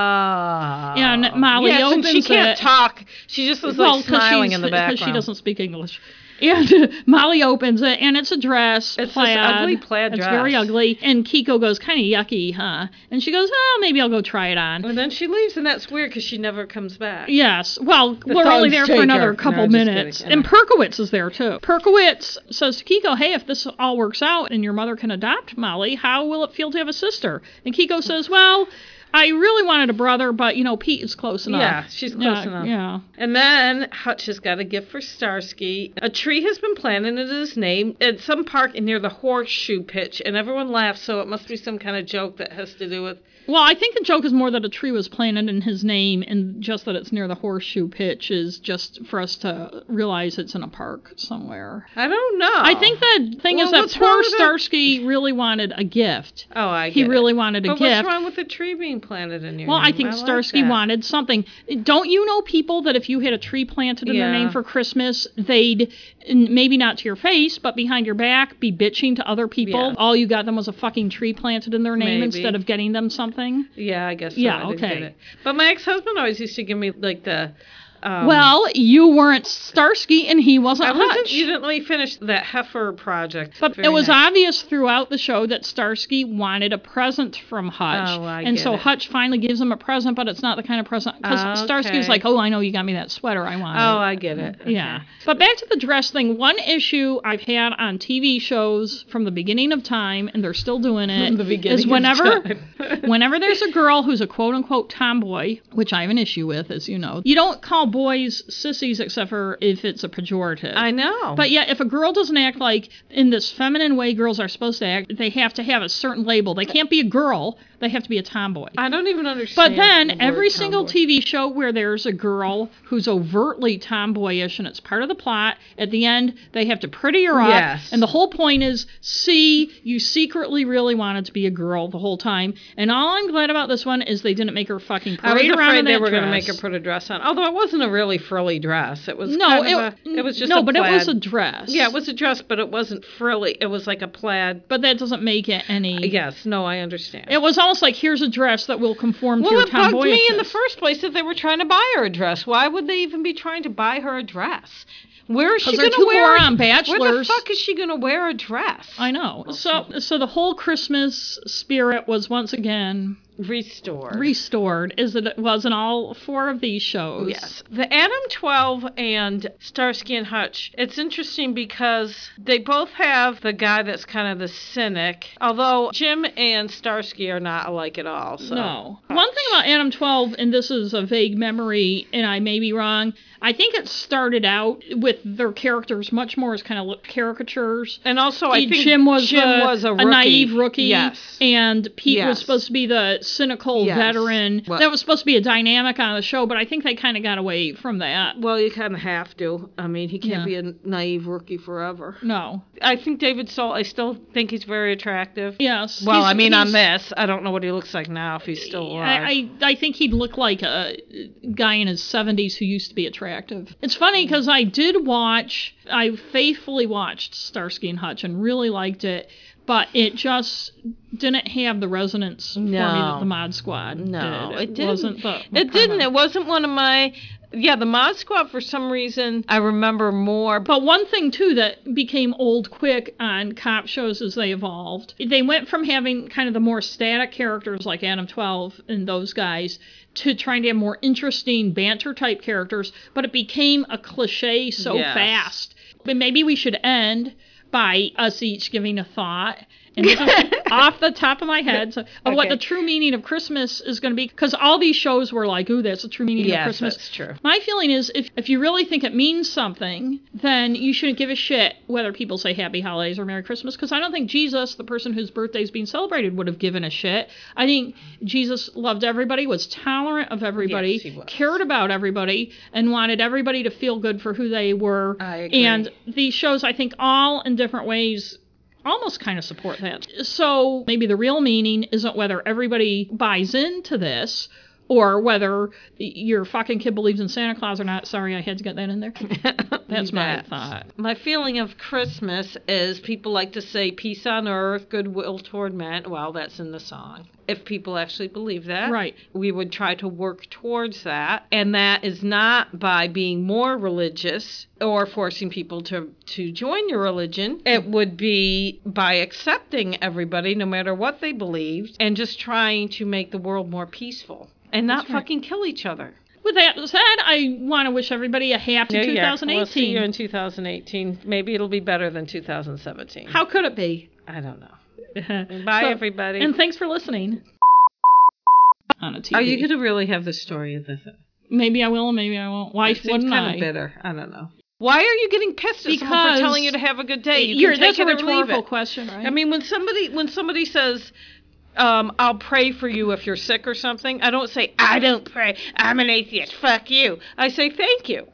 Speaker 2: Ah.
Speaker 1: And Molly
Speaker 2: Oh. yes, and she
Speaker 1: opens
Speaker 2: can't
Speaker 1: it.
Speaker 2: talk. She just is like smiling in the background.
Speaker 1: because she doesn't speak English. And Molly opens it, and it's a dress.
Speaker 2: It's this
Speaker 1: plaid.
Speaker 2: ugly plaid
Speaker 1: It's
Speaker 2: dress.
Speaker 1: very ugly. And Kiko goes, "Kind of yucky, huh?" And she goes, "Oh, maybe I'll go try it on."
Speaker 2: And then she leaves, and that's weird because she never comes back.
Speaker 1: Yes. Well, we're only
Speaker 2: thongs
Speaker 1: there
Speaker 2: take
Speaker 1: for another
Speaker 2: her. No,
Speaker 1: couple
Speaker 2: I'm just
Speaker 1: minutes.
Speaker 2: kidding. I know.
Speaker 1: And Perkowitz is there too. Perkowitz says to Kiko, Hey, if this all works out and your mother can adopt Molly, how will it feel to have a sister? And Kiko says, Well, I really wanted a brother, but you know, Pete is close enough.
Speaker 2: Yeah, she's close
Speaker 1: Yeah,
Speaker 2: enough.
Speaker 1: Yeah.
Speaker 2: And then Hutch has got a gift for Starsky. A tree has been planted in his name at some park near the horseshoe pitch, and everyone laughs, so it must be some kind of joke that has to do with.
Speaker 1: Well, I think the joke is more that a tree was planted in his name and just that it's near the horseshoe pitch is just for us to realize it's in a park somewhere.
Speaker 2: I don't know.
Speaker 1: I think the thing
Speaker 2: Oh. Well,
Speaker 1: is
Speaker 2: what's
Speaker 1: that
Speaker 2: wrong
Speaker 1: poor
Speaker 2: with it?
Speaker 1: Starsky really wanted a gift.
Speaker 2: Oh, I.
Speaker 1: He
Speaker 2: get it.
Speaker 1: really wanted a
Speaker 2: But
Speaker 1: gift.
Speaker 2: what's wrong with the tree being planted in your
Speaker 1: Well,
Speaker 2: name?
Speaker 1: I think
Speaker 2: like
Speaker 1: Starsky
Speaker 2: that.
Speaker 1: wanted something. Don't you know people that if you had a tree planted in their
Speaker 2: Yeah.
Speaker 1: name for Christmas, they'd n- maybe not to your face, but behind your back, be bitching to other people.
Speaker 2: Yeah.
Speaker 1: All you got them was a fucking tree planted in their name
Speaker 2: Maybe.
Speaker 1: instead of getting them something.
Speaker 2: Yeah, I guess. So.
Speaker 1: Yeah,
Speaker 2: I didn't get
Speaker 1: okay.
Speaker 2: it. But my ex-husband always used to give me like the. Um,
Speaker 1: well, you weren't Starsky and he wasn't
Speaker 2: I wasn't.
Speaker 1: Hutch.
Speaker 2: You didn't let me finish that heifer project.
Speaker 1: But
Speaker 2: Very
Speaker 1: it was
Speaker 2: nice.
Speaker 1: obvious throughout the show that Starsky wanted a present from Hutch.
Speaker 2: Oh, I
Speaker 1: and
Speaker 2: get
Speaker 1: so
Speaker 2: it.
Speaker 1: Hutch finally gives him a present, but it's not the kind of present. Because
Speaker 2: Okay.
Speaker 1: Starsky was like, oh, I know you got me that sweater I wanted.
Speaker 2: Oh, I get it. Okay.
Speaker 1: Yeah. But back to the dress thing. One issue I've had on TV shows from the beginning of time, and they're still doing it,
Speaker 2: From the beginning
Speaker 1: is
Speaker 2: of
Speaker 1: whenever,
Speaker 2: time.
Speaker 1: whenever there's a girl who's a quote unquote tomboy, which I have an issue with, as you know, you don't call boys sissies except for if it's a pejorative.
Speaker 2: I know.
Speaker 1: but yet, if a girl doesn't act like in this feminine way girls are supposed to act, they have to have a certain label. They can't be a girl, they have to be a tomboy.
Speaker 2: I don't even understand.
Speaker 1: But then
Speaker 2: the word
Speaker 1: every single
Speaker 2: tomboy.
Speaker 1: TV show where there's a girl who's overtly tomboyish and it's part of the plot, at the end they have to pretty her up.
Speaker 2: Yes.
Speaker 1: And the whole point is, see, you secretly really wanted to be a girl the whole time. And all I'm glad about this one is they didn't make her fucking
Speaker 2: I was
Speaker 1: parade around in
Speaker 2: afraid they
Speaker 1: that
Speaker 2: were going to
Speaker 1: dress.
Speaker 2: make her put a dress on. Although it wasn't a really frilly dress. It was
Speaker 1: no,
Speaker 2: kind
Speaker 1: it,
Speaker 2: of a- it was just
Speaker 1: no,
Speaker 2: a
Speaker 1: but it was a
Speaker 2: plaid-
Speaker 1: dress.
Speaker 2: yeah, it was a dress, but it wasn't frilly. It was like a plaid.
Speaker 1: But that doesn't make it any.
Speaker 2: Yes, no, I understand.
Speaker 1: It was almost like here's a dress that will conform to
Speaker 2: well,
Speaker 1: your
Speaker 2: it bugged me in the
Speaker 1: tomboyishness.
Speaker 2: first place that they were trying to buy her a dress. Why would they even be trying to buy her a dress? Where is she
Speaker 1: Because they're
Speaker 2: going
Speaker 1: two
Speaker 2: to wear?
Speaker 1: moron
Speaker 2: Where the
Speaker 1: bachelors.
Speaker 2: fuck is she going to wear a dress?
Speaker 1: I know. So, so the whole Christmas spirit was once again
Speaker 2: Restore.
Speaker 1: restored, as it was in all four of these shows.
Speaker 2: Yes. The Adam 12 and Starsky and Hutch, it's interesting because they both have the guy that's kind of the cynic, although Jim and Starsky are not alike at all. So.
Speaker 1: No. One thing about Adam 12, and this is a vague memory, and I may be wrong, I think it started out with their characters much more as kind of look- caricatures.
Speaker 2: And also, Oh, I think
Speaker 1: Jim was,
Speaker 2: Jim
Speaker 1: a,
Speaker 2: was a, rookie.
Speaker 1: naive rookie.
Speaker 2: Yes.
Speaker 1: And Pete was
Speaker 2: Yes.
Speaker 1: supposed to be the cynical
Speaker 2: Yes.
Speaker 1: veteran.
Speaker 2: Well-
Speaker 1: that was supposed to be a dynamic on the show, but I think they kind of got away from that.
Speaker 2: Well, you kind of have to. I mean, he can't
Speaker 1: Yeah.
Speaker 2: be a naive rookie forever.
Speaker 1: No.
Speaker 2: I think David Soul, I still think he's very attractive.
Speaker 1: Yes.
Speaker 2: Well,
Speaker 1: He's-
Speaker 2: I mean, on
Speaker 1: he's-
Speaker 2: this, I don't know what he looks like now if he's still alive.
Speaker 1: I, I I think he'd look like a guy in his 70s who used to be attractive. It's funny because I did watch, I faithfully watched Starsky and Hutch and really liked it, but it just didn't have the resonance for me that
Speaker 2: No.
Speaker 1: the Mod Squad
Speaker 2: No,
Speaker 1: did.
Speaker 2: it didn't.
Speaker 1: wasn't the.
Speaker 2: It didn't. It wasn't one of my. Yeah, the Mod Squad for some reason I remember more. But
Speaker 1: But one thing too that became old quick on cop shows as they evolved, they went from having kind of the more static characters like Adam Twelve and those guys to trying to have more interesting banter type characters. But it became a cliche so
Speaker 2: Yes.
Speaker 1: fast. But maybe we should end by us each giving a thought. And this is off the top of my head so, of what
Speaker 2: Okay.
Speaker 1: the true meaning of Christmas is going to be, because all these shows were like, "Ooh, that's the true meaning of
Speaker 2: yes,
Speaker 1: Christmas."
Speaker 2: that's true.
Speaker 1: My feeling is if, if you really think it means something, then you shouldn't give a shit whether people say happy holidays or Merry Christmas, because I don't think Jesus, the person whose birthday is being celebrated, would have given a shit. I think Jesus loved everybody, was tolerant of everybody,
Speaker 2: Yes, he was.
Speaker 1: cared about everybody, and wanted everybody to feel good for who they were.
Speaker 2: I agree.
Speaker 1: And these shows, I think, all in different ways almost kind of support that. So maybe the real meaning isn't whether everybody buys into this or whether your fucking kid believes in Santa Claus or not. Sorry, I had to get that in there. That's my
Speaker 2: That's-
Speaker 1: thought.
Speaker 2: My feeling of Christmas is people like to say peace on earth, goodwill toward men. Well, that's in the song. If people actually believe that,
Speaker 1: Right.
Speaker 2: we would try to work towards that. And that is not by being more religious or forcing people to, to join your religion. It would be by accepting everybody, no matter what they believed, and just trying to make the world more peaceful and not
Speaker 1: That's right.
Speaker 2: fucking kill each other.
Speaker 1: With that said, I want to wish everybody a happy
Speaker 2: New year.
Speaker 1: 2018.
Speaker 2: We'll see you in 2018. Maybe it'll be better than 2017.
Speaker 1: How could it be?
Speaker 2: I don't know. Bye,
Speaker 1: Bye,
Speaker 2: everybody.
Speaker 1: And thanks for listening. On a TV.
Speaker 2: Are you going to really have the story of the thing?
Speaker 1: Maybe I will, maybe I won't. Why
Speaker 2: It seems
Speaker 1: wouldn't
Speaker 2: kind
Speaker 1: I?
Speaker 2: of bitter. I don't know. Why are you getting pissed at someone
Speaker 1: Because
Speaker 2: for telling you to have a good day? You
Speaker 1: You're-
Speaker 2: can
Speaker 1: that's
Speaker 2: take
Speaker 1: a
Speaker 2: it or leave
Speaker 1: rhetorical
Speaker 2: it.
Speaker 1: question, right?
Speaker 2: I mean, when somebody when somebody says, um, "I'll pray for you if you're sick or something," I don't say, "I don't pray. I'm an atheist. Fuck you." I say, "Thank you."